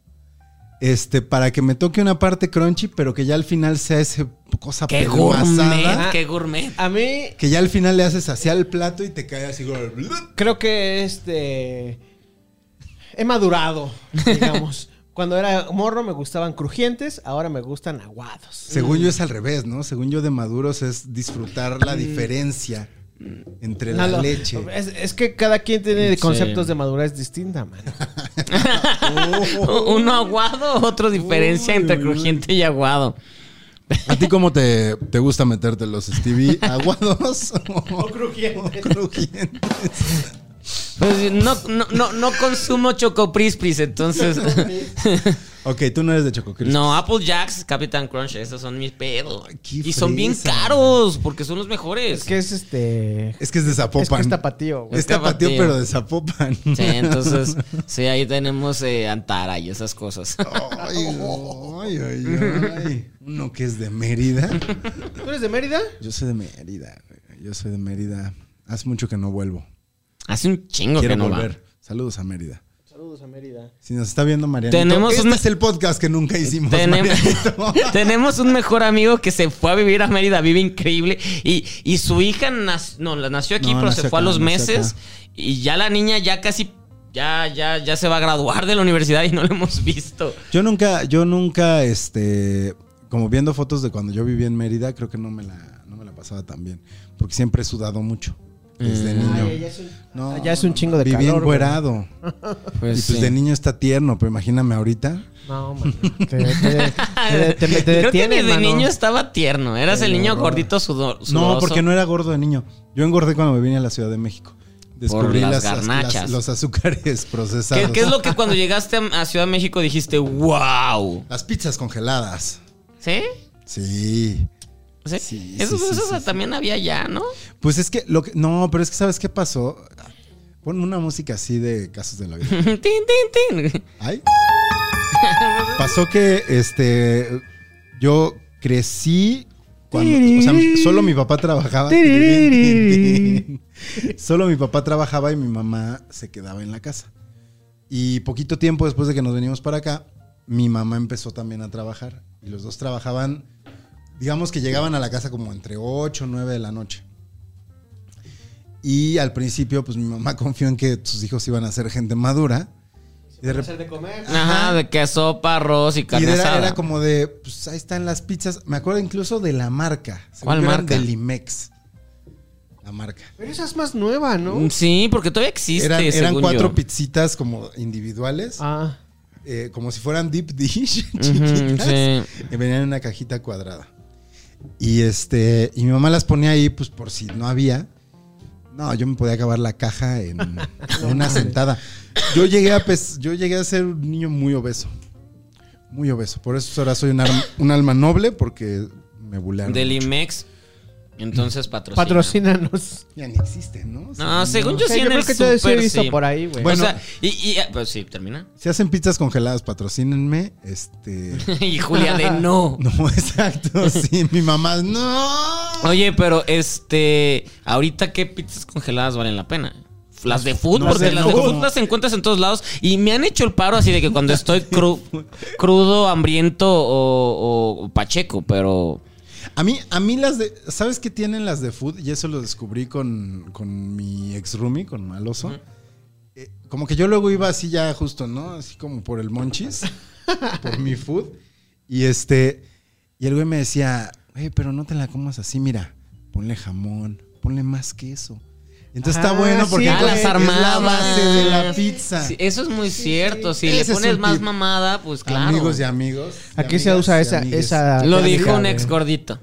A: Este, para que me toque una parte crunchy, pero que ya al final sea esa cosa
B: ¡Qué
A: pelmazada,
B: gourmet! ¡Qué gourmet!
C: A mí,
A: Que ya al final le haces hacia el plato y te cae así. como-
C: creo que este. He madurado, digamos. Cuando era morro me gustaban crujientes, ahora me gustan aguados.
A: Según yo es al revés, ¿no? Según yo de maduros es disfrutar la diferencia entre
C: No,
A: la
C: lo-
A: leche.
C: Es, es que cada quien tiene
B: Sí.
C: conceptos de madurez distinta, man.
B: Uno aguado, otro diferencia
A: Uy,
B: entre
A: uy, uy.
B: crujiente y aguado.
A: ¿A ti cómo te, te gusta meterte los Stevie? ¿Aguados o
C: crujientes.
A: o crujientes?
B: Pues no, no, no, no consumo Choco Prispris, entonces.
A: Ok, tú no eres de Choco Crispies.
B: no, Apple Jacks, Captain Crunch, esos son mis pedos.
A: Ay, qué
B: Y son bien
A: fresa.
B: caros, porque son los mejores.
C: Es que es este.
A: Es que es de Zapopan.
C: Es que es tapatío, güey.
A: Es tapatío,
B: tapatío.
A: pero de Zapopan.
B: Sí, entonces, sí, ahí tenemos eh, Antara y esas cosas.
A: Ay, ay, ay, ay. Uno que es de Mérida.
C: ¿Tú eres de Mérida?
A: Yo soy de Mérida. güey. Yo soy de Mérida. Hace mucho que no vuelvo.
B: Hace un chingo
A: Quiero
B: que no
A: volver.
B: va.
A: Saludos a Mérida.
C: Saludos a Mérida.
A: Si nos está viendo Marianito,
B: Tenemos
A: este
B: una-
A: es el podcast que nunca hicimos.
B: Tenem-
A: Marianito.
B: tenemos un mejor amigo que se fue a vivir a Mérida, vive increíble. Y, y su hija nas- no, la nació aquí,
A: No,
B: pero
A: nació
B: se fue a
A: acá,
B: los
A: nació
B: meses.
A: acá.
B: Y ya la niña ya casi, ya, ya, ya se va a graduar de la universidad y no la hemos visto.
A: Yo nunca, yo nunca, este, como viendo fotos de cuando yo vivía en Mérida, creo que no me la, no me la pasaba tan bien. Porque siempre he sudado mucho.
B: Mm.
A: Desde niño.
C: Ay, ya es un- Ah,
A: No,
C: ya es un chingo de
A: Viví
C: calor, güey.
A: encuerado.
B: Pues,
A: y pues de niño está tierno, pero imagíname ahorita.
C: No, man. Te, te, te, te- te
B: Ah, Creo que
C: detienen, mano.
B: desde niño estaba tierno. Eras el niño gordito sudor,
A: No, porque no era gordo de niño. Yo engordé cuando me vine a la Ciudad de México. Descubrí
B: las
A: las,
B: garnachas.
A: las- los azúcares procesados.
B: ¿Qué, qué es lo que cuando llegaste a a Ciudad de México dijiste, wow?
A: Las pizzas congeladas.
B: ¿Sí?
A: Sí.
B: ¿Sí?
A: Sí,
B: eso
A: sí, sí,
B: eso
A: sí, sí.
B: también había ya, ¿no?
A: Pues es que lo que no, pero es que sabes qué pasó. Pon una música así de casos de la vida.
B: tin, tin, tin.
A: Ay. Pasó que este yo crecí cuando o sea, solo mi papá trabajaba. solo mi papá trabajaba y mi mamá se quedaba en la casa. Y poquito tiempo después de que nos venimos para acá, mi mamá empezó también a trabajar y los dos trabajaban digamos que llegaban a la casa como entre 8 o 9 de la noche. Y al principio pues mi mamá confió en que sus hijos iban a ser gente madura. Y de repente
C: Hacer de comer.
B: Ajá, de que sopa, arroz y
A: y
B: carne
A: era,
B: asada.
A: era como de, pues ahí están las pizzas. Me acuerdo incluso de la marca. Según
B: ¿Cuál
A: yo eran
B: marca?
A: Del Imex. La marca.
C: Pero esa es más nueva, ¿no?
B: Mm, Sí, porque todavía existe,
A: Eran, eran
B: según
A: cuatro
B: yo.
A: pizzitas como individuales,
C: Ah.
A: eh, como si fueran deep dish,
B: Ujú,
A: chiquitas.
B: sí.
A: Y venían en una cajita cuadrada. Y este, y mi mamá las ponía ahí, pues por si no había. No, yo me podía acabar la caja en, en una sentada. Yo llegué a pes- yo llegué a ser un niño muy obeso. Muy obeso. Por eso ahora soy un, arm- un alma noble porque me bulearon.
B: Del Imex. Entonces patrocina.
C: Patrocínanos.
A: Ya ni existe, ¿no?
B: No, según yo
C: Sí,
B: sí
C: yo
B: en
C: creo
B: el
C: que todavía sí he
B: súper,
C: visto
B: sí.
C: por ahí, güey.
A: Bueno.
B: O sea, y, y ah, pues sí, termina.
A: Si hacen pizzas congeladas, patrocínenme. Este.
B: y Julia de no.
A: No, exacto. Sí, mi mamá. ¡No!
B: Oye, pero este, ahorita qué pizzas congeladas valen la pena. Las de food,
A: No
B: porque
A: sé,
B: las
A: no.
B: de food las encuentras en todos lados. Y me han hecho el paro así de que cuando estoy cru- crudo, hambriento o, o pacheco, pero.
A: A mí, a mí las de. ¿Sabes qué tienen las de food? Y eso lo descubrí con, con mi ex roomie, con Maloso. Eh, como que yo luego iba así ya justo, ¿no? Así como por el monchis, por mi food. Y este. Y el güey me decía, güey, pero no te la comas así, mira, ponle jamón, ponle más queso. Entonces está
C: Ah,
A: bueno porque
C: sí,
B: Ya
A: es la-
B: las
A: es la
B: armadas.
A: base de la pizza.
B: Sí, eso es muy cierto. Si
A: Ese
B: le
A: es
B: pones
A: un
B: más
A: tip.
B: mamada, pues claro.
A: Amigos y amigos. y
C: Aquí se
A: amigas
C: usa
A: y
C: esa,
A: amigues.
C: esa
B: Lo
C: técnica,
B: dijo un
C: güey.
B: ex gordito.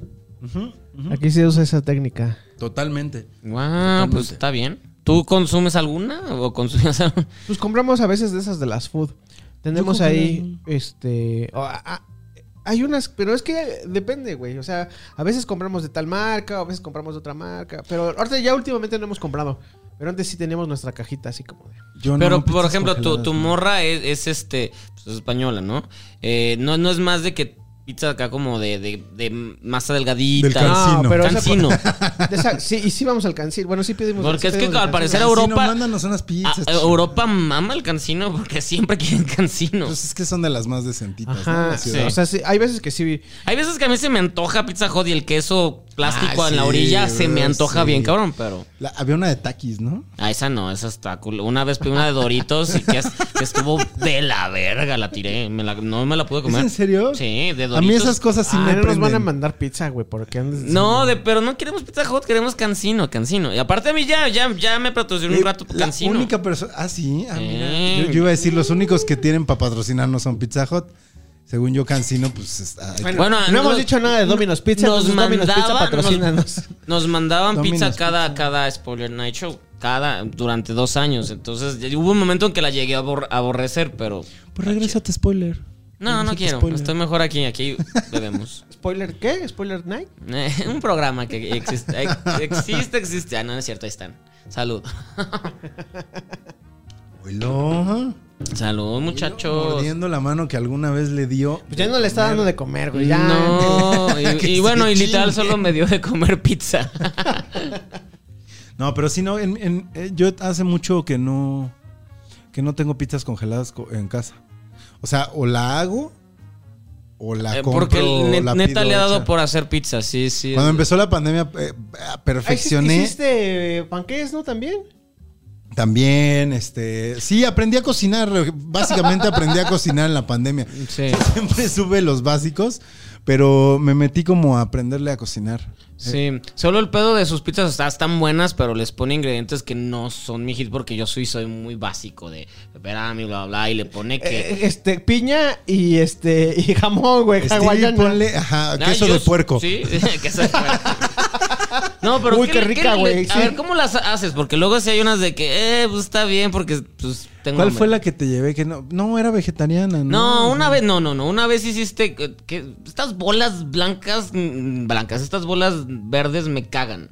C: Aquí se usa esa técnica.
A: Totalmente.
B: Wow, pues
A: Totalmente.
B: está bien. ¿Tú consumes alguna o consumes alguna?
C: Pues compramos a veces de esas de las food. Tenemos
A: Yo creo que
C: ahí, este... o- a- a- hay unas, pero es que depende, güey. O sea, a veces compramos de tal marca, a veces compramos de otra marca. Pero ahorita ya últimamente no hemos comprado. Pero antes sí teníamos nuestra cajita así como de...
A: Yo no
B: Pero,
A: amo
B: por
A: pizzas
B: ejemplo, tu,
A: congeladas,
B: tu
A: ¿no?
B: morra es, es, este, pues, es española, ¿no? Eh, ¿no? No es más de que pizza acá como de, de, de masa delgadita.
A: Del calcino.
B: No, pero esa-
C: Calcino.
B: Cancino.
C: de esa- sí, y sí vamos al cancino. Bueno, sí pedimos...
B: Porque
C: sí
B: es que
C: pedimos el
B: al parecer
C: cancino.
A: Cancino,
B: Europa-
A: Mándanos unas
B: Ah,
A: pizzas. chico.
B: Europa mama el cancino porque siempre quieren cancino.
A: Pues es que son de las más decentitas, ¿no?
C: Ajá,
A: La
C: sí.
A: ciudad.
C: o sea, sí, hay veces que sí...
B: Hay veces que a mí se me antoja pizza hot y el queso plástico
A: Ah,
B: en la
A: sí,
B: orilla se me
A: bro,
B: antoja
A: sí.
B: bien, cabrón, pero.
A: La- había una de Takis, ¿no?
B: Ah, esa no, esa está cool. Una vez pedí una de Doritos y que, es- que estuvo de la verga, la tiré. Me la- no me la pude
A: ¿Es
B: comer.
A: en serio?
B: Sí, de Doritos.
A: A mí esas cosas sí
C: ah,
A: me
C: no nos van a
A: prenden.
C: mandar pizza, güey, porque andes...
B: No, de, pero no queremos Pizza Hot, queremos Cancino, Cancino. Y aparte a mí ya, ya, ya me patrocinó un
A: Eh,
B: rato
A: la
B: Cancino.
A: única persona. Ah, sí. ah, mira.
B: Eh.
A: Yo, yo iba a decir, los únicos que tienen para patrocinarnos son Pizza Hut. Según yo, Cancino, pues. está- hay que-
B: Bueno,
C: no
B: nos-
C: hemos dicho nada de Domino's Pizza.
B: nos
C: entonces Domino's Pizza
B: mandaban- nos-
C: patrocínanos.
B: Nos mandaban
A: Domino's
B: pizza cada, cada spoiler night show, cada, durante dos años. Entonces ya- hubo un momento en que la llegué a abor- a aborrecer, pero...
A: Pues regrésate, spoiler.
B: No, no
A: Regrésate,
B: quiero.
A: spoiler.
B: Estoy mejor aquí, aquí bebemos.
C: ¿Spoiler qué? ¿Spoiler night?
B: Eh, un programa que existe, ex- existe, existe. Ah, no, no es cierto, ahí están. Salud.
A: Oilo.
B: Salud, muchachos.
A: Mordiendo la mano que alguna vez le dio.
C: Pues ya no le está dando de comer, güey. Ya.
B: No, y-
A: Que
B: y,
A: se
B: bueno, y literal
A: chingue.
B: solo me dio de comer pizza.
A: No, pero si no, en, en- eh, yo hace mucho que no. Que no tengo pizzas congeladas co- en casa. O sea, o la hago. O la
B: Eh,
A: compro.
B: Porque el ne-
A: la
B: neta
A: pido
B: le ha dado
A: hecha.
B: por hacer pizza, sí, sí.
A: Cuando empezó la pandemia, eh,
C: Ah, hici-
A: perfeccioné.
C: Hiciste eh, panqués, ¿no? También.
A: También, este. Sí, aprendí a cocinar. eh, Básicamente aprendí a cocinar en la pandemia.
B: Sí.
A: Siempre sube los básicos, pero me metí como a aprenderle a cocinar.
B: Sí, solo el pedo de sus pizzas está tan buenas, pero les pone ingredientes que no son mi hit porque yo soy, soy muy básico de pepperami, bla, bla, bla, y le pone que...
C: Eh, este, piña y este, y jamón, güey.
A: Stevie,
C: Hawaiana.
A: ponle ajá,
B: Ah,
A: queso
B: yo-
A: de puerco.
B: Sí, queso de puerco. No, pero
C: Uy, qué
B: le-
C: rica,
B: le-
C: güey,
B: A
C: sí.
B: ver, ¿cómo las haces? Porque luego si hay unas de que, eh, pues está bien, porque pues tengo
A: ¿Cuál
B: hambre.
A: fue la que te llevé? Que no, no era vegetariana, ¿no?
B: No, una vez, no, no, no, una vez hiciste eh, que estas bolas blancas, mm, blancas, estas bolas verdes me cagan.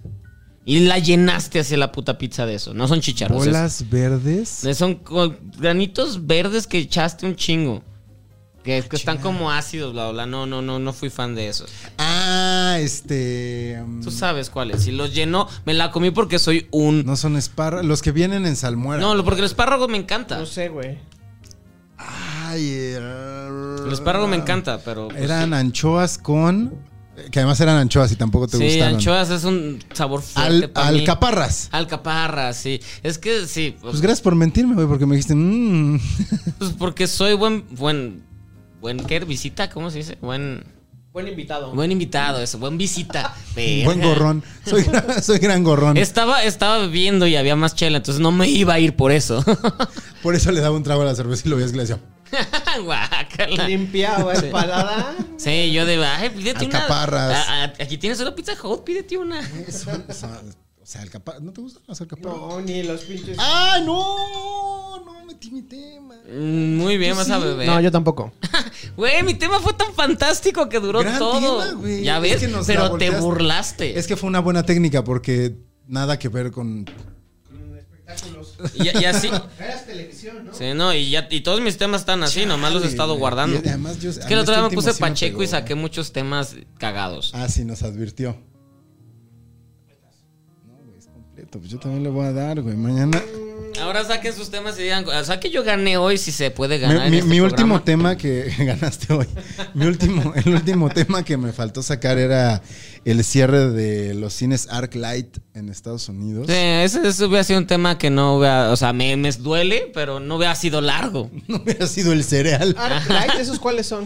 B: Y la llenaste hacia la puta pizza de eso. No son chicharros.
A: Bolas verdes.
B: es- son co- granitos verdes que echaste un chingo. Que, que están como ácidos, bla, bla. No, no, no, no fui fan de eso.
A: Ah, este. mm,
B: Tú sabes cuáles. Si los llenó, me la comí porque soy un. No,
A: No son espárragos. Los que vienen en salmuera.
B: lo- porque el espárrago me encanta.
C: No sé, güey.
A: Ay, era-
B: El espárrago me encanta, pero. pues,
A: Eran anchoas con. Que además eran anchoas y tampoco te
B: sí,
A: gustaron.
B: anchoas es un sabor fuerte.
A: Al,
B: para mí.
A: alcaparras.
B: Alcaparra, sí. Es que sí,
A: Pues
B: pues,
A: gracias por mentirme, güey, porque me dijiste. mm.
B: pues, porque soy buen, buen, buen, ¿qué? Visita, ¿cómo se dice? Buen,
C: Buen invitado.
B: buen invitado, eso, buen visita. Verga.
A: Buen gorrón. Soy, gran- soy gran gorrón.
B: Estaba, estaba bebiendo y había más chela, entonces no me iba a ir por eso.
A: Por eso le daba un trago a la cerveza y lo veías que le decía.
B: Guácala.
C: Limpiado, espalada.
B: Sí, yo de, ay, pídete una.
A: Alcaparras.
B: A- a- aquí tienes una pizza hot, pídete una.
A: "Son- son- o sea, alcaparras. ¿No te gustan las alcaparras?
C: No, ni los pinches.
A: ¡Ah, no! No metí mi tema.
B: Mm, Muy bien, vas a beber.
C: No, yo tampoco.
B: Güey, mi tema fue tan fantástico que duró
A: Gran
B: todo.
A: tema, güey.
B: ya
A: Es
B: ves,
A: que nos la
B: pero te
A: volteaste.
B: burlaste.
A: Es que fue una buena técnica porque nada que ver con.
B: Y, y así.
G: Eras televisión, ¿no?
B: Sí, no, y, ya, y todos mis temas están así, nomás los he estado
A: güey.
B: guardando.
A: Y además yo-
B: es
A: a
B: que
A: mí
B: el otro día me
A: este
B: puse
A: último sí me
B: Pacheco y
A: pegó.
B: saqué muchos temas cagados.
A: Ah, sí, nos advirtió. No, güey, es completo. Pues yo también le voy a dar, güey. Mañana.
B: Ahora saquen sus temas y digan, o sea que yo gané hoy si se puede
A: Mi,
B: ganar. en
A: mi-
B: este
A: mi
B: programa.
A: último tema que ganaste hoy, mi último, el último tema que me faltó sacar era el cierre de los cines ArcLight en Estados Unidos.
B: Sí, ese, ese hubiera sido un tema que no hubiera, o sea, me, me duele, pero no hubiera sido largo.
A: No hubiera sido el cereal.
C: Arclight, ¿esos Ah, cuáles son?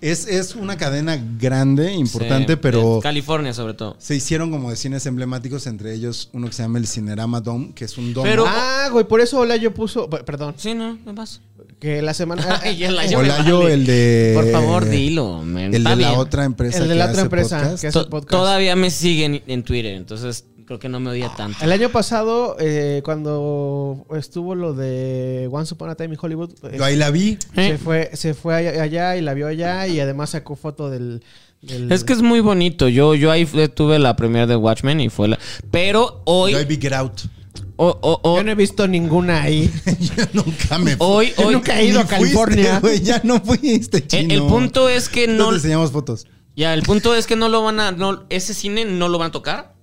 A: Es, es una cadena grande, importante,
B: Sí,
A: pero
B: de California, sobre todo.
A: se hicieron como de cines emblemáticos, entre ellos uno que se llama el Cinerama Dome, que es un domo.
B: Pero-
C: Ah, güey, por eso Olayo puso. p- Perdón,
B: Sí, no, me pasa.
C: que la semana.
B: Ay, ya la- yo me
A: Olayo,
B: vale.
A: el de.
B: Por favor, dilo. men,
A: Eh, El
B: está
A: de la
B: bien.
A: otra empresa.
C: El de
A: que
C: la otra
A: hace
C: empresa,
A: podcast.
C: que- hace
B: To-
C: podcast.
B: Todavía me siguen en Twitter, entonces creo que no me odia tanto.
C: El año pasado, eh, cuando estuvo lo de Once Upon a Time in Hollywood, eh,
A: Yo ahí la vi.
C: se fue, se fue allá, allá y la vio allá y además sacó foto del. del-
B: Es que es muy bonito. Yo, yo ahí fue- tuve la primera de Watchmen y fue la. Pero hoy.
A: Yo ahí vi Get Out.
B: o- o- o-
C: Yo no he visto ninguna ahí.
A: Yo nunca me fui.
B: hoy,
C: Yo
B: hoy-
C: nunca he ido a
A: Ni fuiste,
C: California.
A: güey, ya no fuiste,
B: Eh, el,
A: chino.
B: el punto es que
A: No
B: no.
A: te enseñamos fotos.
B: Ya, el punto es que no lo van a. No, ese cine no lo van a tocar.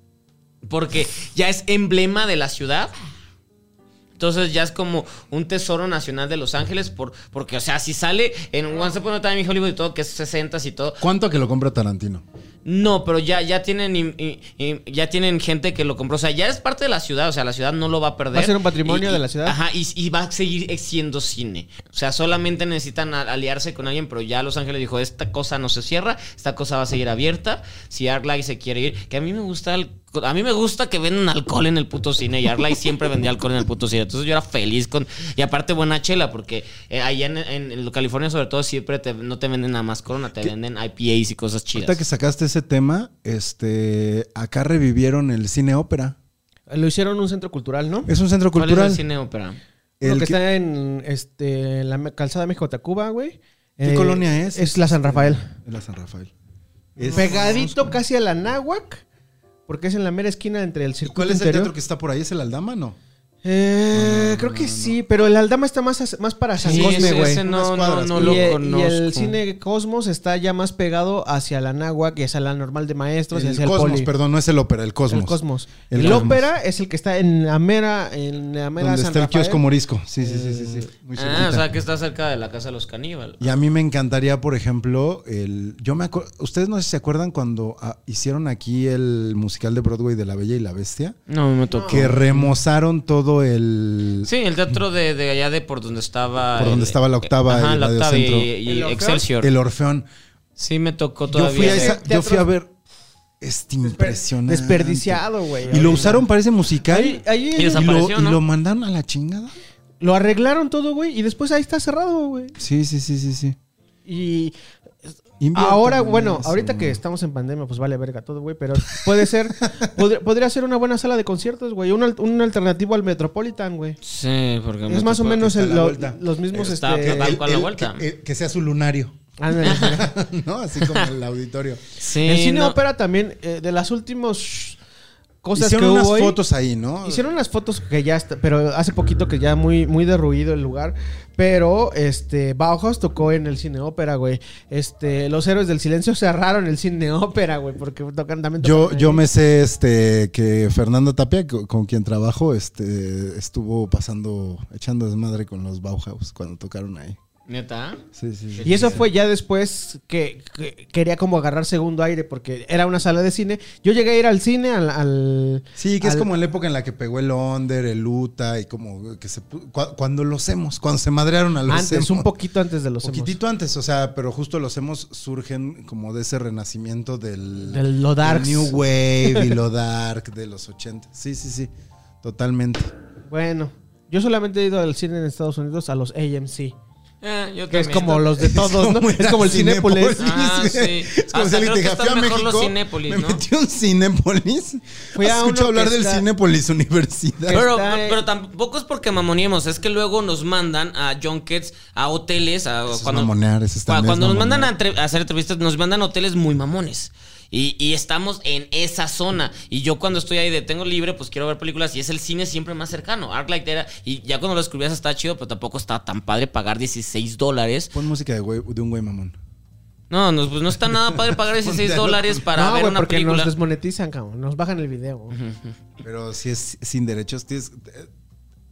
B: Porque ya es emblema de la ciudad. Entonces ya es como un tesoro nacional de Los Ángeles. Por, porque, o sea, si sale en Once Upon a Time in Hollywood y todo, que es 60 y todo.
A: ¿Cuánto que lo compra Tarantino?
B: No, pero ya, ya tienen im- im- im- ya tienen gente que lo compró. O sea, ya es parte de la ciudad. O sea, la ciudad no lo va a perder.
C: Va a ser un patrimonio
B: Y- y-
C: de la ciudad.
B: Ajá, y, y va a seguir siendo cine. O sea, solamente necesitan a- aliarse con alguien, pero ya Los Ángeles dijo, esta cosa no se cierra, esta cosa va a seguir abierta. Si Arlai se quiere ir, que a mí me gusta el- a mí me gusta que vendan alcohol en el puto cine y Arlai siempre vendía alcohol en el puto cine. Entonces yo era feliz con... Y aparte buena chela, porque eh, allá en, en- en California sobre todo siempre te- no te venden nada más corona, te venden IPAs y cosas chidas.
A: Ahorita que sacaste ese tema, este, acá revivieron el cine ópera.
C: Lo hicieron un centro cultural, ¿no?
A: Es un centro
B: ¿Cuál
A: cultural.
B: es el cine
C: Lo
B: ópera?
A: El que-
C: que está en este, la me- calzada México Tacuba, güey.
A: ¿Qué
C: Eh,
A: colonia es?
C: Es la San Rafael.
A: En la San Rafael. Es-
C: Pegadito casi a la Náhuac, porque es en la mera esquina entre el
A: ¿Y
C: circuito
A: ¿Cuál es el
C: interior.
A: teatro que está por ahí? ¿Es el Aldama, no?
C: Eh, creo que sí, pero el Aldama está más, as- más para San
B: Sí,
C: Cosme,
B: ese-
C: güey.
B: ese no,
A: Unas cuadras,
B: no, no
C: y,
B: lo
C: eh, y
B: conozco.
C: el cine Cosmos está ya más pegado hacia la Náhuac y hacia la normal de maestros y
A: el
C: hacia
A: Cosmos,
C: el Poli.
A: perdón, no es el ópera, el Cosmos.
C: El Cosmos.
A: El
C: El,
A: Cosmos.
C: ópera es el que está en la mera, en la mera
A: Donde
C: San
A: está el
C: Rafael. Eh,
A: kiosco morisco. Sí, sí, sí, sí. sí. Muy
B: Ah,
A: cerquita.
B: o sea que está cerca de la casa de los caníbales.
A: Y a mí me encantaría, por ejemplo, el. Yo me acuer- Ustedes no sé si se acuerdan cuando ah, hicieron aquí el musical de Broadway de La Bella y la Bestia,
B: No, me tocó.
C: Ah.
A: que remozaron todo el.
B: Sí, el teatro de, de allá de por donde estaba...
A: Por donde
B: el- eh,
A: estaba la octava,
B: Ajá,
A: el
B: la octava y,
A: radiocentro.
B: y
C: ¿El Orfeo?
B: Excelsior.
A: El Orfeón.
B: Sí, me tocó
A: Yo
B: todavía.
A: fui, a esa-
C: Ese
A: yo fui a
C: teatro-
A: ver. Es impresionante.
C: Desperdiciado, güey.
A: Y lo
C: ahorita.
A: usaron para ese musical.
C: Ahí- ahí
B: Y
C: ellos
A: y, lo,
B: desapareció,
A: y
B: ¿no?
A: lo mandaron a la chingada.
C: lo arreglaron todo, güey, y después ahí está cerrado, güey.
A: Sí, sí, sí, sí, sí.
C: Y
A: Inviertan
C: ahora,
A: en
C: bueno,
A: eso,
C: ahorita
A: ¿no?
C: que estamos en pandemia, pues vale verga todo, güey, pero puede ser, podr- podría ser una buena sala de conciertos, güey, un, al- un alternativo al Metropolitan, güey.
B: Sí, porque me
C: Es más o
B: tocó
C: menos
A: que está
C: el-
A: a la
C: lo-
A: vuelta.
C: los mismos,
B: Está
C: este...
B: Ah, tal cual la vuelta.
A: Que, eh, que sea su lunario,
C: ándale, mira.
A: ¿no? Así como el auditorio.
B: Sí,
C: el cine
B: no.
C: ópera también, eh, de las últimas cosas
A: Hicieron
C: que
A: unas
C: hubo ahí,
A: fotos ahí, ¿no?
C: Hicieron unas fotos que ya está, pero hace poquito que ya muy, muy derruido el lugar. Pero este Bauhaus tocó en el cine ópera, güey. Este, los héroes del silencio cerraron el cine ópera, güey, porque tocan también.
A: Yo,
C: tocan
A: yo
C: ahí.
A: me sé este que Fernanda Tapia, co- con quien trabajo, este estuvo pasando, echando desmadre con los Bauhaus cuando tocaron ahí.
B: Neta.
A: Sí, sí, sí.
C: Y eso fue ya después que, que quería como agarrar segundo aire porque era una sala de cine. Yo llegué a ir al cine al, al-
A: Sí, que es
C: al-
A: como la época en la que pegó el Onder, el Uta y como que se pu- cua- cuando los hemos, cuando se madrearon a los
C: antes,
A: emos.
C: un poquito antes de los emos.
A: poquitito antes, o sea, pero justo los hemos surgen como de ese renacimiento del,
C: Del- lo darks.
A: New Wave y lo dark de los 80. Sí, sí, sí. Totalmente.
C: Bueno, yo solamente he ido al cine en Estados Unidos a los AMC.
B: Eh, yo
C: Que es
B: también.
C: como los de todos, ¿no?
A: era
C: Es como el Cinépolis.
B: Ah, sí.
A: Es como
B: Hasta
A: si alguien
B: creo
A: te
B: que
A: dijera, "Fui
B: están
A: a
B: mejor
A: México,
B: los Cinépolis,
A: me
B: ¿no?
A: metí a un Cinépolis.
C: Fui a
A: ¿Has escuchado
C: uno que
A: hablar del
C: está-
A: Cinépolis Universidad?
B: Pero,
C: Está-
B: pero- pero tampoco es porque mamoniemos, es que luego nos mandan a junkets, a hoteles, a
A: Eso es
B: cuando,
A: mamonear, eso
B: cua-
A: también es
B: cuando nos mandan a,
A: mamonear.
B: entre- a hacer entrevistas, nos mandan a hoteles muy mamones. Y, y estamos en esa zona. Y yo cuando estoy ahí de tengo libre, pues quiero ver películas. Y es el cine siempre más cercano. Arclight era. Y ya cuando lo descubrías estaba chido, pero tampoco estaba tan padre pagar 16 dólares.
A: Pon música de, güey- de un güey mamón.
B: No, no, pues no está nada padre pagar 16 dólares para
C: no,
B: ver
C: güey,
B: una
C: porque
B: película.
C: nos desmonetizan, cabrón. Nos bajan el video. güey.
A: Pero si es sin derechos, tienes. eh,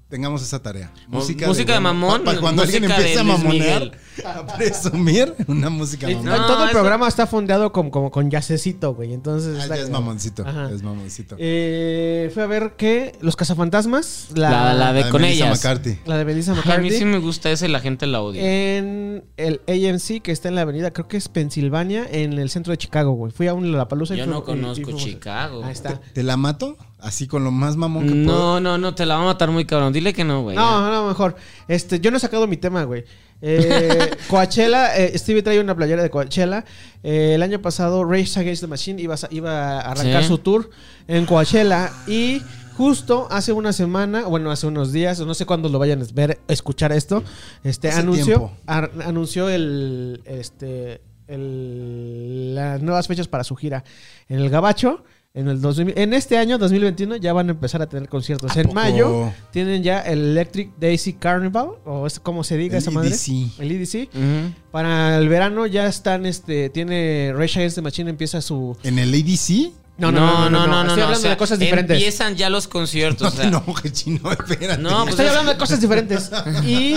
A: tengamos esa tarea.
B: Mu- Pues, música de mamón,
A: Para cuando alguien
B: música de
A: empiece a
B: Luis
A: mamonear,
B: Miguel.
A: a presumir una música Ah,
C: Y-
A: mamón.
B: No,
C: todo el
B: es-
C: programa está fondeado con, como con yacecito, güey. Entonces.
A: Ah,
C: está-
A: ya es mamoncito,
C: Ajá.
A: es mamoncito.
C: Eh, fui a ver que Los Cazafantasmas. La,
B: La, la de
A: Ah,
B: con
A: Melissa
B: ellas.
A: McCarthy.
C: la de Melissa
B: Ay, a mí
C: McCarthy.
B: sí me gusta ese, la gente la
C: Eh,
B: odia.
C: En el AMC que está en la avenida, creo que es Pensilvania, en el centro de Chicago, güey. Fui a un Lollapalooza y
B: Yo
C: fui-
B: no
C: y-
B: conozco
C: y fuimos-
B: Chicago.
C: Ahí está.
A: ¿Te la mato? Así con lo más mamón que puedo.
B: No, no, no, te la va a matar muy cabrón. Dile que no, güey.
C: No, no, mejor. Este, yo no he sacado mi tema, güey. Eh, Coachella, eh, Stevie trae una playera de Coachella. Eh, el año pasado Rage Against the Machine iba a, sa- iba a arrancar
B: Sí.
C: su tour en Coachella y justo hace una semana, bueno, hace unos días, no sé cuándo lo vayan a ver, escuchar esto, este
A: Hace
C: anunció
A: tiempo.
C: ar- anunció el este el- las nuevas fechas para su gira en el Gabacho. En, el 2000 en este año, 2021, ya van a empezar a tener conciertos.
A: ¿A
C: En
A: poco?
C: mayo tienen ya el Electric Daisy Carnival, o es como se diga
A: El
C: esa
B: E
C: madre.
A: EDC.
C: El EDC.
B: Ujú.
C: Para el verano ya están, este, tiene Rage Against the Machine, empieza su...
A: ¿En el ADC?
C: No, no, no, no, no,
B: no,
C: estoy
B: no,
C: hablando
B: o sea,
C: de cosas diferentes.
B: Empiezan ya los conciertos. Pues, o sea,
A: no, que chino, espérate.
B: No, pues
C: Estoy hablando de cosas diferentes. Y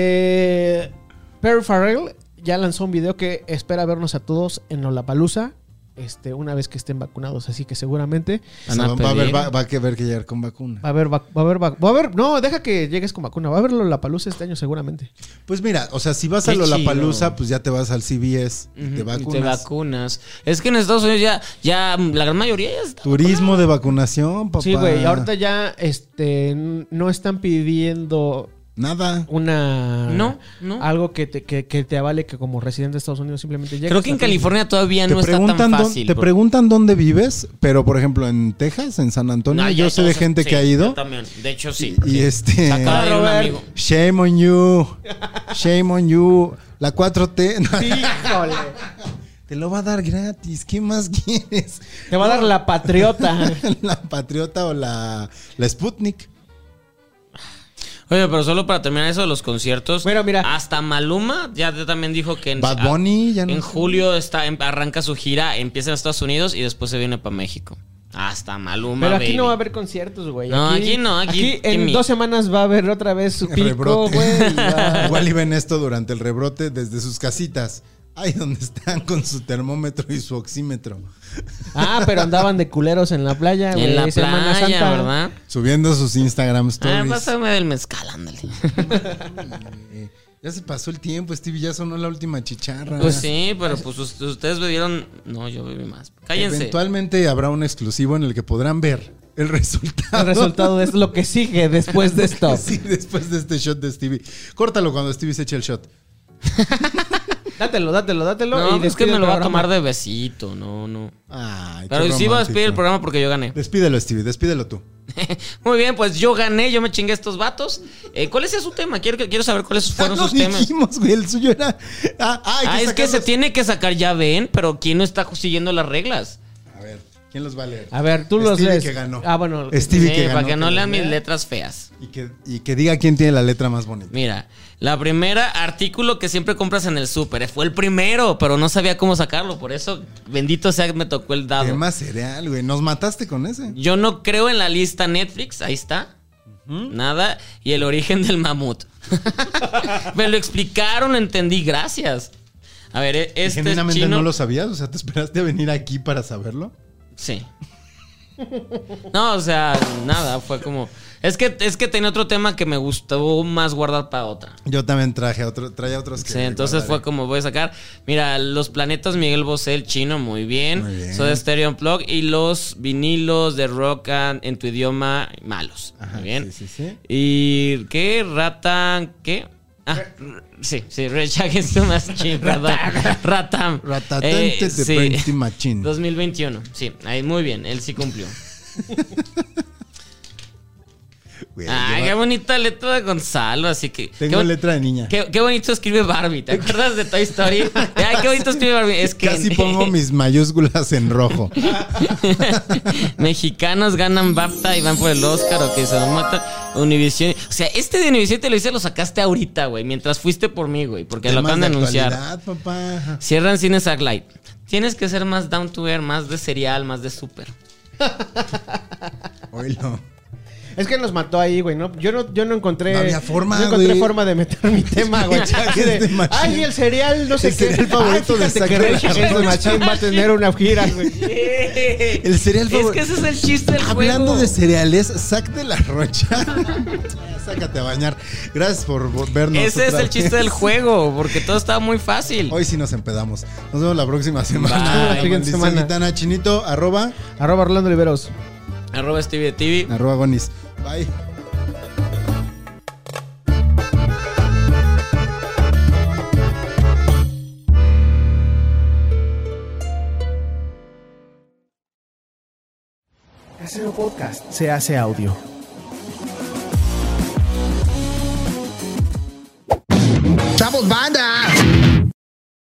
C: este. Perry Farrell ya lanzó un video que espera vernos a todos en Olapalooza. Este, una vez que estén vacunados, así que seguramente
A: O sea,
B: Van a
A: va, a haber,
B: pedir.
A: va, va a haber que llegar con vacuna.
C: va a haber, vac- va a haber, vac- va a haber, no, deja que llegues con vacuna, va a haber Lollapalooza este año seguramente.
A: Pues mira, o sea, si vas a
B: Qué
A: Lollapalooza,
B: chido.
A: pues ya te vas al CBS y te
B: y
A: vacunas.
B: te vacunas. Es que en Estados Unidos ya, ya mm, la gran mayoría ya está.
A: Turismo de vacunación, papá.
C: Sí, güey, ahorita ya, este, n- no están pidiendo
A: Nada.
C: una,
B: No, no.
C: algo que te, que, que te avale que como residente de Estados Unidos simplemente llegues.
B: Creo que en
C: vacunas.
B: California todavía
A: Te,
B: no está
A: preguntan
B: tan
A: dónde-
B: fácil.
A: te
B: bro.
A: preguntan dónde vives, pero por ejemplo en Texas, en San Antonio,
B: No,
A: yo
B: ya
A: sé de
B: todos-
A: gente
B: sí,
A: que ha
B: yo
A: ido.
B: también. De hecho, sí.
A: Y
B: sí.
A: este.
B: Se acaba de ir un
C: Robert.
B: amigo.
A: Shame on you. Shame on you. La 4T. no,
C: Híjole,
A: te lo va a dar gratis. ¿Qué más quieres?
C: te va a dar la patriota.
A: la Patriota o la, la Sputnik.
B: Oye, pero solo para terminar eso de los conciertos.
C: Bueno, mira.
B: Hasta Maluma ya te- también dijo que en,
A: Bad Bunny, ya no
B: en
A: sé.
B: julio está, en- arranca su gira, empieza en Estados Unidos y después se viene para México. Hasta Maluma.
C: Pero aquí
B: baby.
C: no va a haber conciertos, güey.
B: No, aquí no, aquí- qué
C: en
B: miedo.
C: dos semanas va a haber otra vez su pico,
A: rebrote.
C: güey. y va-
A: Igual y ven esto durante el rebrote desde sus casitas. Ahí donde están con su termómetro y su oxímetro.
C: ah, pero andaban de culeros en la playa, güey.
B: En la
C: Semana
B: playa,
C: Santa.
B: ¿verdad?
A: Subiendo sus Instagram
B: Ah,
A: stories.
B: pásame del mezcal, ándale.
A: Eh, ya se pasó el tiempo, Stevie. Ya sonó la última chicharra.
B: Pues sí, pero pues us- ustedes bebieron. No, yo bebí más. Cállense.
A: Eventualmente habrá un exclusivo en el que podrán ver el resultado.
C: El resultado es lo que sigue después de esto.
A: Sí, después de este shot de Stevie. Córtalo cuando Stevie se eche el shot.
C: Dátelo, dátelo, dátelo.
B: No, es que
C: despide
B: me
C: el
B: lo va a
C: programa.
B: tomar de besito, no, no.
A: Ay,
B: Pero
A: qué
B: sí va a despedir el
A: romántico.
B: programa porque yo gané.
A: Despídelo, Stevie, despídelo tú.
B: Muy bien, pues yo gané, yo me chingué a estos vatos. Eh, ¿Cuál es su tema? Quiero, quiero saber cuáles fueron
A: Ya lo
B: sus temas.
A: dijimos, güey, el suyo era. Ah, ah, hay
B: Ah, es que se
A: sacarlos.
B: tiene que sacar, ya ven, pero ¿quién no está siguiendo las reglas?
A: A ver, ¿quién los va a leer?
C: A ver, tú los
A: Stevie
C: lees.
A: que ganó.
C: Ah, bueno.
A: Stevie
B: Sí,
A: que ganó.
B: Eh, para que no
A: lo
B: lean mis
A: lea.
B: letras feas.
A: Y que, y que diga quién tiene la letra más bonita.
B: Mira, la primera artículo que siempre compras en el súper eh, fue el primero, pero no sabía cómo sacarlo, por eso bendito sea que me tocó el
A: Qué
B: dado.
A: más cereal, güey. Nos mataste con ese.
B: Yo no creo en la lista Netflix, ahí está. Nada. Y el origen del mamut. Me lo explicaron, lo entendí, gracias. A ver, e-
A: Y
B: este es
A: Genuinamente
B: chino.
A: no lo sabías, o sea, te esperaste a venir aquí para saberlo.
B: Sí. No, o sea, nada, fue como. Es que, es que tenía otro tema que me gustó más guardar para otra.
A: Yo también traje otro, traía otros que.
B: Sí, entonces fue como voy a sacar. Mira, los planetas Miguel Bosé, el chino, muy bien.
A: Muy bien.
B: Soda Stereo Unplugged y los vinilos de rock and- en tu idioma malos.
A: Ajá,
B: muy bien.
A: sí, sí, sí.
B: ¿Y qué? Ratan, ¿qué? Ah, r- sí, sí, Rage Against the Machine, perdón. Ratam. Eh,
A: Ratatente de
B: sí.
A: Plenty Machine.
B: 2021, sí, ahí muy bien, él sí cumplió.
A: Güey,
B: Ah,
A: lleva-
B: qué bonita letra de Gonzalo, así que... qué
A: Tengo
B: bon-
A: letra de niña.
B: Qué, qué bonito escribe Barbie, ¿te acuerdas de Toy Story? Ay, qué bonito escribe Barbie. Es que
A: Casi pongo mis mayúsculas en rojo.
B: mexicanos ganan BAFTA y van por el Oscar o que se lo matan. Univision. O sea, este de Univision Televisa lo sacaste ahorita, güey, mientras fuiste por mí, güey, porque lo
A: Temas
B: acaban de anunciar.
A: actualidad, papá. Ajá.
B: Cierran Cines Light. Tienes que ser más down to earth, más de cereal, más de súper.
A: Oílo.
C: Es que nos mató ahí, güey, ¿no? Yo no, yo no encontré.
A: No había forma,
C: no encontré
A: güey.
C: forma de meter mi tema, güey. Así de,
A: Este machín.
C: Ay, el cereal, no sé
A: El
C: qué.
A: cereal favorito
C: Ay,
A: de
C: fíjate que
A: Zac
C: Rage Against the Machine va a tener una gira, güey.
A: El cereal
F: Es
A: favor-
F: que ese es el chiste del
A: Hablando
F: juego.
A: de cereales, sac de la rocha. Ya, Sácate a bañar. Gracias por vo- vernos.
B: Ese es
A: otra
B: el chiste
A: vez.
B: del juego, porque todo estaba muy fácil.
A: Hoy sí nos empedamos. Nos vemos la próxima semana.
C: Bye.
A: La siguiente
C: semana.
A: Gitana Chinito, arroba,
C: Arroba Orlando Liberos.
B: Arroba Stevie de TV.
A: arroba Gonis. Bye.
H: Casero Podcast se hace audio.
I: ¡Chavos, banda!